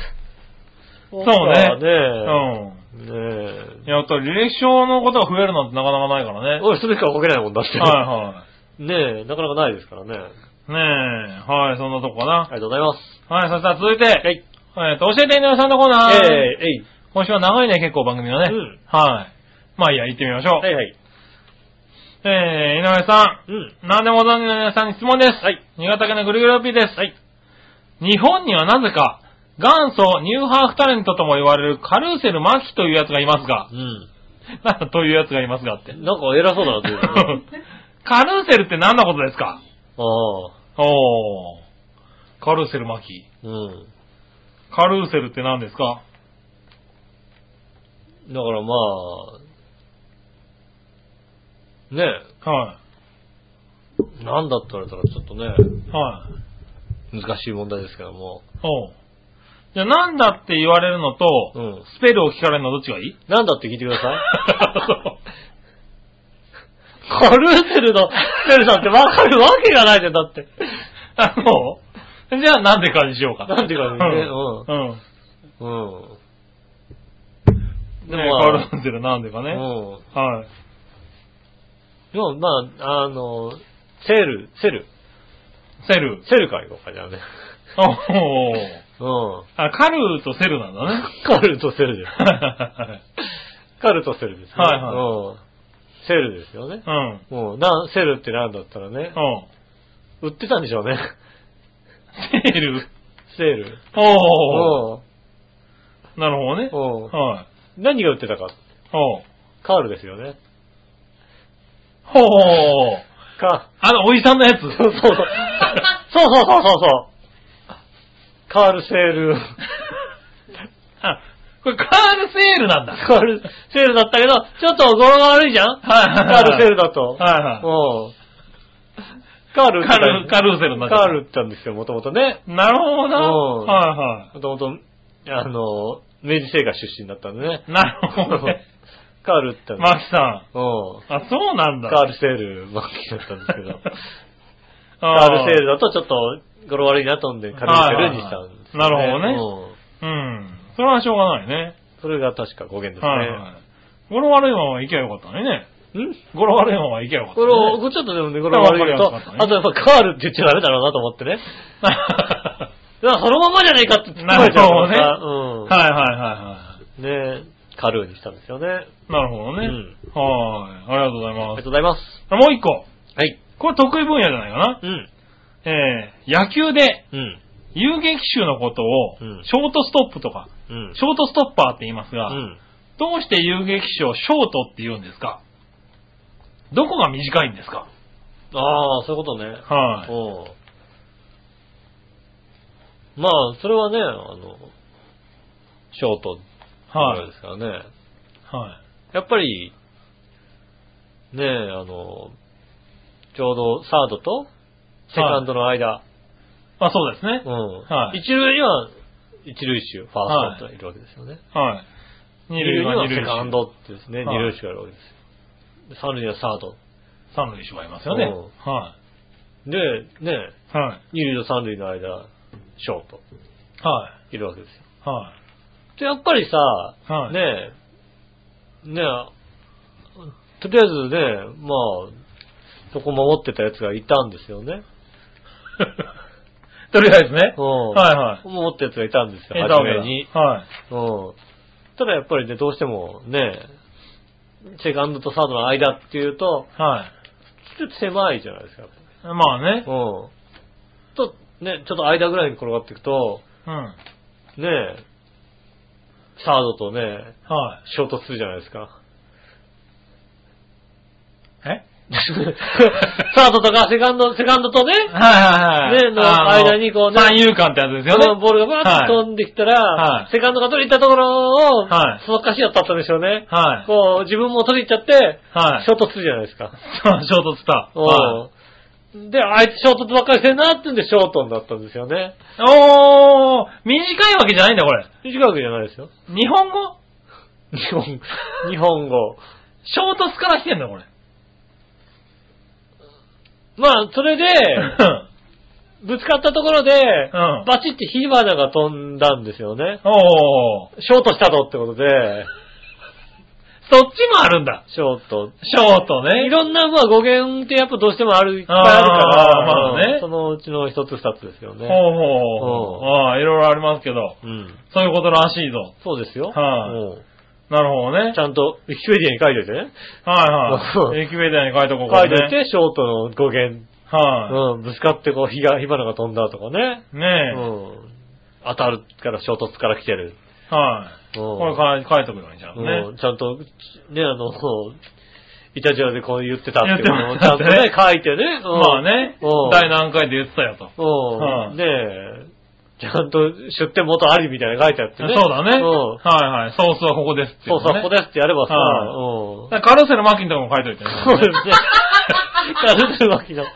いはい。
そうね。
ううん。
ねえ。
いや、だって履歴書のことが増えるなんてなかなかないからね。
俺、それしかかけないもんだって。
は
ねえ、なかなかないですからね。
いはい。ねえ、はい、そんなとこか
あ
な。
りがとうございます。
はい、そしたら続いて、
はい。
えっと、教えて井上さんのコーナー。
ええ、えい。
今週は長いね、結構番組がね。
うん
はい。まあいいや、行ってみましょう。
はいはい。
えー、井上さ
うん。
ん。何でもご存じの皆さんに質問です。
はい。
新潟県のぐるぐるピーです。
はい。
日本にはなぜか、元祖ニューハーフタレントとも言われるカルーセルマキというやつがいますが、
う
なんだというやつがいますがって。
ん。なんか偉そうだなっていうね
カルーセルって何のことですか
ああ。
おー。カルーセルマキ。
うん。
カルーセルって何ですか
だからまあ、ね
は
え、なんだって言われたらちょっとね、
い。はい。
難しい問題ですけども。
おう。じゃあなんだって言われるのと、
うん。
スペルを聞かれるのどっちがいい
なんだって聞いてくだ さい。カルーセルのスペルさんってわかるわけがないじゃん、だって。
あの、じゃあなんでかにしようか。
なんでかにね
うん。うん。
うん。で
でも、
もまあ
カルーセルなんでかね。
うん。
はい。
でも、まあ、あの、セル、セル、
セル。
セルから行こうか、じゃあね。
おう
うん。
あ、カルーとセルなんだね。
カルとセルです。カルとセルですね。
はいは
うん。セルですよね。
うん。
うん。な、セルってなんだったらね、
お
売
う
ってたんでしょうね。
セル。
セル。
おう
うん。
なるほどね。
うん。
はい。
何が売ってたか。
おう
カールですよね。
ほう。
カ
あの、おじさんのやつ。
そう そうそう。 そうそうそうそうそう。カールセール。
あ、これカールセールなんだ。
カールセールだったけど、ちょっと語呂が悪いじゃん
はいはいは
カ
い
ールセールだと。
はいは
うん。カール
い。カル、カ
ル。
ルーセルになっちゃっ
カ
た
ールって言ったんですよ、もともとね。
なるほどな。
うん
はいは
もともと、あの、明治製菓出身だったんでね。
い。なるほどね。
カールって言ったんです
マキさん。
うん。
あ、そうなんだ。
カールセール、マッキーだったんですけど。カ
あ
ールセールだとちょっと語呂悪いなとんで、カルセールにしたんです、
はいはいはいなるほ
ね。うん
うん。それはしょうがないね。
それが確か語源ですね。
はいはい。語呂悪いまま行けばよかったのにね。
ん
語呂悪いまま行けばよかった、
こ
ね。
れを、ちょっとでもね、これ悪いと、
わかりやすかったね
あとやっぱカールって言っちゃダメだろうなと思 ってね。だからそのままじゃねえかって突っ込まれちゃうからさ
はいはいは
うん。ねえカルーにしたんですよね。
いはい。なるほどね。はい。ありがとうござい
あり
ま
が
す
とうございます。。
もう一個。
はい。
これ得意分野じゃないかな。
うん。
えー、野球で
うん。
遊撃手のことを、
うん
ショートストップとか、
うん
シ。ョートストッパーって言いますが、
うん。
どうして遊撃手をショートって言うんですかどこが短いんですか
ああ、そういうことね。
はい。
うん。まあ、それはね、あの、ショート
はい。
ですからね。
は
やっぱり、ねえ、あの、ちょうどサードとセカンドの間、
い。あ、そうですね
う。ん、
はい
一塁には一塁手、ファーストといるわけですよね。
はい。二
二塁
塁
に
は
は
二
セ
塁
カンドってですね、
はい
二塁手がいるわけですよ。で三塁にはサード。
三塁手がいますよね。
うん
は
で、ねえ、
い。はい。
二塁と三塁の間、ショート、
はい
るわけですよ。
い。は
で、やっぱりさ、
はい
ねえ、ねえ、とりあえずね、まあ、そこ守ってたやつがいたんですよね。
い。とりあえずね
う。ん。
はいはい。
思ったやつがいたんですよ、
エンタ
初
メ
め
だ
に。
はい。
うん。ただやっぱりね、どうしてもね、セカンドとサードの間っていうと、
はい。
ちょっと狭いじゃないですか。
まあ
うん。
ね。
と、ね、ちょっと間ぐらいに転がっていくと、
うん。
ね、サードとね、
は
衝突するじゃないです か。
い。え
サードとかセカンド、セカンドとね、
はいはいはい。
ねの
あ
間にこうね
三遊間ってやつです
そ
よ
の
ね。
ボールがバーッと飛んできたら、
はい
セカンドが取りに行ったところを、
はい
そのかしだったんでしょうね。
はい。
こう、自分も取りに行っちゃって、
はい。
衝突するじゃないですか。
ショートスター。はい
うんで、あいつ衝突ばっかりしてんなってんで、ショートになったんですよね。
おー短いわけじゃないんだ、これ。
短くじゃないですよ。
日本語
日 本、日本語。
ショートスから来てんだ、これ。
まあ、それで、ぶつかったところで、
ん
バチって火花が飛んだんですよね。
おー。
ショートしたぞってことで、
そっちもあるんだ。
ショート。
ショートね。
いろんな、まあ語源ってやっぱどうしてもある、いっぱいあるから、
あーまあね
そのうちの一つ二つですよ
ほう
ね。
ほうほう。ああ、いろいろありますけど、
うん。
そういうことらしいぞ。
そうですよ。
はい
うん
なるほどね
ち。ゃんと、ウィキペディアに書いといてね。
は
そ
いうはい。エキベーターに書いとこう
書
か
いとい
ら
て、
ね。
ショートの語源。
は
うん、ぶつかってこう、火が、火花が飛んだとかね。
い。
う
ね
ん。当たるから衝突から来てる。
え。はい。
うん。
これ書い書いとくようにちゃんと
う
ね。
んちゃんと、ね、あの、イタジアでこう言ってたっていうの
言
を
っ
ち
て
ゃん
ま
と
したね
ね、書いてね。うん
まあね、
うん
第何回で言ってたよと。は
う
い
ん。ねえ。ちゃんと出店元ありみたいなの書いてあって
そう
ね。
だね。
うん。
はいはい。ソースはここですってい
そう
のね。
そう、ここですってやればさ、
は
うん。
だからカルセルマキンとかも書いといて ね。
そうです ね。カルテル巻きの、ウィ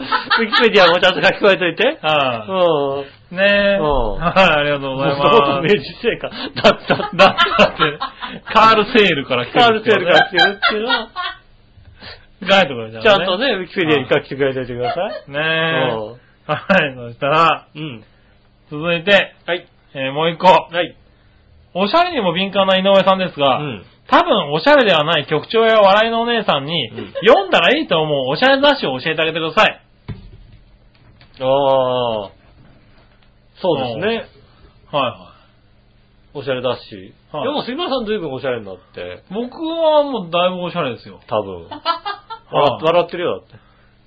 キペディアもちゃんと書き加えといて。う
は
ん。
い。ねえ。
うん
はい、ありがとうござい
もともと
ま
明
す。
治製菓だったん
だ
だ。
って、カールセールから来て
カール
るっ
セ
てい
ー
う
ル
ね、
が来てるっていうのは、
書いとくように
ちゃんと。ね、ウィキペディアに書き加えといてください。う
ねえ。はい、そしたら、
ん。うん。
続いて、
はい。
えーもう一個。
はい。
おしゃれにも敏感な井上さんです
う
が、
ん。
多分おしゃれではない局長や笑いのお姉さんに、
うん
読んだらいいと思うおしゃれ雑誌を教えてあげてください。
ああ。そうですね。
は
おしゃれだし。
はい
でも杉村さん随分おしゃれになって、
いはい。僕はもうだいぶおしゃれですよ。
多分。 笑
はい
笑ってるよ、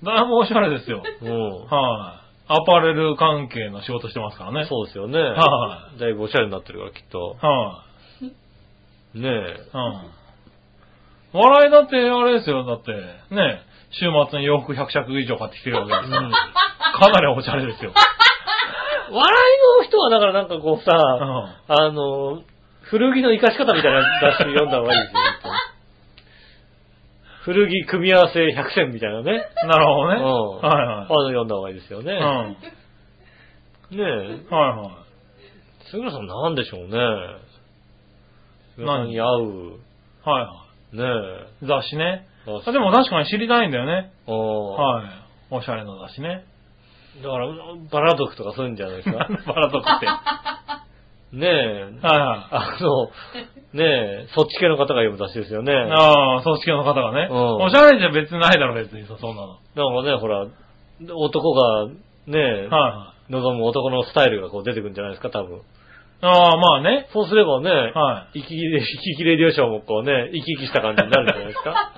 だっ
だいぶおしゃれですよ。
て。うん。
はい。アパレル関係の仕事してますからね。
そうですよね。
は
だいぶおしゃれになってるから、きっと。
は
ねえ。
い。うん。笑いだってあれですよ。だって、ね、週末に洋服100着以上買ってきてるわけですから。かなりおしゃれですよ。
笑いの人は、だからなんかこう
う
さ、
ん。
あの、古着の活かし方みたいな雑誌読んだ方がいいですよ。本当 に古着組み合わせ100選みたいなね。
なるほど
うん
ね。はい
あの
はい。
読んだ方がいいですよね。
う
ね
ん。
え。
はいは
杉村さんなんでしょうね。杉村さんに合う。
い。はいは
ねえ。
い。雑誌ね。
あ
あでも確かに知りたいんだよね。
は
はい。おしゃれな雑誌ね。
い。だから、バラ族とかそういうんじゃないです
バ
か。
ラ族って。は
ねえ
い。は
あの、ねえ、そっち系の方が読む雑誌ですよね。
い。
だか
ああ、組織の方がね。
うん
おしゃれじゃ別にないだろ、別にさ、そんなの。
らね、ほら、男が、ねえ、
はい。
望む男のスタイルがこう出てくるんじゃないですか、多分。
ああ、まあね。
そうすればね、
は
生き生きれ、生き生きレディオショーもこうね、生き生きした感じになるんじゃないです か。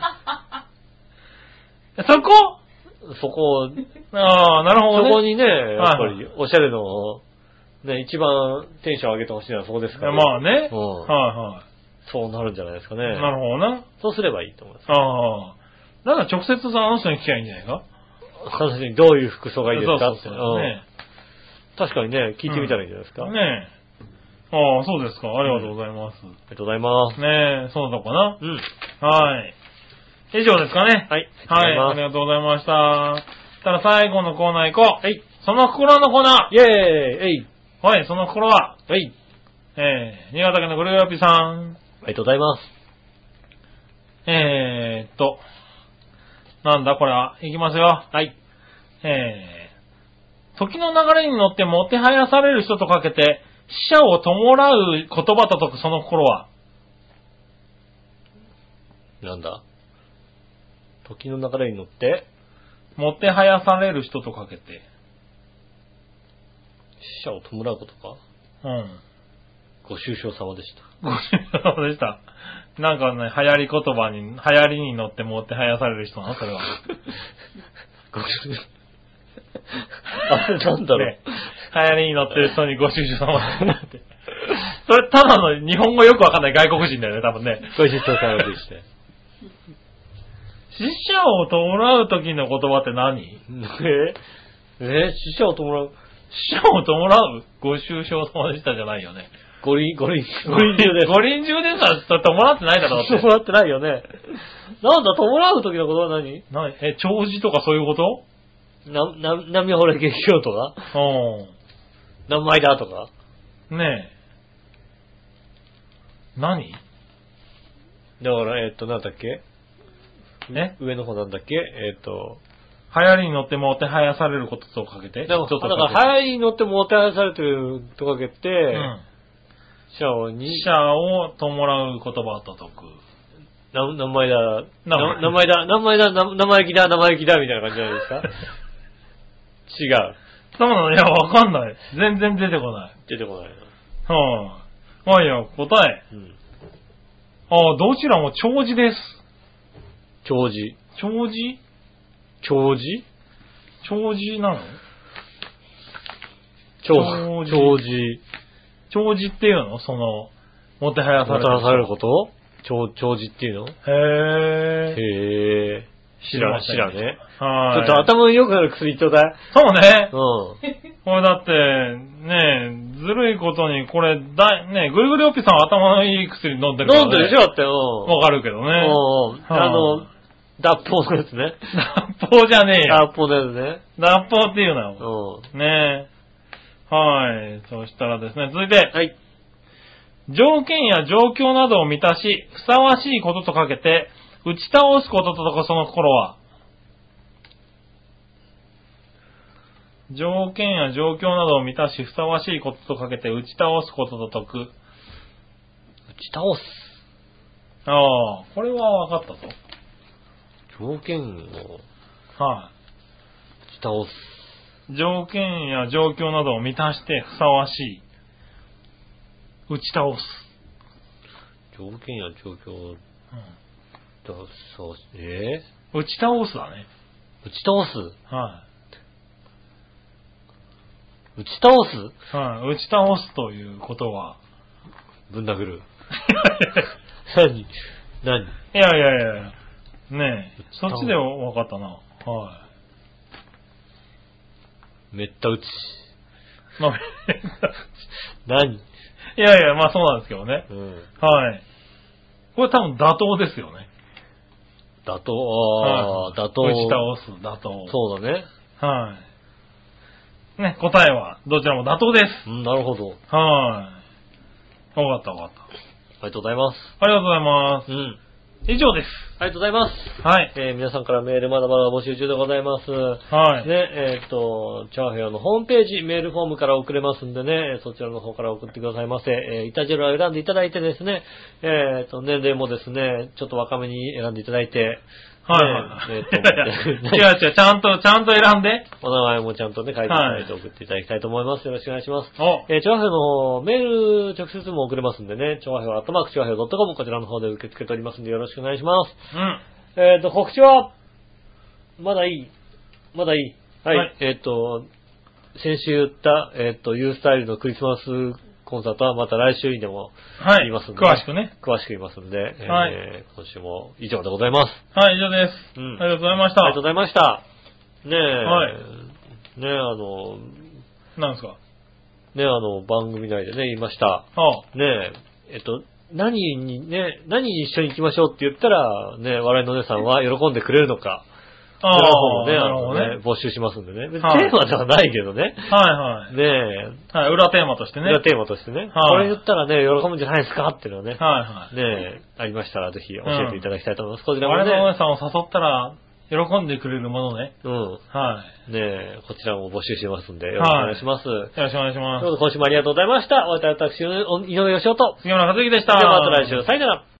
い。そこ
そこを、
ああ、なるほど
そ
ね。
こにね、やっぱ
はい
り、おしゃれの、ね、一番テンション上げてほしいのはそこですから、
まあね。
うん
は
そうなるんじゃないですかね。
いはい。なるほどな。
そうすればいいと思います。
ああ。なんか直接さ、あの人に聞きゃいいんじゃないか
彼女にどういう服装がいいですか
そう
って
そう
う
そう。
ん
ね
確かにね、聞いてみたらいいんじゃないですか。あ
ねえ。ああ、そうですか。ありがとうございます。
りがとうございます。
ねえ、そうだったか
うん。
な。はい。以上ですかね。
はい。ありがとう
は
ござ
い、あり
いま
がとうございました。たら最後のコーナー行こう。
すはい。
その心のコーナ
イェーイえい
ー。はい、その心は、
はい。
えー、新潟県のグレーピーさん。
ありがとうございます。
えーっと、なんだこれは、行きますよ。
はい。
えー、時の流れに乗ってもてはやされる人とかけて、死者を弔う言葉と解くその心は。
なんだ時の流れに乗って、
もてはやされる人とかけて。
死者を弔うことか
うん。
ご愁傷様でした。
ごちそうさまでした。なんかね、流行り言葉に、流行りに乗ってもてはやされる人なのそれは。
ご愁傷 あれなんだろう、
ね流行りに乗ってる人にご愁傷様になって。それただの日本語よくわかんない外国人だよね、多分ね。
ご愁傷様でして。
死者を弔う時の言葉って何
ええ死者を弔う
死者を弔うご愁傷様でしたじゃないよね。
五輪、五輪、五輪中です。
ご臨終ですら、それ弔ってないだろ、だって。
弔ってないよね。なんだ、弔う時のことは何
何え、弔辞とかそういうこと
な、な、波惚れ劇場とか何枚だとか
うん。ねえ。何
だから、えっと、なんだっけ
ね
上の方なんだっけえっと、
流行りに乗ってもてはやされることとかけて。
でも、
ちょ
だ
っ
か
と
ら、
か
流行りに乗ってもてはやされてるとかけて、
けてうん。
シャオに、
死者を伴う言葉と解く。
な名前だ、
名
な
前
名前だ、名前だ、な生意気だ、生意気だ、みたいな感じじゃない ですか違う。
そうなのいや、わかんない。全然出てこない。
出てこないな。
はぁ、まあいいや、答え。
うん。
ああ、どちらも長寿です。
長寿。
長寿
長寿
長寿なの
長
長
寿。
寿
長寿。
長寿っていうのその、もてはやさ
も
れ
たら
る。
されること長、長寿っていうの
へえ。
へえ。知らん、知らんね。。ち
は
ょ
い。
っと頭に良くなる薬ちょうだい。
そうね。
う
これだって、ねえ、ずるいことに、これ、だい、ねえ、ぐるぐるおっぴさんは頭のいい薬飲んで
ん。
るから、
飲ん
ね。
でるでしょだって、うん。
わかるけど
う
ね。
ん。あ
は
の、脱法のやつね。
脱法じゃねえよ。
脱法のやつね。
脱法っていうな
う
よ。ねえ。はい。そしたらですね、続いて。
ん。はい。
条件や状況などを満たし、ふさわしいこととかけて、打ち倒すこととかその心は、条件や状況などを満たし、ふさわしいこととかけて、打ち倒すことと解く。
打ち倒す。
ああ、これは分かったぞ。
条件を打
は
ち倒す。
い。条件や状況などを満たして、ふさわしい。打ち倒す。
条件や状況
う
だ、そう、え
ん、打ち倒すだね。
ー、打ち倒す
は
打ち倒す
い。はい。打ち倒すということは、
ぶん殴る。何何
いやいやいやいや。ねえ。
ぶ
そ
っ倒
っちで分かったな。は
めった打ち。
い。まあ、
何
いやいや、まあそうなんですけどね。
うん。
はい。これ多分妥当ですよね。
打倒、ああ、
はい
打倒。
打ち倒す、妥当。
そうだね。
はい。ね、答えは、どちらも妥当です。
うん、なるほど。
はい。わかったわかっ
ありがとうございます。
た。ありがとうございま
うん。
す。以上です。
ありがとうございます。
はい。
えー皆さんからメールまだまだ募集中でございます。
はい。
ね、えーっと、チャーヘアのホームページ、メールフォームから送れますんでね、えーそちらの方から送ってくださいませ。えー、イタジェラを選んでいただいてですね、えーっと、年齢もですね、ちょっと若めに選んでいただいて、
はい。
ね
違う
えーっ と
違う、ちゃんと、ちゃんと選んで。
お名前もちゃんとね、書いていただいて送っていただきたいと思います。よろしくお願いします。
お、
えー、チョアヘのメール直接も送れますんでね、チョアヘアットマークチョアヘア .com こちらの方で受け付けておりますんでよろしくお願いします。
うん。
えっ、と、告知は、まだいい。まだいい。はい。
はい
えっ、と、先週言った、えっ、と、ユースタイルのクリスマスコンサートはまた来週にでも
はい。
言いますんで、
詳しくね。
詳しく言いますんで、
はい
えー今週も以上でございます。
はい、以上で
う
す。
ん
ありがとうございまし
ありがとう
た。
ございました。ねえ、
はい
ねえ、あの、
なんですか
ねえ、あの、番組内でね、言いました。
ああ
ねえ、えっと、何にね、何に一緒に行きましょうって言ったら、ね、笑いのお姉さんは喜んでくれるのか。
あ
な
あ、な
る
る
ほど
ほ
ね、あ
ど
のね
ね。
募集しますんでね。別に
はい
テーマではないけどね。
はいはい。
ねえ、
はい、裏テーマとして
そ
ね。は
れ
い
がテーマとしてね、これ言ったらね、喜ぶんじゃないですかっていうのはね、
はい。
ねえ、ありましたらぜひ教えていただきたいと思います。こちらも
我々のお
ね、
姉さんを誘ったら、喜んでくれるものね。
うん。
は
ねえ、こちらも募集してますんで、よろしくお願いします。
い。よろしくお願いしま
ということ
す。
で、今週もありがとうございました。お会いいたい私、井上義雄と。
杉村和之でし
で
た。
はまた来週、さよなら。